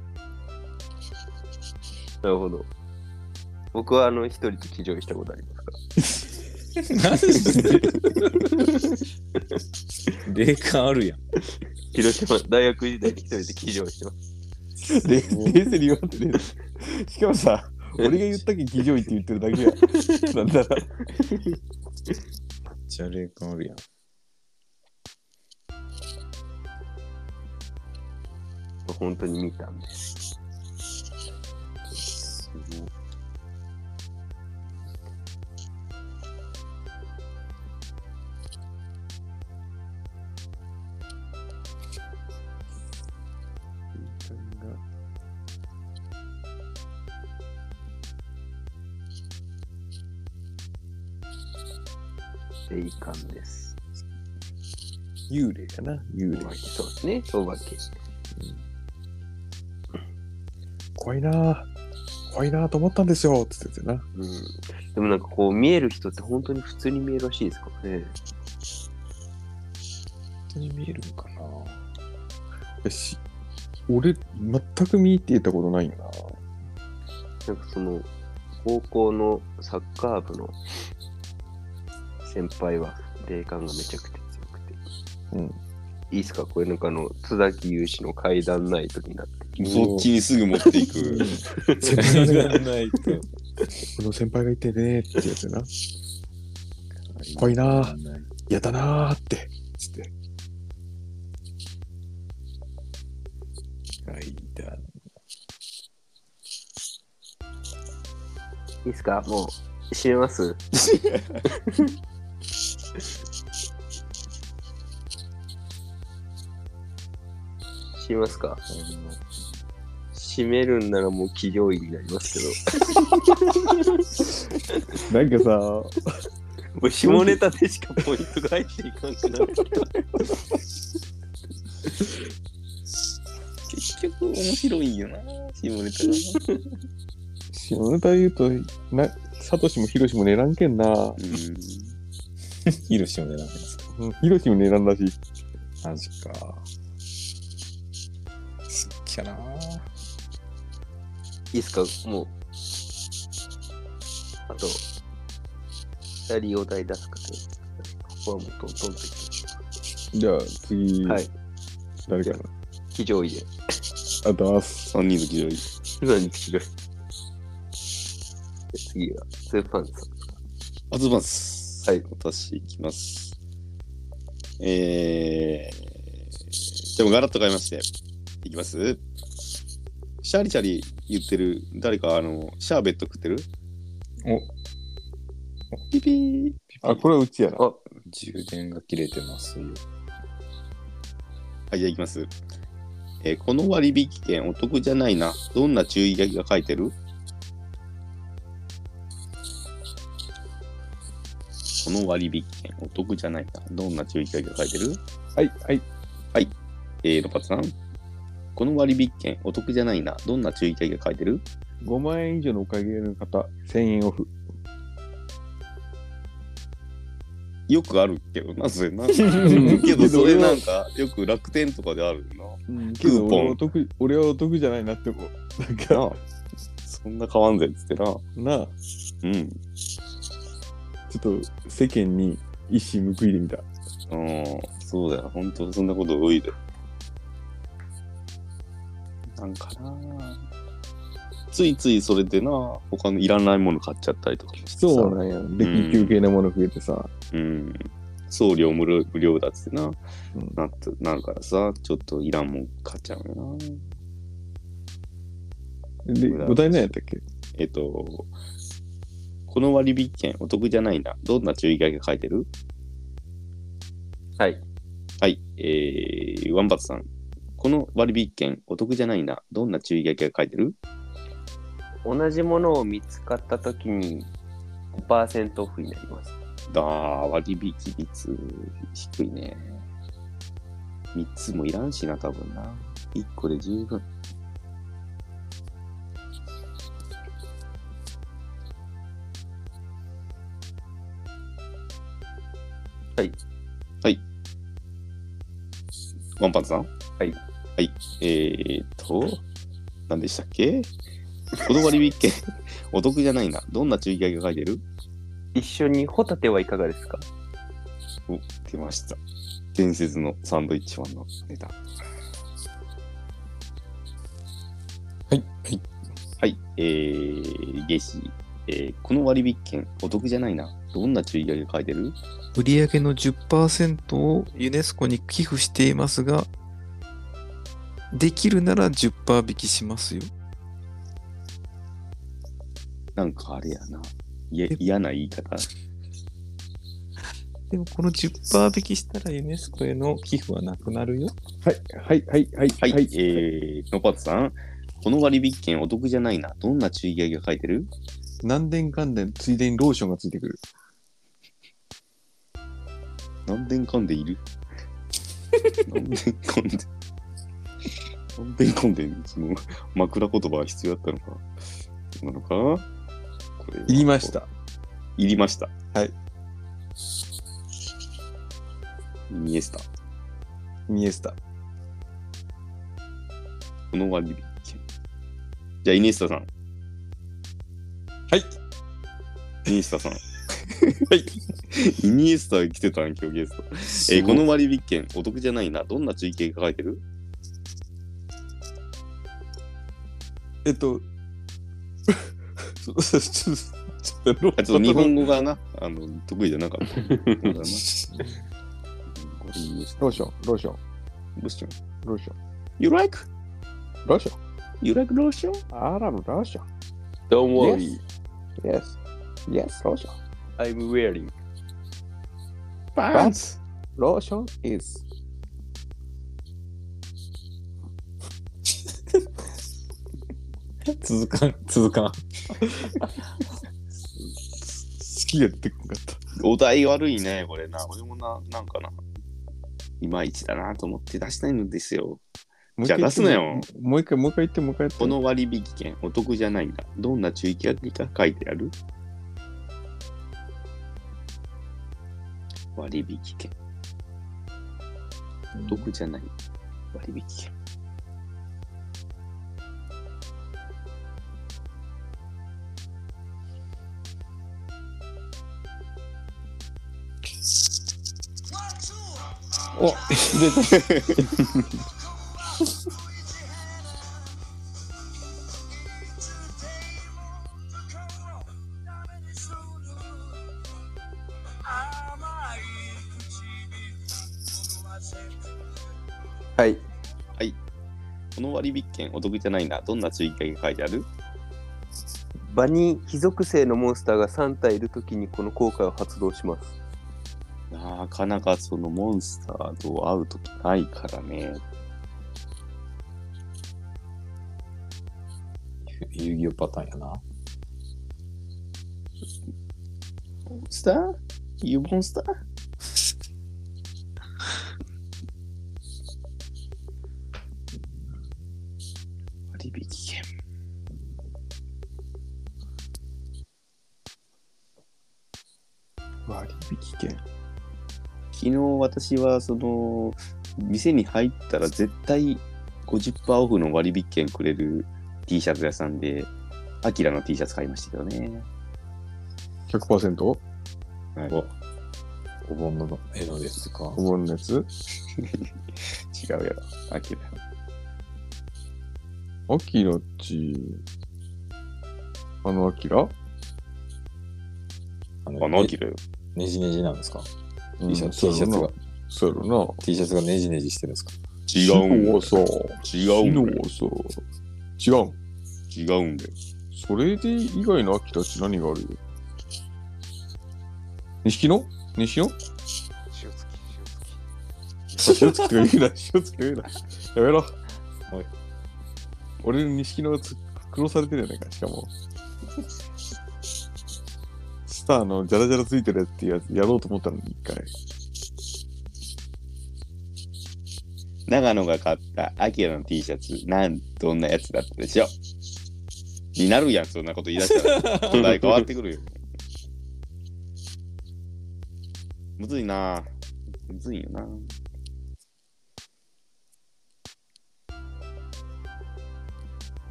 [SPEAKER 5] なるほど。僕はあの一人と騎乗したことありますか
[SPEAKER 3] 何それ 霊感あるやん。
[SPEAKER 5] 広島大学時代に一人で騎乗してます。
[SPEAKER 2] 冷冷静に言わんとね。しかもさ、俺が言ったけ騎乗位って言ってるだ けや。なんだろ
[SPEAKER 3] じゃあ霊感あるやん。
[SPEAKER 5] 本当に見たんです。霊感です。
[SPEAKER 2] 幽霊やな、幽
[SPEAKER 5] お
[SPEAKER 2] 霊
[SPEAKER 5] 化。けそうですね、お化け。
[SPEAKER 2] 怖いなぁ怖いなぁと思ったんですよ、つっててな。
[SPEAKER 5] うん。でもなんかこう見える人って本当に普通に見えるらしいですから
[SPEAKER 3] 本
[SPEAKER 5] ね。
[SPEAKER 3] 当に見えるのかな
[SPEAKER 2] よし、俺、全く見って言ったことないよな。
[SPEAKER 5] なんかその、高校のサッカー部の先輩は霊感がめちゃくちゃ強くて。
[SPEAKER 2] うん
[SPEAKER 5] いいっすかこれなんかあの、津崎勇士の階段ない時になって。
[SPEAKER 1] そっちにすぐ持っていく。
[SPEAKER 3] 先輩がないと。
[SPEAKER 2] この先輩がいてねーってやつやな。怖いなぁ嫌だなーって。つって。
[SPEAKER 3] はい、だ。
[SPEAKER 5] いいっすかもう、閉めます閉めますか閉めるんならもう企業医になりますけど。
[SPEAKER 2] なんかさ、
[SPEAKER 5] もう下ネタでしかポイントが入っていかんくなってきた。
[SPEAKER 1] 結局面白いよな。下ネタが
[SPEAKER 2] 下ネタ言うと、な、サトシもヒロシも狙らんけんなぁ。
[SPEAKER 3] ヒロシも狙うんですか
[SPEAKER 2] うんヒロシも狙らんらしい。
[SPEAKER 3] マジか。すっきゃなぁ。
[SPEAKER 5] いいっすかもう。あと、やりお題出すかと。ここはもうトントンといって。
[SPEAKER 2] じゃあ、次、
[SPEAKER 5] はい
[SPEAKER 2] 誰かな。
[SPEAKER 5] 非常位で。
[SPEAKER 2] あと、あす。
[SPEAKER 1] 3人の気乗り。
[SPEAKER 5] 何違う次は、スーパンさん。
[SPEAKER 1] アズバンス。
[SPEAKER 5] はい。
[SPEAKER 1] 私、いきます。えー、でもガラッと変えまして、いきます。シャリシャリ言ってる、誰か、あの、シャーベット食ってる
[SPEAKER 3] お
[SPEAKER 1] ピピー。
[SPEAKER 2] あ、これはうちやな。
[SPEAKER 5] あ、
[SPEAKER 3] 充電が切れてますよ。
[SPEAKER 1] はい、じゃあいきます。えーこの割引券お得じゃないな。どんな注意書きが書いてるこの割引券お得じゃないな。どんな注意書きが書いてる
[SPEAKER 2] はい、はい。
[SPEAKER 1] えー、ロパツさん。この割引券お得じゃないな。どんな注意書きが書いてる
[SPEAKER 2] 5万円以上のお買い上げの方、1000円オフ。
[SPEAKER 1] よくあるけどな、それな。 けど、それなんか、よく楽天とかであるな。
[SPEAKER 2] うん、
[SPEAKER 1] クーポン
[SPEAKER 2] けど俺はお得、俺はお得じゃないなって思う。なんか、
[SPEAKER 1] なあそんな変わんぜっつってな。
[SPEAKER 2] なあ、
[SPEAKER 1] うん。
[SPEAKER 2] ちょっと世間に一矢報いでみた。
[SPEAKER 1] うん、そうだよ。本当そんなこと多いで。なんかなついついそれでな他のいらないもの買っちゃったりとかもしてさ
[SPEAKER 2] そうなんや。で、
[SPEAKER 1] うん
[SPEAKER 2] 休憩なもの増えてさ。
[SPEAKER 1] うん。送料無料無料だっつってな。
[SPEAKER 2] うん
[SPEAKER 1] なってなるからさ、ちょっといらんもん買っちゃうよな。
[SPEAKER 2] で、お題何やったっけ
[SPEAKER 1] えっと、この割引券お得じゃないんだ。どんな注意書きが書いてる
[SPEAKER 5] はい。
[SPEAKER 1] はい。えー、ワンバツさん。この割引券お得じゃないんだ。どんな注意書きが書いてる
[SPEAKER 5] 同じものを見つかったときに5%オフになります。
[SPEAKER 1] だー割引率低いね。3つもいらんしな、多分な。1個で十分。
[SPEAKER 5] はい。
[SPEAKER 1] はい。ワンパンツさん
[SPEAKER 5] はい。
[SPEAKER 1] はい。えー、っと、何でしたっけ この割引券、お得じゃないな。どんな注意書きが書いてる
[SPEAKER 5] 一緒にホタテはいかがですか
[SPEAKER 1] お、出ました。伝説のサンドイッチマンのネタ。
[SPEAKER 3] はい。はい。
[SPEAKER 1] はい。えー、ゲシ、えー、この割引券、お得じゃないな。どんな注意書きが書いてる
[SPEAKER 9] 売上の10%をユネスコに寄付していますが、できるなら10%引きしますよ。
[SPEAKER 1] なんかあれやな。いや嫌な言い方。
[SPEAKER 9] でもこの10%引きしたらユネスコへの寄付はなくなるよ。
[SPEAKER 2] はい、はい、はい、はい、
[SPEAKER 1] はい。えー、のぱつさん、この割引券、お得じゃないな。どんな注意書きが書いてる
[SPEAKER 2] 何年関連、ついでにローションがついてくる。
[SPEAKER 1] 何年間でい る何年間で何年間でその枕言葉は必要だったのかなのかこれ
[SPEAKER 2] いりました。
[SPEAKER 1] いりました
[SPEAKER 2] はい
[SPEAKER 1] イニエスタ
[SPEAKER 2] ミエスタ。
[SPEAKER 1] この割引じゃあイニエスタさん
[SPEAKER 2] はい。
[SPEAKER 1] イニエス タさんはいイニエスタが来てたん今日ゲスト、えーこの割引券お得じゃないなどんな注意系が書いて る
[SPEAKER 2] えっと、ちょっと、ちょっと、ちょっと、
[SPEAKER 1] あちょっと日本語がな、あの、得意じゃなか った。そうだな。これいいです
[SPEAKER 2] ローション、ローション、
[SPEAKER 1] ローション。
[SPEAKER 2] ローション、
[SPEAKER 1] You like?
[SPEAKER 2] ローショ
[SPEAKER 1] You like ローション
[SPEAKER 2] ン、アラブローショ
[SPEAKER 5] Don't
[SPEAKER 2] worry.
[SPEAKER 5] worry,
[SPEAKER 2] ン、Yes, Yes, ローション。
[SPEAKER 5] I'm wearing.
[SPEAKER 1] パンツ
[SPEAKER 2] ローション is
[SPEAKER 3] 続かん、続かん。
[SPEAKER 2] 好きが出てこなかっ
[SPEAKER 1] お題悪いね、これな。俺もな、なんかな。いまいちだなと思って出したいのですよ。
[SPEAKER 2] た。
[SPEAKER 1] じゃあ出すなよ。
[SPEAKER 2] もう一回、もう一回言って、もう一回言って。
[SPEAKER 1] この割引券、お得じゃないんだ。どんな注意書きが書いてある割引券。お得じゃない。割引券。
[SPEAKER 4] はい。
[SPEAKER 1] この割引券お得じゃないな。どんな注意書きが書いてある
[SPEAKER 5] 場に非属性のモンスターが3体いるときにこの効果を発動します。
[SPEAKER 1] なかなかそのモンスターと会うときないからね。
[SPEAKER 3] 遊戯王パターンやな。
[SPEAKER 1] モンスターユモンスター割引券。
[SPEAKER 2] 割引券。
[SPEAKER 1] 昨日私はその店に入ったら絶対50%オフの割引券くれる T シャツ屋さんで、アキラの T シャツ買いましたけどね。
[SPEAKER 2] 100%?
[SPEAKER 1] はい、
[SPEAKER 3] お盆の絵のですか。
[SPEAKER 2] お盆のやつ
[SPEAKER 1] 違うやろ。アキラ。
[SPEAKER 2] アキラっち。あのアキラ、
[SPEAKER 3] あ
[SPEAKER 1] あのアキラよ。
[SPEAKER 3] ねじねじなんですか、
[SPEAKER 2] うん
[SPEAKER 3] ?T シャツ T シャツが、
[SPEAKER 2] そうやろ
[SPEAKER 3] T シャツがねじねじしてるんですか
[SPEAKER 1] 違
[SPEAKER 2] な。
[SPEAKER 1] うんだよ。
[SPEAKER 2] そう。
[SPEAKER 1] 違
[SPEAKER 2] 昨
[SPEAKER 1] うんだよ。
[SPEAKER 2] 日さ。違うん。
[SPEAKER 1] 違うんだよ。
[SPEAKER 2] それで以外のアキラっち何があるよ錦野西野
[SPEAKER 6] 塩付き、塩付き。
[SPEAKER 2] 塩つきとか言うな、塩つきとか言うな。やめろ。おい。俺の錦野がつ黒されてるやないか、しかも。スターのジャラジャラついてるやつっていうやつやろうと思ったのに一回。
[SPEAKER 1] 長野が買ったアキラの T シャツ、なん、どんなやつだったでしょうになるやん、そんなこと言い出したら。答え変わってくるよ。むずいなむずいよな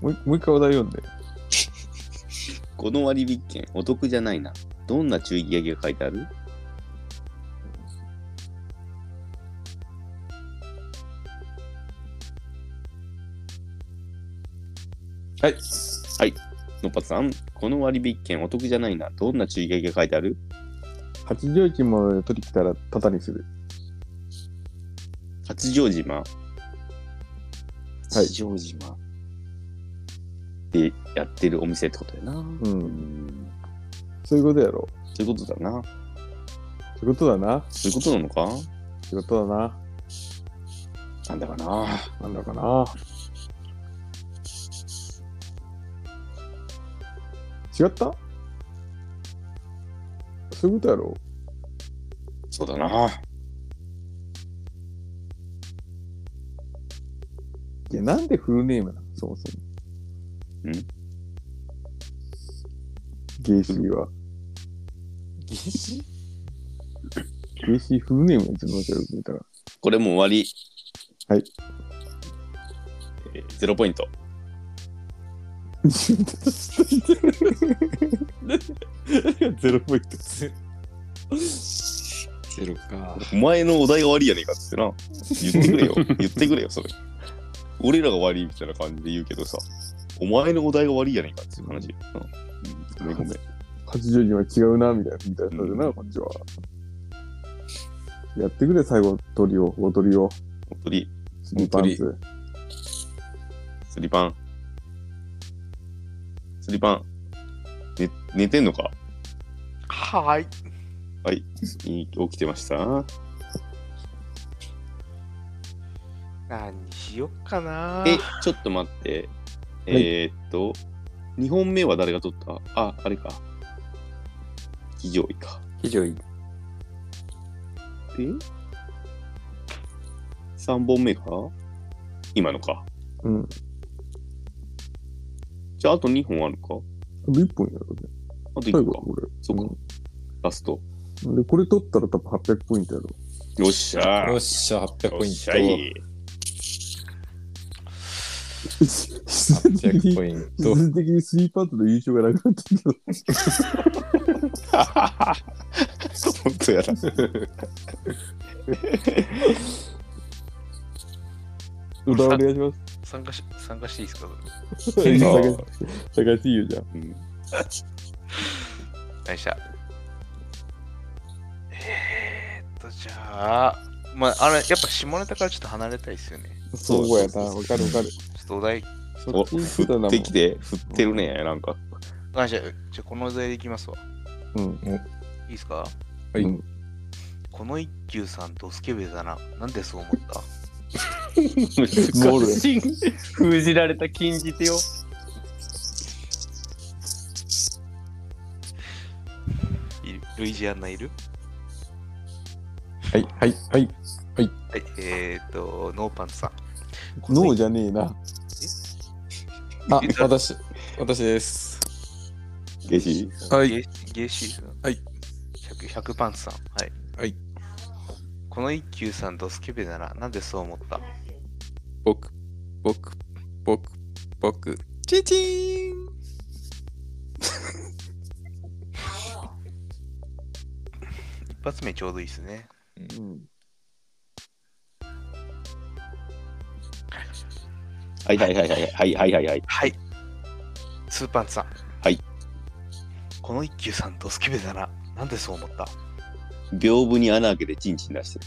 [SPEAKER 2] もうもう一回お題読んで。
[SPEAKER 1] この割引券、お得じゃないな。どんな注意書きが書いてある
[SPEAKER 2] はい。
[SPEAKER 1] のっぱつさん、この割引券、お得じゃないな。どんな注意書きが書いてある
[SPEAKER 2] 八丈駅まで取り来たらタタにする。
[SPEAKER 1] 八丈島。
[SPEAKER 2] はい
[SPEAKER 1] 八丈島。で、やってるお店ってことやな。
[SPEAKER 2] う。
[SPEAKER 1] うんん。
[SPEAKER 2] そういうことやろ。
[SPEAKER 1] そういうことだな。
[SPEAKER 2] そういうことだな。
[SPEAKER 1] そういうことなのか
[SPEAKER 2] そういうことだな。
[SPEAKER 1] なんだかな。
[SPEAKER 2] なんだかな。違ったそういうことやろ
[SPEAKER 1] そうだな。
[SPEAKER 2] いや、なんでフルネームなのそもそも。
[SPEAKER 1] ん
[SPEAKER 2] ゲイシーは。ゲイシーフルネームやつのわけよ、見たら。
[SPEAKER 1] これもう終わり。
[SPEAKER 2] はい。
[SPEAKER 1] えーゼロポイン ト。
[SPEAKER 2] ゼロポイント。
[SPEAKER 3] ゼロか。
[SPEAKER 1] お前のお題が悪いやねえかっつってな。言ってくれ よ。言ってくれよ、それ。俺らが悪いみたいな感じで言うけどさ。お前のお題が悪いやねえかっていう話。うん、ごめんごめん。
[SPEAKER 2] 80人は違うな、みたいな、みたいな、な、こっちは。やってくれ、最後、鳥を、大鳥を、
[SPEAKER 1] 本当に、
[SPEAKER 2] スリーパンツ。
[SPEAKER 1] スリパン。スリパン。ね、寝てんのか
[SPEAKER 6] はーい。
[SPEAKER 1] い起きてました
[SPEAKER 6] 何しよっかな。
[SPEAKER 1] え、ちょっと待って。えーっと、2本目は誰が取ったあ、あれか。非常位か。
[SPEAKER 5] 非常に。
[SPEAKER 1] で、3本目か今のか。
[SPEAKER 2] うん。
[SPEAKER 1] じゃあ、あと2本あるか
[SPEAKER 2] 1本やろうね。
[SPEAKER 1] あと
[SPEAKER 2] 最
[SPEAKER 1] 1
[SPEAKER 2] 後
[SPEAKER 1] 個か。、
[SPEAKER 2] これ。
[SPEAKER 1] そっか、ラスト。
[SPEAKER 2] で、これ取ったら多分800ポイントやろ。
[SPEAKER 1] よっしゃー。
[SPEAKER 3] よっしゃ、800
[SPEAKER 1] よ
[SPEAKER 3] ポ
[SPEAKER 1] っ
[SPEAKER 3] イン
[SPEAKER 1] しゃい
[SPEAKER 3] ト。。
[SPEAKER 2] 必然的
[SPEAKER 3] 800ポ
[SPEAKER 2] に、
[SPEAKER 3] イン
[SPEAKER 2] 必
[SPEAKER 3] ト。
[SPEAKER 2] 然的にスリーパンツの優勝がなくな ったけど。
[SPEAKER 1] 本当やな。
[SPEAKER 2] お題お願いします。
[SPEAKER 6] 参加し、参加していいですか
[SPEAKER 2] 探し探していいよ、じゃあ。
[SPEAKER 6] 何したえー、っと、じゃあ、まあ、あれ、やっぱ下ネタからちょっと離れたいですよね。
[SPEAKER 2] そうやな、わかるわかる。
[SPEAKER 6] ちょっとお題、
[SPEAKER 1] お
[SPEAKER 2] そっち
[SPEAKER 1] 振
[SPEAKER 2] だなも
[SPEAKER 1] っ
[SPEAKER 2] ん
[SPEAKER 1] てきて、振ってるね、なんか。
[SPEAKER 6] あ、じゃあ、じゃあこのお題でいきますわ。
[SPEAKER 2] うん。
[SPEAKER 6] いいです
[SPEAKER 2] は
[SPEAKER 6] か
[SPEAKER 2] い
[SPEAKER 6] うんこの一休さん、ドスケベだな。なんでそう思った
[SPEAKER 1] 難しい。
[SPEAKER 5] 封じられた禁じ手を。
[SPEAKER 6] いるルイジアンナいる
[SPEAKER 2] はい、はい、はい。
[SPEAKER 6] はい、えー、っと、ノーパンツさん。
[SPEAKER 2] ノーじゃねえな。
[SPEAKER 3] あ、私、私です。
[SPEAKER 1] ゲシ
[SPEAKER 9] はい
[SPEAKER 6] ゲーゲーシーズン。
[SPEAKER 9] はい。
[SPEAKER 6] 100, 100パンツさん。はい。
[SPEAKER 9] はい。
[SPEAKER 6] この一休さん、ドスケベだな。なんでそう思った
[SPEAKER 9] 僕、僕、僕、僕、チンチン
[SPEAKER 6] 一発目ちょうどいいですね。
[SPEAKER 2] うん。
[SPEAKER 1] はいはいはいはいはいはいはいはい。
[SPEAKER 6] はい。スーパンツさん。
[SPEAKER 1] はい。
[SPEAKER 6] この一休さん、ドスケベだな。なんでそう思った
[SPEAKER 1] 屏風に穴開けてチンチン出して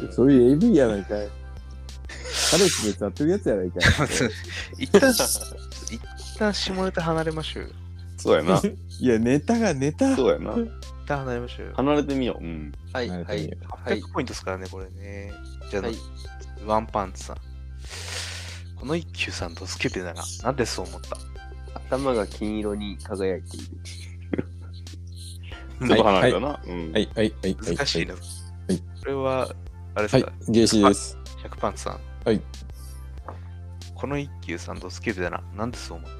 [SPEAKER 1] る。
[SPEAKER 2] そういう AV やないかい。彼氏別やってるやつやないかい。
[SPEAKER 6] 一 旦、一旦下ネタ離れましょうよ。
[SPEAKER 1] そうやな。
[SPEAKER 2] いや、ネタがネタ。
[SPEAKER 1] そうやな。
[SPEAKER 6] 一旦離れましょうよ。
[SPEAKER 1] 離れてみよう。うん。
[SPEAKER 5] はい、
[SPEAKER 3] な
[SPEAKER 5] は
[SPEAKER 3] るほど
[SPEAKER 5] い、はい。
[SPEAKER 6] 800ポイントですからね、これね。じゃあ、
[SPEAKER 5] はい
[SPEAKER 6] ワンパンツさん。この一休さん、ドスケベだな。なんでそう思った
[SPEAKER 5] 頭が金色に輝いている。
[SPEAKER 1] ちょっと離れたな。うん
[SPEAKER 3] は。い、はい、はい、はい。
[SPEAKER 6] 難しいな。こ
[SPEAKER 3] い
[SPEAKER 6] れは、あ
[SPEAKER 3] は
[SPEAKER 6] れです
[SPEAKER 3] い
[SPEAKER 6] か、、
[SPEAKER 3] ゲイシーです。
[SPEAKER 6] 百パンツさん。
[SPEAKER 3] はい。
[SPEAKER 6] この一休さん、ドスケベだな。なんでそう思っ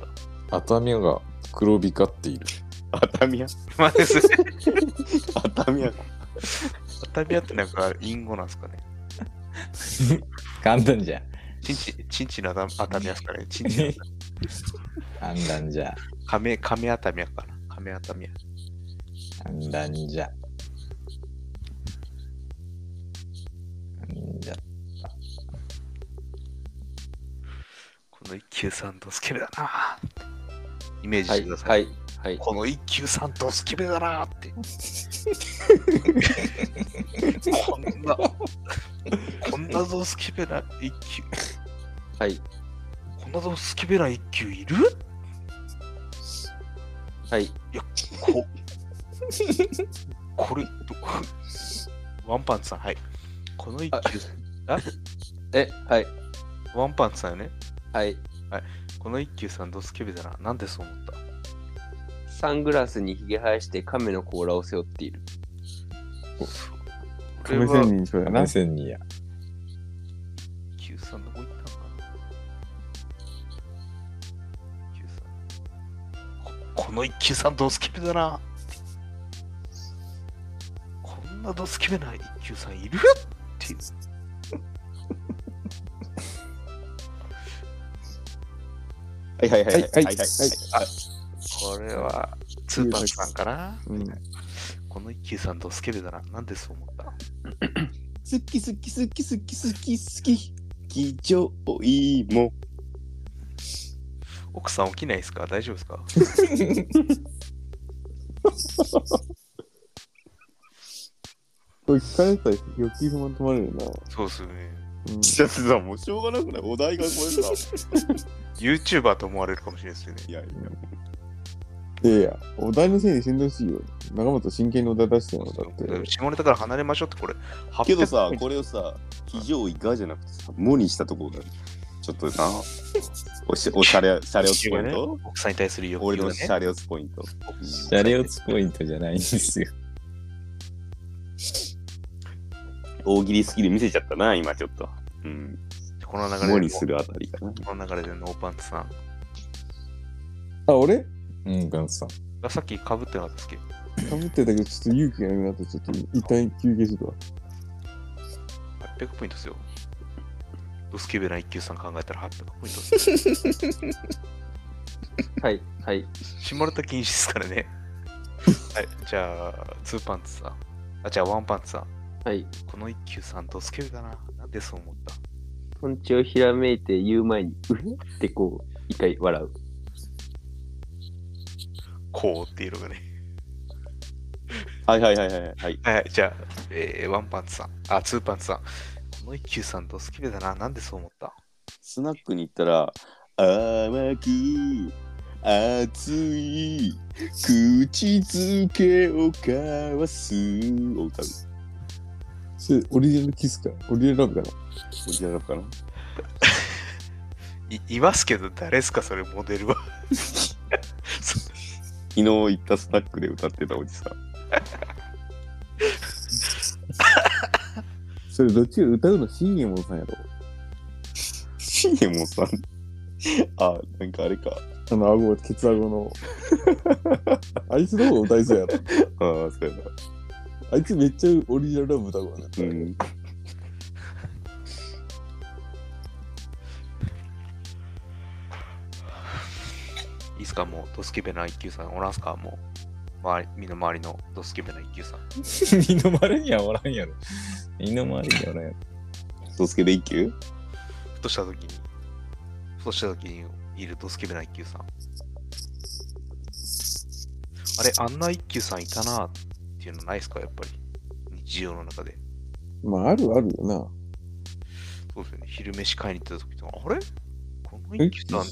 [SPEAKER 6] た
[SPEAKER 3] 頭が黒光っている。
[SPEAKER 1] 熱海屋
[SPEAKER 6] まあ、です。
[SPEAKER 1] 熱海屋
[SPEAKER 6] タビアってなんか、隠語なんですかね。
[SPEAKER 4] 簡単じゃん。
[SPEAKER 6] チンチ、チンチの頭頭やすからね。チンチの頭、
[SPEAKER 4] 簡単じゃん。
[SPEAKER 6] 亀、亀頭やから。亀頭や。
[SPEAKER 4] 簡単じゃん。じゃ
[SPEAKER 6] この一休さん、ドスケベだな。イメージ
[SPEAKER 5] は
[SPEAKER 6] して
[SPEAKER 5] い、
[SPEAKER 6] くださ。
[SPEAKER 5] はいい、はい。
[SPEAKER 6] この一休さん、ドスケベだなって。こんな、こんなドスケベな一休、
[SPEAKER 5] はい、
[SPEAKER 6] こんなドスケベな一休いる
[SPEAKER 5] はい。
[SPEAKER 6] ここれどワンパンツさんはいこの一休さん
[SPEAKER 5] え、はい、
[SPEAKER 6] ワンパンツさんよね
[SPEAKER 5] はい。
[SPEAKER 6] この一休さんドスケベだななんでそう思った
[SPEAKER 5] サングラスにひげ生やして亀の甲羅を背負っている。
[SPEAKER 6] これ
[SPEAKER 2] 亀仙
[SPEAKER 6] は一
[SPEAKER 2] 人そうやな
[SPEAKER 3] 目。線にや。
[SPEAKER 6] 休さんどこ行ったのかな一休さんここの一休さんドスケベだなこんなドスケベな一休さんいるっていう
[SPEAKER 1] はいはいはいはいはいはい
[SPEAKER 6] これはツーパンさんかな
[SPEAKER 2] うん。
[SPEAKER 6] この一休さんドスケベだななんでそう思った
[SPEAKER 1] 好き好き好き好き好き好き貴重いも
[SPEAKER 6] 奥さん起きないですか大丈夫ですか
[SPEAKER 2] これ聞かれてたら余計不満止まるよな。
[SPEAKER 6] そうですよね。
[SPEAKER 2] うん
[SPEAKER 1] ちょっとさもうしょうがなくないお題がこれさ
[SPEAKER 6] YouTuber と思われるかもしれないですよね。
[SPEAKER 1] いやいや
[SPEAKER 2] いやいや、お題のせいにしんどいしいよ。長本真剣にお題出してるのだって。
[SPEAKER 6] 下ネタから離れましょうってこれ。
[SPEAKER 1] けど
[SPEAKER 6] 800
[SPEAKER 1] さ
[SPEAKER 6] ポイント
[SPEAKER 1] これをさ非常以外じゃなくてさ「も」にしたところがちょっとなおしおしゃれシャレオツポイント
[SPEAKER 6] 奥さんに対する欲
[SPEAKER 1] 俺
[SPEAKER 6] 求
[SPEAKER 1] の
[SPEAKER 6] が
[SPEAKER 1] シ
[SPEAKER 6] ね。
[SPEAKER 1] ャレオツポイント
[SPEAKER 4] シャレオツポイントじゃないんですよ。
[SPEAKER 1] 大喜利スキル見せちゃったな今ちょっとうん
[SPEAKER 6] この流
[SPEAKER 1] 「も」
[SPEAKER 6] れで
[SPEAKER 1] にするあたりかな
[SPEAKER 6] この流れでノーパンツさん。
[SPEAKER 2] あ、俺
[SPEAKER 3] うん、ガンツさん。
[SPEAKER 6] あさっきかぶってなかったですけど。
[SPEAKER 2] かぶってたけど、ちょっと勇気がなくなって、ちょっと一旦休憩するわ。
[SPEAKER 6] 800ポイントですよ。ドスケベな一級さん考えたら800ポイントです。
[SPEAKER 5] はい、はい、
[SPEAKER 6] 下ネタ禁止ですからね。はい、じゃあ、ツーパンツさん。あ、じゃあ、ワンパンツさん。
[SPEAKER 5] はい。
[SPEAKER 6] この一級さん、ドスケベだな。なんでそう思った
[SPEAKER 5] トンチをひらめいて言う前に、うふってこう、一回笑う。
[SPEAKER 6] こうっていうのがね。
[SPEAKER 1] はいはいはいはいはい。
[SPEAKER 6] はい、じゃあ、えーワンパンツさん、あ、ツーパンツさん。この一休さんドスケベだな。なんでそう思った
[SPEAKER 1] スナックに行ったら、甘く、熱い、口づけを交わすを歌う。
[SPEAKER 2] それオリジナルキスかオリジナルラブかな
[SPEAKER 1] オリジナルラップかない
[SPEAKER 6] いますけど、誰ですかそれモデルは。
[SPEAKER 1] 昨日行ったスナックで歌ってたおじさん。
[SPEAKER 2] それどっちが歌うの新右衛門さんやろ
[SPEAKER 1] シエモンさん。あ、なんかあれか。
[SPEAKER 2] あの顎ケツ顎 のあいつの方が歌いそうやろ
[SPEAKER 1] ああ、そうやな。
[SPEAKER 2] あいつめっちゃオリジナルラブ歌うわな、
[SPEAKER 1] うん。
[SPEAKER 6] いいっすかもうドスケベな一休さんおらんすかもう。周り身の回りのドスケベな一休さん。
[SPEAKER 3] 身の回りにはおらんやろ。身の回りにはおらんやろ。
[SPEAKER 1] ドスケベ一級
[SPEAKER 6] ふとした時に、ふとした時にいるドスケベな一休さん。あれ、あんな一休さんいたなっていうのないっすかやっぱり。日常の中で。
[SPEAKER 2] まああるあるよな
[SPEAKER 6] そうですよね。昼飯買いに行った時とか、あれこの一休さん、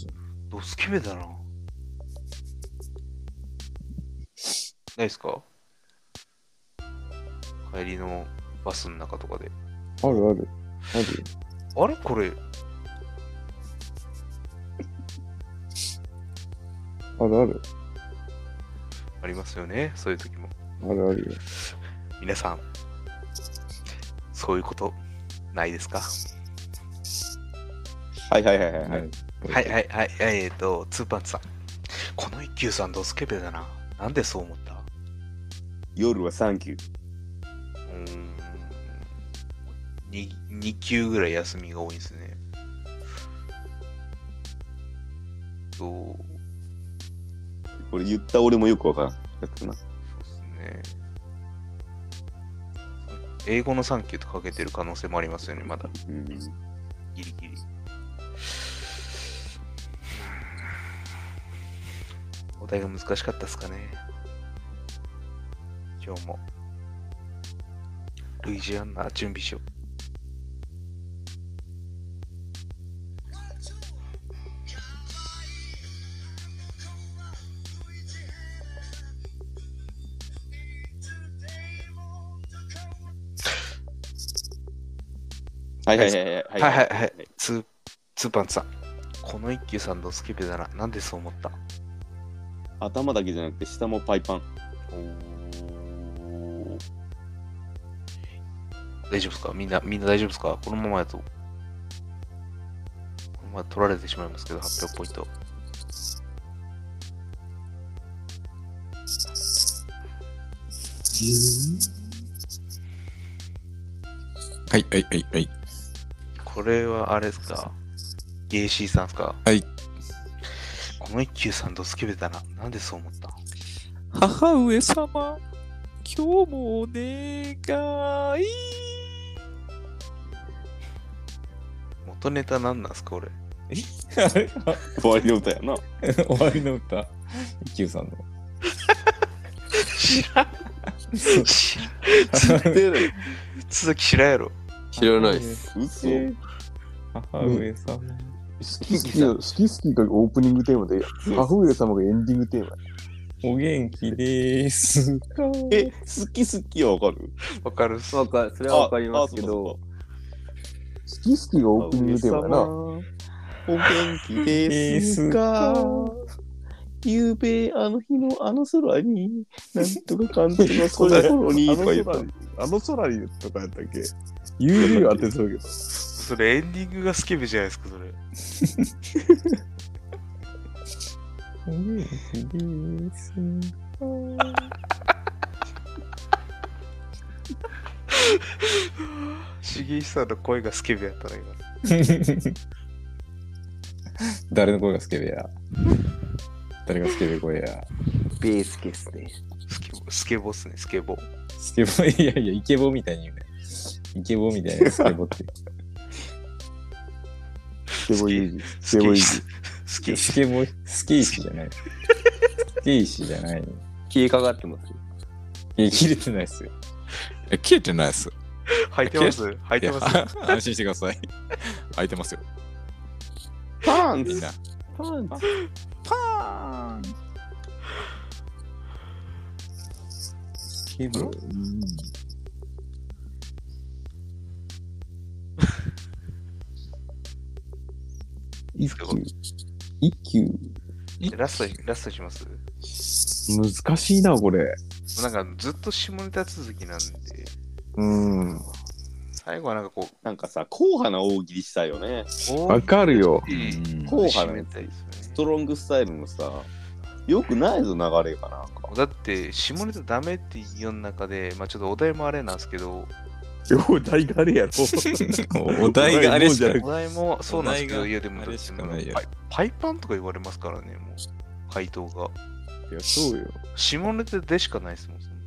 [SPEAKER 6] ドスケベだな。ないっすか帰りのバスの中とかで。
[SPEAKER 2] あるあるあるよ
[SPEAKER 6] あれ こ
[SPEAKER 2] あ
[SPEAKER 6] れ、
[SPEAKER 2] るある
[SPEAKER 6] ありますよね。そういう時も。
[SPEAKER 2] あるあるよ
[SPEAKER 6] 皆さん、そういうこと、ないですか
[SPEAKER 1] はいはいはいはい。は
[SPEAKER 3] はいい、
[SPEAKER 6] はいはいはい、えっ、ー、と、ツーパンツさん。この一休さん、ドスケベだな。なんでそう思った
[SPEAKER 1] 夜はサンキュー。
[SPEAKER 6] うーん2。2級ぐらい休みが多いんですね。そう、
[SPEAKER 1] これ言った俺もよくわからん。やつな
[SPEAKER 6] そうですね。英語の3級とかけてる可能性もありますよね、まだ。
[SPEAKER 1] うん
[SPEAKER 6] ギリギリ。お題が難しかったですかね。今日も。ルイジアンナ準備しよう。
[SPEAKER 1] はいはいはいはい。
[SPEAKER 6] はいはいはい。ツー、ツーパンツさん。この一休さんドスケベだな。なんでそう思った
[SPEAKER 1] 頭だけじゃなくて下もパイパン。
[SPEAKER 6] 大丈夫ですかみんな、みんな大丈夫ですかこのままやと。このまま取られてしまいますけど、800ポイント。
[SPEAKER 3] はいはいはいはい。
[SPEAKER 6] これはあれですかゲイシーさんですか
[SPEAKER 3] はい。
[SPEAKER 6] この一休さんドスケベだな。なんでそう思った
[SPEAKER 9] 母上様、今日もお願い。
[SPEAKER 6] 元ネタ何なんですか俺。
[SPEAKER 3] あれ
[SPEAKER 1] 終わりの歌やな。
[SPEAKER 3] 終わりの歌。一休さんの。
[SPEAKER 6] 知らん。知らん。 続き知らんやろ。
[SPEAKER 5] 知らないです。
[SPEAKER 1] 嘘。
[SPEAKER 3] 母上様。
[SPEAKER 2] 好き好きよ好き好きがオープニングテーマで母上様がエンディングテーマ
[SPEAKER 3] お元気でーすか。
[SPEAKER 1] え、好き好きはわかる
[SPEAKER 6] わかるっす。
[SPEAKER 5] わかそれはわかりますけど、
[SPEAKER 2] 好き好きがオープニングテーマやな
[SPEAKER 1] お元気ですかゆうべあの日のあの空に、なんとか感じのその頃にとか言った。
[SPEAKER 2] あの空にとかやったっけ UD は当てそうやけど
[SPEAKER 6] それエンディングがスケベじゃないですか、それ。
[SPEAKER 3] お元気でーす
[SPEAKER 6] 重石さんの声がスケベやったな、今。
[SPEAKER 3] か。 誰の声がスケベや。誰がスケベ声や。
[SPEAKER 5] ベースケスで。
[SPEAKER 6] スケボスケボっすね、スケボ。
[SPEAKER 3] スケボー、いやいや、イケボーみたいに言うね。イケボーみたいなスケボーって。
[SPEAKER 2] スケボイージー
[SPEAKER 6] スケボイス ケ
[SPEAKER 3] スケボー、スケイシじゃない。スキ石じゃない。
[SPEAKER 5] 消えかかってますよ。
[SPEAKER 3] いや切れてないっすよ。
[SPEAKER 10] え切れてないです。
[SPEAKER 6] 履いてます履い
[SPEAKER 10] い
[SPEAKER 6] て
[SPEAKER 10] や
[SPEAKER 6] ます
[SPEAKER 10] は安心してください。開いてますよ。
[SPEAKER 1] パン
[SPEAKER 10] みん
[SPEAKER 1] ツ
[SPEAKER 10] な。
[SPEAKER 1] パンツ
[SPEAKER 3] パーンケム
[SPEAKER 1] 一休。一休。
[SPEAKER 6] ラスト、ラストします
[SPEAKER 2] 難しいな、これ。
[SPEAKER 6] なんかずっと下ネタ続きなんで、
[SPEAKER 2] うん。
[SPEAKER 6] 最後はなんかこう、
[SPEAKER 1] なんかさ、硬派な大喜利したいよね。
[SPEAKER 2] わかるよ。
[SPEAKER 6] いい
[SPEAKER 1] 硬派
[SPEAKER 6] 締
[SPEAKER 1] な
[SPEAKER 6] め
[SPEAKER 1] やつ
[SPEAKER 6] たいです
[SPEAKER 1] ス
[SPEAKER 6] よ
[SPEAKER 1] ト
[SPEAKER 6] ね。
[SPEAKER 1] ロングスタイルのさ、よくないぞ、流れがなんか。
[SPEAKER 6] だって、下ネタダメって世の中で、まあちょっとお題もあれなんですけど、
[SPEAKER 2] お題があるやろ。
[SPEAKER 10] お題があれしか
[SPEAKER 2] お題
[SPEAKER 6] お題もそうなんですけど、いやでもだ
[SPEAKER 10] あれ
[SPEAKER 6] って
[SPEAKER 10] し
[SPEAKER 6] も
[SPEAKER 10] か
[SPEAKER 6] う
[SPEAKER 10] ないよ
[SPEAKER 6] パイパイパンとか言われますからね、もう、回答が。
[SPEAKER 2] いや、そうよ。
[SPEAKER 6] 下ネタでしかないですもん、そんな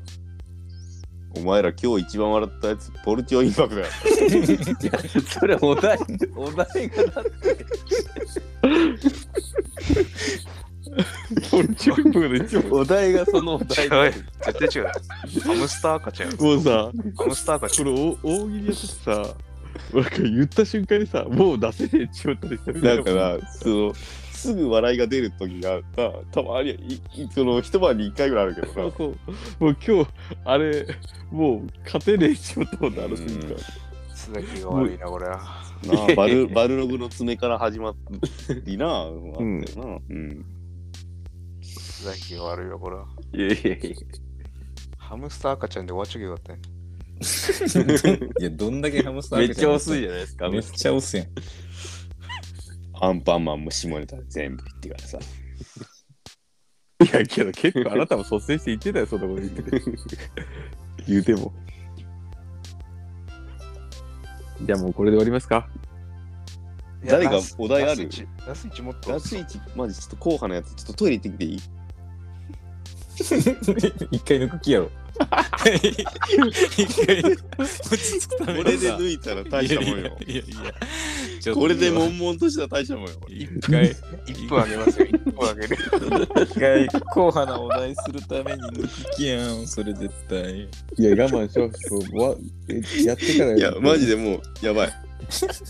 [SPEAKER 1] お前ら今日一番笑ったやつ、ポルチョインパクだ よ。
[SPEAKER 5] それお題、お題がだって。
[SPEAKER 2] 俺、チョイプが一番。
[SPEAKER 5] お題がそのお
[SPEAKER 6] 違
[SPEAKER 5] 題。
[SPEAKER 6] う、絶対違う。ハムスター赤ちゃん。ハ
[SPEAKER 2] もうさ、
[SPEAKER 6] ムスター赤
[SPEAKER 2] こ
[SPEAKER 6] ち
[SPEAKER 2] れお大喜利やっててさ、なんか言った瞬間にさ、もう出せねえっちまったりする
[SPEAKER 1] だから、その、すぐ笑いが出る時がさ、たまに、いいその、一晩に一回ぐらいあるけどさ
[SPEAKER 2] そう。そう。もう今日、あれ、もう勝てねえっちまったことあるすぎ
[SPEAKER 1] うん
[SPEAKER 2] か。
[SPEAKER 6] ゃん。素だけが悪いな、これは。
[SPEAKER 1] な あバルバルログの爪から始まりな、あったよ
[SPEAKER 2] ん
[SPEAKER 1] な。うん。
[SPEAKER 6] 素だけが悪いわ、これは。
[SPEAKER 5] いやいやいや。
[SPEAKER 6] ハムスター赤ちゃんで終わっちゃけよかったね。
[SPEAKER 3] いや、どんだけハムスター
[SPEAKER 5] め
[SPEAKER 3] 開け
[SPEAKER 5] っち
[SPEAKER 3] てん
[SPEAKER 5] ゃ
[SPEAKER 3] の
[SPEAKER 5] 薄いじゃないですか。
[SPEAKER 3] めっちゃ押すやん。
[SPEAKER 1] アンパンマンも下ネタ全部言ってからさ。
[SPEAKER 2] いや、けど結 構あなたも率先して言ってたよ、そんなこと 言ってて。言うても。じゃあもうこれで終わりますか
[SPEAKER 1] 誰か
[SPEAKER 6] いやラス
[SPEAKER 1] お題ある
[SPEAKER 6] ラス一ラス1もっと。
[SPEAKER 1] ラスイチ、マジちょっと硬派なやつ、ちょっとトイレ行ってきていい
[SPEAKER 3] 一回抜く気やろ。
[SPEAKER 10] 一回落ち着くた
[SPEAKER 1] こ
[SPEAKER 10] めに
[SPEAKER 1] れで
[SPEAKER 10] さ
[SPEAKER 1] 抜いたら大したもんよ。
[SPEAKER 10] いやいやいやちょっと
[SPEAKER 1] これで悶々としたら大したもんよ。
[SPEAKER 10] 一回
[SPEAKER 6] 1分あげますよ、1分あげる。
[SPEAKER 3] 一回、硬派なお題するために抜く気やん。それ絶対。
[SPEAKER 2] いや、我慢しよう。わえやってから
[SPEAKER 1] いや、マジでもう、やばい。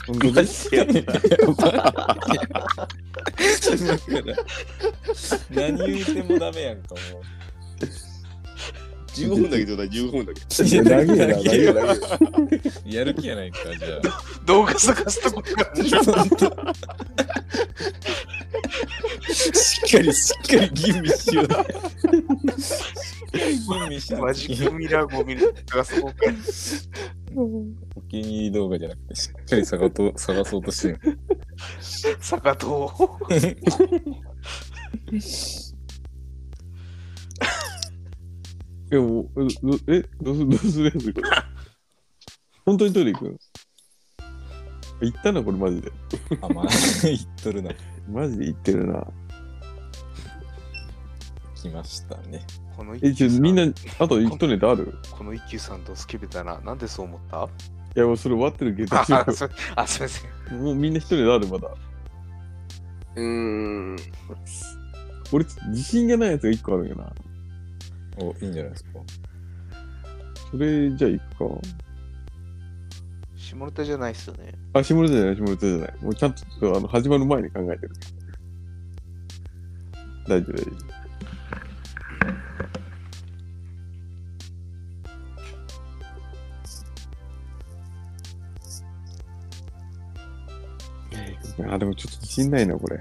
[SPEAKER 2] 本当だ
[SPEAKER 3] だから何言うてもダメやんか、もう。
[SPEAKER 1] 15分だけちょうだい、15分だけ。
[SPEAKER 3] い
[SPEAKER 2] や長えな
[SPEAKER 3] や
[SPEAKER 2] 長えな
[SPEAKER 3] やる気やないか、じゃあ。
[SPEAKER 6] 動画探すとこが。
[SPEAKER 3] しっかり、しっかり吟味しよう。しっかり吟味しよう。
[SPEAKER 6] マジックミラーゴミラー探すとこか。
[SPEAKER 3] お気に入り動画じゃなくて、しっかり探と 探そうとしてる。
[SPEAKER 6] 坂藤。
[SPEAKER 2] いや、もう、え、えどうする、どうするやつこれ。本当にトイレ行くの行ったな、これマジで。
[SPEAKER 3] あ、まあ、言っとるな。
[SPEAKER 2] マジで行ってるな。
[SPEAKER 3] 来ましたね。
[SPEAKER 6] この
[SPEAKER 2] え、
[SPEAKER 6] 一
[SPEAKER 2] ち
[SPEAKER 6] 休
[SPEAKER 2] ょ、
[SPEAKER 6] さん
[SPEAKER 2] みんな、あと一ネタある
[SPEAKER 6] この一休さんとスケベだな。なんでそう思った
[SPEAKER 2] いや、もうそれ終わってるけど、
[SPEAKER 6] あ、あそあすみません。
[SPEAKER 2] もうみんな一ネタある、まだ。
[SPEAKER 5] うーん。
[SPEAKER 2] 俺、自信がないやつが一個あるよな。
[SPEAKER 3] お、いいんじゃないですか。
[SPEAKER 2] それじゃあ行く
[SPEAKER 6] 下ネタじゃないっすよね。
[SPEAKER 2] か。あ、下ネタじゃない、下ネタじゃない。もうちゃんとちょっとあの始まる前に考えてる。大丈夫、大丈夫。いやでもちょっと自信ないな、これ。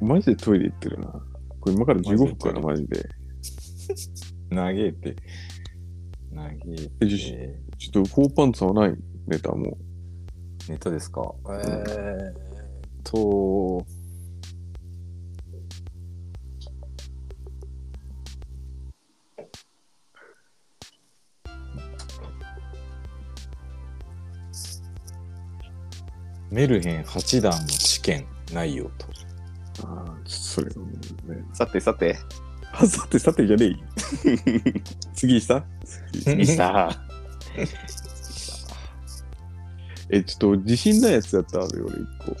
[SPEAKER 2] マジでトイレ行ってるな。これ今から15分かな、マジで。
[SPEAKER 3] 投げて。投げ
[SPEAKER 2] えじゃ
[SPEAKER 3] て。
[SPEAKER 2] ちょっと、フォーパンツはないネタも
[SPEAKER 3] ネタですか。えーっと。メルヘン八段の試験内容 と。
[SPEAKER 2] う。ああ、ちょっとそれ、ね。
[SPEAKER 1] さてさ て、
[SPEAKER 2] あ、さてさてじゃねえ。次した
[SPEAKER 1] ミスター。
[SPEAKER 2] え、ちょっと自信ないやつやったらあるよ、俺一個。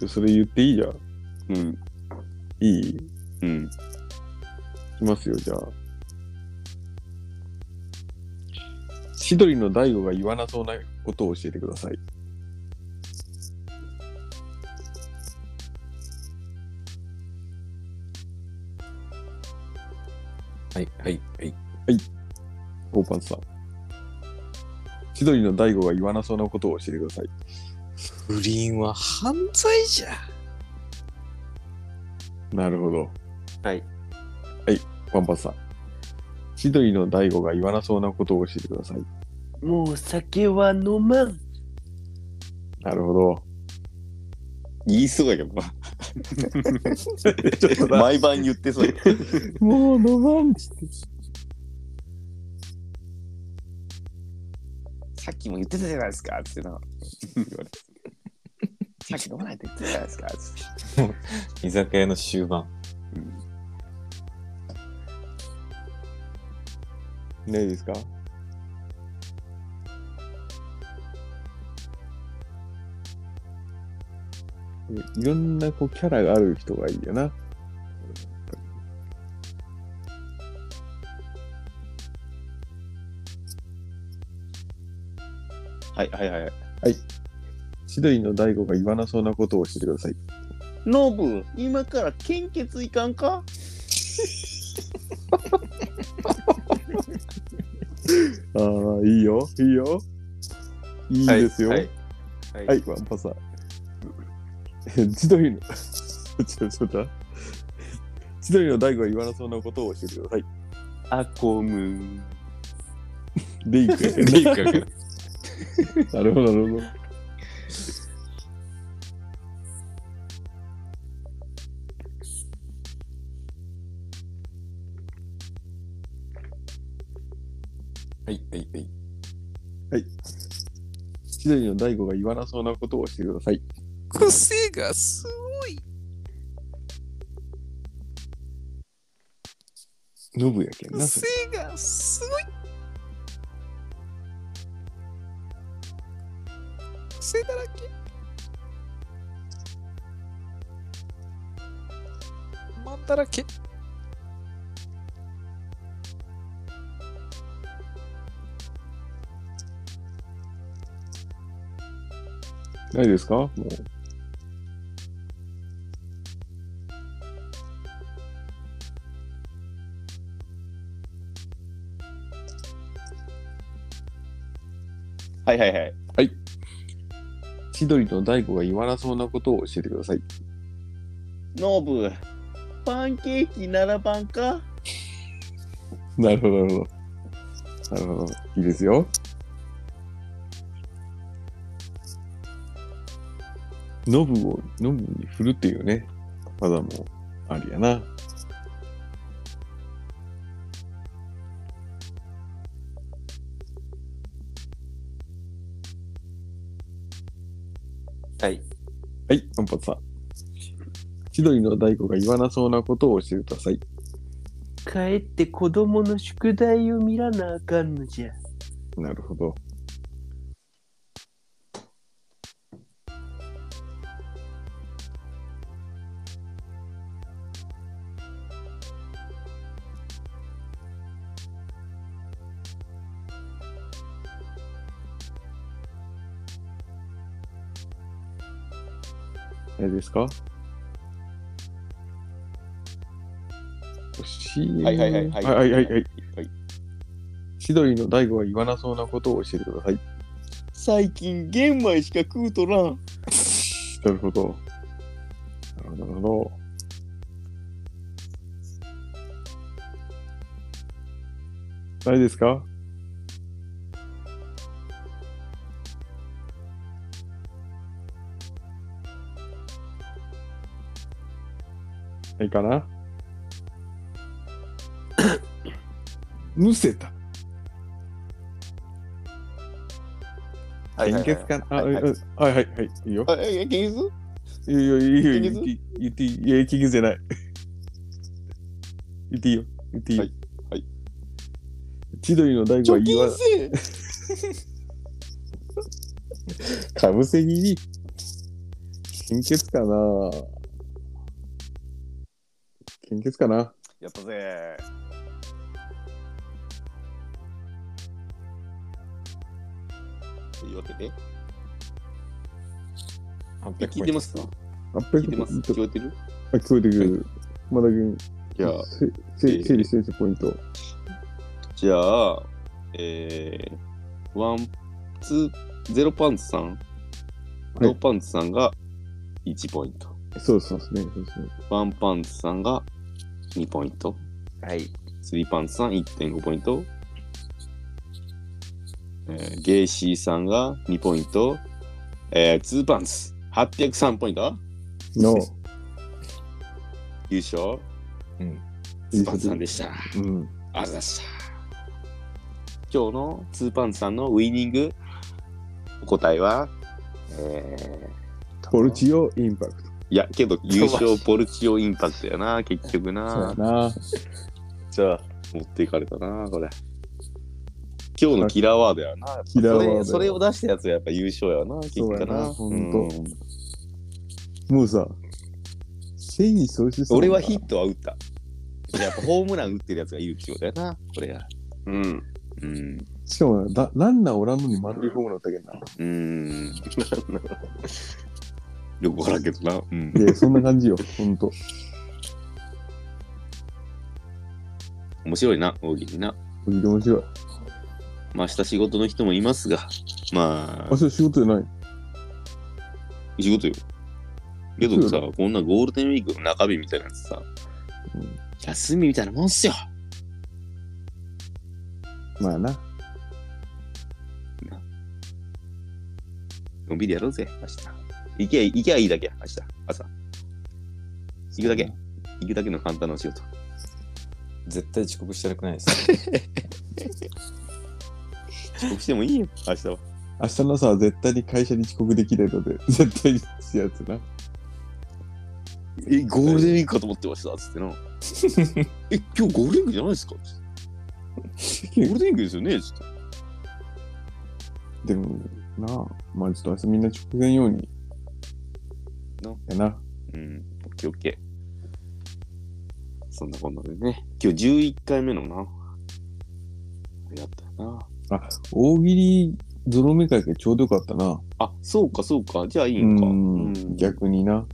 [SPEAKER 2] ちょそれ言っていいじゃん。
[SPEAKER 1] うん。
[SPEAKER 2] いいい
[SPEAKER 1] うん。
[SPEAKER 2] きますよ、じゃあ。千鳥の大悟が言わなそうなことを教えてください。
[SPEAKER 3] はい、はい、はい。
[SPEAKER 2] ゴーパンさん。千鳥の大悟が言わなそうなことを教えてください。
[SPEAKER 3] 不倫は犯罪じゃ。
[SPEAKER 2] なるほど。
[SPEAKER 5] はい。
[SPEAKER 2] はい、パンパンさん。千鳥の大悟が言わなそうなことを教えてください。
[SPEAKER 5] もう酒は飲まん。
[SPEAKER 2] なるほど。
[SPEAKER 1] 言いそうやけどな。
[SPEAKER 2] ちょっとな
[SPEAKER 1] 毎晩言ってそうや。
[SPEAKER 2] もう飲まんって。
[SPEAKER 1] さっきも言ってたじゃないですか、つってな。 言われてさっき飲まないって言ってたじゃないですか、つって。
[SPEAKER 3] 居酒屋の終盤。
[SPEAKER 2] ないですかいろんなこうキャラがある人がいいよな。
[SPEAKER 1] はいはいはいはい。
[SPEAKER 2] 千鳥の大悟が言わなそうなことを教えてください。
[SPEAKER 1] ノブ、今から献血いかんか
[SPEAKER 2] ああ、いいよ、いいよ。いいですよ。
[SPEAKER 5] は
[SPEAKER 2] はいい、
[SPEAKER 5] はい
[SPEAKER 2] ワンパサ。千鳥の、ちょっと、ちょっと。千鳥の大悟が言わなそうなことを教えてください。
[SPEAKER 5] アコム。
[SPEAKER 2] でいく。
[SPEAKER 3] リークが来る
[SPEAKER 2] なるほど、なるほど。
[SPEAKER 3] はい、はい、はい。
[SPEAKER 2] 千鳥の大悟が言わなそうなことを教えてください。
[SPEAKER 10] 癖がすごい。
[SPEAKER 2] ノブやけんな。そ
[SPEAKER 10] 癖
[SPEAKER 2] れ
[SPEAKER 10] がすごい。癖だらけ。まんだらけ。
[SPEAKER 2] ないですかも
[SPEAKER 1] はいはいはい。
[SPEAKER 2] う、千鳥の大悟が言わなそうなことを教えてください。
[SPEAKER 1] ノブ、パンケーキ並ばんか
[SPEAKER 2] なるほど、なるほど。なるほど。いいですよ。ノブを、ノブに振るっていうね、ただもありやな。
[SPEAKER 5] はい。
[SPEAKER 2] はい、パンパンさん。千鳥の大悟が言わなそうなことを教えてください。
[SPEAKER 5] 帰って子供の宿題を見らなあかんのじゃ。
[SPEAKER 2] なるほど。あれですか惜しい。
[SPEAKER 1] はいはいはいはい
[SPEAKER 2] はいはいはい。
[SPEAKER 1] はい
[SPEAKER 2] 千鳥の大悟が言わなそうなことを教えてください。
[SPEAKER 1] 最近玄米しか食うとらん。
[SPEAKER 2] なるほど。なるほどなるほど。ないですかないかな むせた。
[SPEAKER 1] はいはい
[SPEAKER 2] 献
[SPEAKER 1] はい
[SPEAKER 2] 血かなあ
[SPEAKER 1] はい
[SPEAKER 2] うん
[SPEAKER 1] はい
[SPEAKER 2] うんはいはいはい。いいよ。
[SPEAKER 1] あえ、え献血
[SPEAKER 2] いやいやいやいや
[SPEAKER 1] 献血
[SPEAKER 2] 言って言っていいいや聞きじゃない。言っていいよ。言っていいよ。
[SPEAKER 1] はいはい
[SPEAKER 2] えっ千鳥の大悟は言わかぶせ気味献血かな献血かな
[SPEAKER 1] やったぜというわけで、え聞いてますか
[SPEAKER 2] あ
[SPEAKER 1] 聞いてます聞こえてる
[SPEAKER 2] あ聞こえてくる。まだ君、
[SPEAKER 1] じゃあ、
[SPEAKER 2] せせ整理してるポイント。
[SPEAKER 1] じゃあ、えー、ワン、ツー、ゼロパンツさん、
[SPEAKER 2] い
[SPEAKER 1] ノーパンツさんが1ポイント、
[SPEAKER 2] そうそうですね。そうですね
[SPEAKER 1] ワンパンツさんが2ポイント、
[SPEAKER 5] はい。
[SPEAKER 1] スリーパンツさん1.5ポイント、えーゲイシーさんが2ポイント、えー、ツーパンツ803ポイント
[SPEAKER 2] の、
[SPEAKER 1] 優勝、
[SPEAKER 3] うん、
[SPEAKER 1] ツーパンツさんでした。
[SPEAKER 2] うん。
[SPEAKER 1] ありがとうございました。今日のツーパンツさんのウィニングお答えは、えーと
[SPEAKER 2] ポルチオインパクト。
[SPEAKER 1] いや、けど優勝ポルチオインパクトやな、結局
[SPEAKER 2] そうや
[SPEAKER 1] な。
[SPEAKER 2] な。
[SPEAKER 1] じゃあ、持っていかれたな、これ。今日のキラーワードやな。
[SPEAKER 2] キラーワード
[SPEAKER 1] それそれを出したやつがやっぱ優勝やな、結
[SPEAKER 2] そう
[SPEAKER 1] 局
[SPEAKER 2] や
[SPEAKER 1] な。
[SPEAKER 2] な、ほん
[SPEAKER 1] う
[SPEAKER 2] と
[SPEAKER 1] ん。
[SPEAKER 2] もうさ、繊維喪失
[SPEAKER 1] 俺はヒットは打った。やっぱホームラン打ってるやつがいるってことやな、これが。
[SPEAKER 5] うん。
[SPEAKER 1] うん。
[SPEAKER 2] しかもだ、ランナーおらんのに満塁ホームラン打ったけどな。
[SPEAKER 1] うーん。よくわからんけどな。うん。
[SPEAKER 2] いや、そんな感じよ、ほんと。
[SPEAKER 1] 面白いな、大喜利な。
[SPEAKER 2] 面白い。
[SPEAKER 1] まあ、明日仕事の人もいますが、ま
[SPEAKER 2] あ、
[SPEAKER 1] あ、
[SPEAKER 2] それ仕事じゃない。
[SPEAKER 1] 仕事よ。けどさ、こんなゴールデンウィークの中日みたいなやつさ、
[SPEAKER 2] うん
[SPEAKER 1] 休みみたいなもんっすよ。
[SPEAKER 2] まあな。
[SPEAKER 1] のんびりやろうぜ、明日。行け、行けばいいだけ、明日、朝。行くだけ。行くだけの簡単なお仕事。
[SPEAKER 3] 絶対遅刻したくないです。
[SPEAKER 1] 遅刻してもいいよ、明日は。
[SPEAKER 2] 明日の朝は絶対に会社に遅刻できないので、 絶対にするやつな。
[SPEAKER 1] え、ゴールデンウィークかと思ってました、つ ってな。え、今日ゴールデンウィークじゃないですかつってゴールデンウィークですよねつって
[SPEAKER 2] でも、なあ、まあちょっと明日みんな直前ように。
[SPEAKER 1] な
[SPEAKER 2] やな。
[SPEAKER 1] うん、オッケーオッケー。そんなこんなでね。今日11回目のな。あれやったよな。
[SPEAKER 2] あ、大喜利ゾロ目会がちょうどよかったな。
[SPEAKER 1] あ、そうかそうか。じゃあいい
[SPEAKER 2] うん
[SPEAKER 1] か。
[SPEAKER 2] ん
[SPEAKER 1] うん
[SPEAKER 2] 逆にな。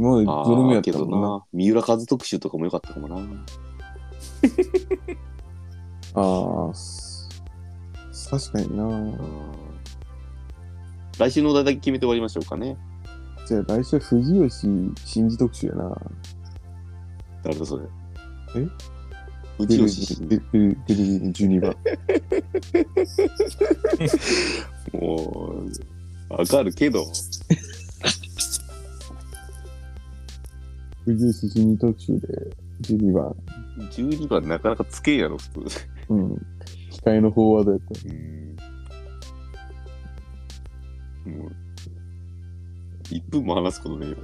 [SPEAKER 2] 今まで
[SPEAKER 1] あー
[SPEAKER 2] ゾロ目やった
[SPEAKER 1] けど
[SPEAKER 2] もんな。
[SPEAKER 1] な。三浦和特集とかもよかったかもな。
[SPEAKER 2] ああ、す確かにな。
[SPEAKER 1] うん来週のお題だけ決めて終わりましょうかね。
[SPEAKER 2] じゃあ来週は藤吉真嗣特集やな。
[SPEAKER 1] 誰だそれ。
[SPEAKER 2] え
[SPEAKER 1] 内吉氏
[SPEAKER 2] ベルベルベルギーの12番。
[SPEAKER 1] もう、わかるけど。
[SPEAKER 2] 藤吉真嗣特集で12番。
[SPEAKER 1] 12番なかなかつけんやろ、普通。
[SPEAKER 2] うん。控えのフォワードやった。
[SPEAKER 1] うんもう、1分も話すことねえよ。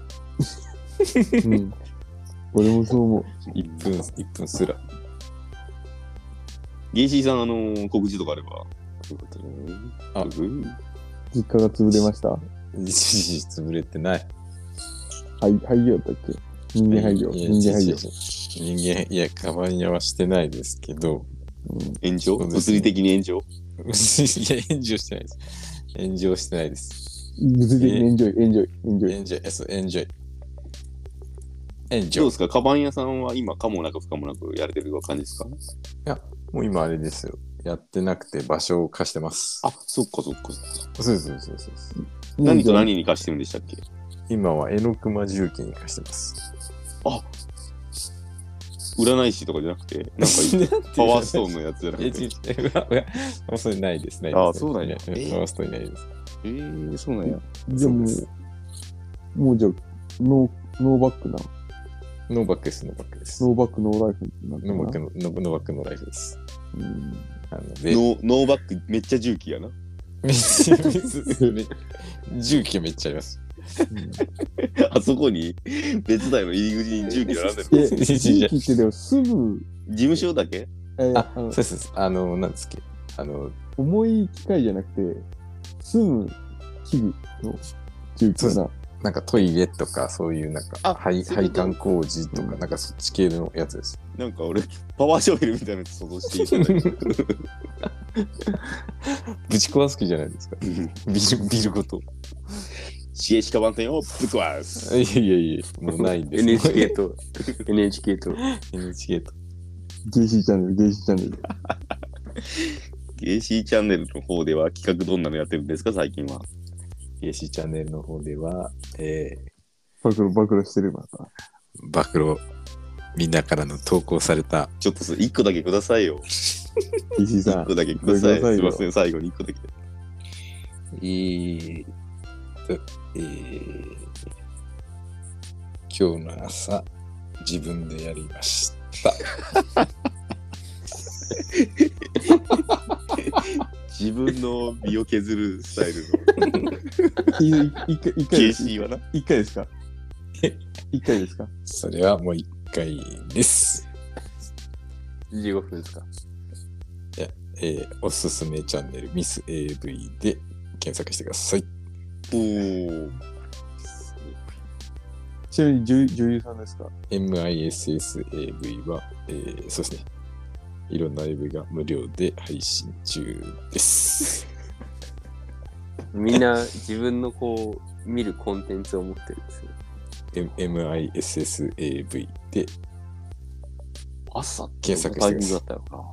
[SPEAKER 2] うん。俺もそう思う。
[SPEAKER 3] 1分、一分すら。
[SPEAKER 1] ゲイシーさん、あのー告知とかあれば。よかったね
[SPEAKER 3] あ
[SPEAKER 1] うん
[SPEAKER 2] 実家が潰れました。
[SPEAKER 3] 一時潰れてない。
[SPEAKER 2] はい、廃業だったっけ人間廃業。
[SPEAKER 3] いや
[SPEAKER 2] 人間廃
[SPEAKER 3] 違
[SPEAKER 2] 業
[SPEAKER 3] う。違う人間、いや、カバン屋はしてないですけど、
[SPEAKER 1] 炎上
[SPEAKER 3] そうです
[SPEAKER 1] 物
[SPEAKER 3] ね
[SPEAKER 1] 理的に炎上
[SPEAKER 3] いや、炎上してないです。炎上してないです。
[SPEAKER 2] 物理的にエンジョイ、エンジョイ、エンジョイ。
[SPEAKER 3] 炎上、えそう、炎上。
[SPEAKER 1] ど
[SPEAKER 3] 炎
[SPEAKER 1] う
[SPEAKER 3] 上
[SPEAKER 1] で。すかカバン屋さんは今、かもなく不可もなくやれてる感じですか
[SPEAKER 3] もう今あれですよ。やってなくて場所を貸してます。
[SPEAKER 1] あ、そっかそっかそっか。
[SPEAKER 3] そうですそうですそうですそうです。
[SPEAKER 1] 何と何に貸してるんでしたっけ
[SPEAKER 3] 今は江ノ熊重機に貸してます。
[SPEAKER 1] 占い師とかじゃなくて、なんか パワーストーンのやつじゃな
[SPEAKER 3] え、違
[SPEAKER 1] く
[SPEAKER 3] う
[SPEAKER 1] て。
[SPEAKER 3] 違う。うわうわもうそれないですね。
[SPEAKER 1] あそうなんや
[SPEAKER 3] パワーストーンいないです。
[SPEAKER 1] えー、そうなんや。
[SPEAKER 2] じゃあも
[SPEAKER 3] そう
[SPEAKER 2] う、もうじゃあ、ノー、ノーバックな。
[SPEAKER 3] ノーバックです、ノーバックです。
[SPEAKER 2] ノーバック、ノーライフになって
[SPEAKER 3] ノ
[SPEAKER 2] る
[SPEAKER 3] ー
[SPEAKER 2] な
[SPEAKER 3] バックの、ノーノーバックのライフです。
[SPEAKER 2] うん
[SPEAKER 3] あので、
[SPEAKER 1] ノーノーバックめっちゃ重機やな。
[SPEAKER 3] 重機がめっちゃあります。
[SPEAKER 1] あそこに別台の入り口に重機並んでる。
[SPEAKER 2] で、地域ってでもすぐ、
[SPEAKER 1] 事務所だけ
[SPEAKER 2] え
[SPEAKER 4] あ、そうですそうです。あの、なんですっけ。あの、
[SPEAKER 2] 重い機械じゃなくて、住む器具の住居な。
[SPEAKER 4] なんかトイレとか、そういうなんか、配
[SPEAKER 1] そういう
[SPEAKER 4] 配
[SPEAKER 1] こと
[SPEAKER 4] 管工事とか、なんかそっち系のやつです。
[SPEAKER 1] なんか俺、パワーショベルみたいなの想像していたん だけど。
[SPEAKER 4] ぶち壊す気じゃないですか。ビル、ビルごと。
[SPEAKER 1] シエシカバンテンをぶっ壊
[SPEAKER 4] い
[SPEAKER 1] す。
[SPEAKER 4] やいやいや、もうないです。
[SPEAKER 5] NHK と NHK と
[SPEAKER 4] NHK と。
[SPEAKER 2] DC チャンネル、DC チャンネル。
[SPEAKER 1] ゲイシーチャンネルの方では企画どんなのやってるんですか、最近は。
[SPEAKER 4] AC チャンネルの方では、え
[SPEAKER 2] 暴露、暴露してるまた。
[SPEAKER 3] ー、暴露、みんなからの投稿された、
[SPEAKER 1] ちょっとそ1個だけくださいよ。
[SPEAKER 2] DC さ
[SPEAKER 1] 1
[SPEAKER 2] ん
[SPEAKER 1] 個。だけください。
[SPEAKER 2] くださいよ
[SPEAKER 1] すいません、最後に1個だけ。
[SPEAKER 4] ー、えーと、えー、今日の朝、自分でやりました。
[SPEAKER 1] 自分の身を削るスタイル
[SPEAKER 2] いい一回、一
[SPEAKER 1] の
[SPEAKER 2] 回
[SPEAKER 1] ゲ
[SPEAKER 2] で
[SPEAKER 1] イ
[SPEAKER 2] す
[SPEAKER 1] シ。ーはな。
[SPEAKER 2] 一回ですか一回ですか
[SPEAKER 4] それはもう一回です。
[SPEAKER 5] 15分ですか
[SPEAKER 3] えー、おすすめチャンネル、ミス AV で検索してください。
[SPEAKER 1] おー。
[SPEAKER 2] ちなみに女優女優さんですか
[SPEAKER 3] MISSAV は、えー、そうですね。いろんな AV が無料で配信中 です。
[SPEAKER 5] みんな自分のこう見るコンテンツを持ってるんですよ
[SPEAKER 3] M- MISSAV で
[SPEAKER 5] 朝って
[SPEAKER 3] 検索してください
[SPEAKER 5] だったのか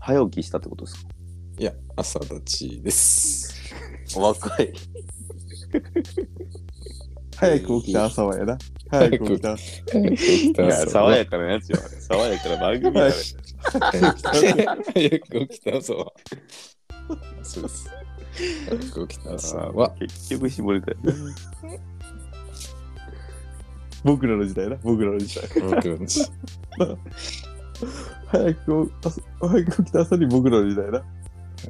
[SPEAKER 1] 早起きしたってことですか
[SPEAKER 3] いや、朝立ちです。
[SPEAKER 5] お若い
[SPEAKER 2] 早く起きた朝はやな。早く起きた。
[SPEAKER 1] いや、爽やかなやつよ。あれ爽やかな番組だね。
[SPEAKER 3] 早く起きた朝は。そうです。早く起きた朝は、
[SPEAKER 1] 結局絞れたよ。
[SPEAKER 2] 僕らの時代な。僕らの時代。
[SPEAKER 3] 僕のち
[SPEAKER 2] 早く朝早く起きた朝に僕らの時代な。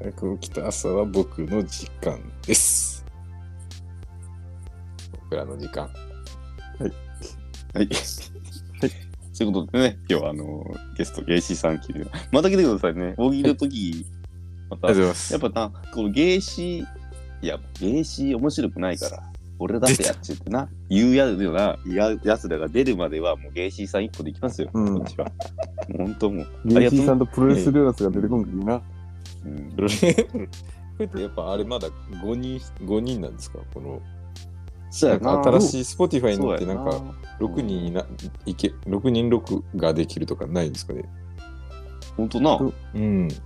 [SPEAKER 3] 早く起きた朝は僕の時間です。僕らの時間。
[SPEAKER 1] はい。ということでね、今日はあのゲスト、ゲイシーさん来て、また来てくださいね。大喜利の時、また、
[SPEAKER 3] ありがとうござ
[SPEAKER 1] や
[SPEAKER 3] います
[SPEAKER 1] っ。ぱな、このゲイシー、いや、ゲイシー面白くないから、俺だってやっちゃってな、言うやるよな、ややつらが出るまでは、もうゲイシーさん一個でいきますよ、
[SPEAKER 2] うん
[SPEAKER 1] こっちは。もう本当もう、あり
[SPEAKER 2] ゲ
[SPEAKER 1] がと
[SPEAKER 2] イシ
[SPEAKER 1] う
[SPEAKER 2] ーさんとプロレスルーラスが出てこんかいいな。
[SPEAKER 1] うん
[SPEAKER 3] これってやっぱあれまだ5人、5人なんですかこの、
[SPEAKER 1] そうや
[SPEAKER 3] なん
[SPEAKER 1] な。
[SPEAKER 3] か新しい Spotify に
[SPEAKER 1] そう
[SPEAKER 3] なっ
[SPEAKER 1] や
[SPEAKER 3] てなんか、6人にないけ、6人6ができるとかないんですかね
[SPEAKER 1] 本当な、ワ
[SPEAKER 3] うん。
[SPEAKER 1] ンチ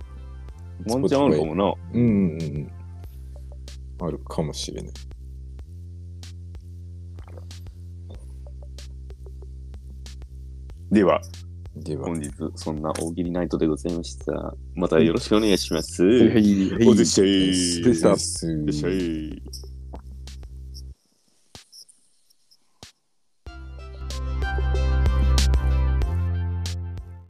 [SPEAKER 1] ャンあるかもな。
[SPEAKER 3] うんうんうん。あるかもしれない。
[SPEAKER 1] では、
[SPEAKER 3] では、
[SPEAKER 1] 本日、そんな大喜利ナイトでございました。またよろしくお願いします。
[SPEAKER 2] いい
[SPEAKER 1] おでっしゃい。
[SPEAKER 3] 失礼します。
[SPEAKER 1] でっしゃい。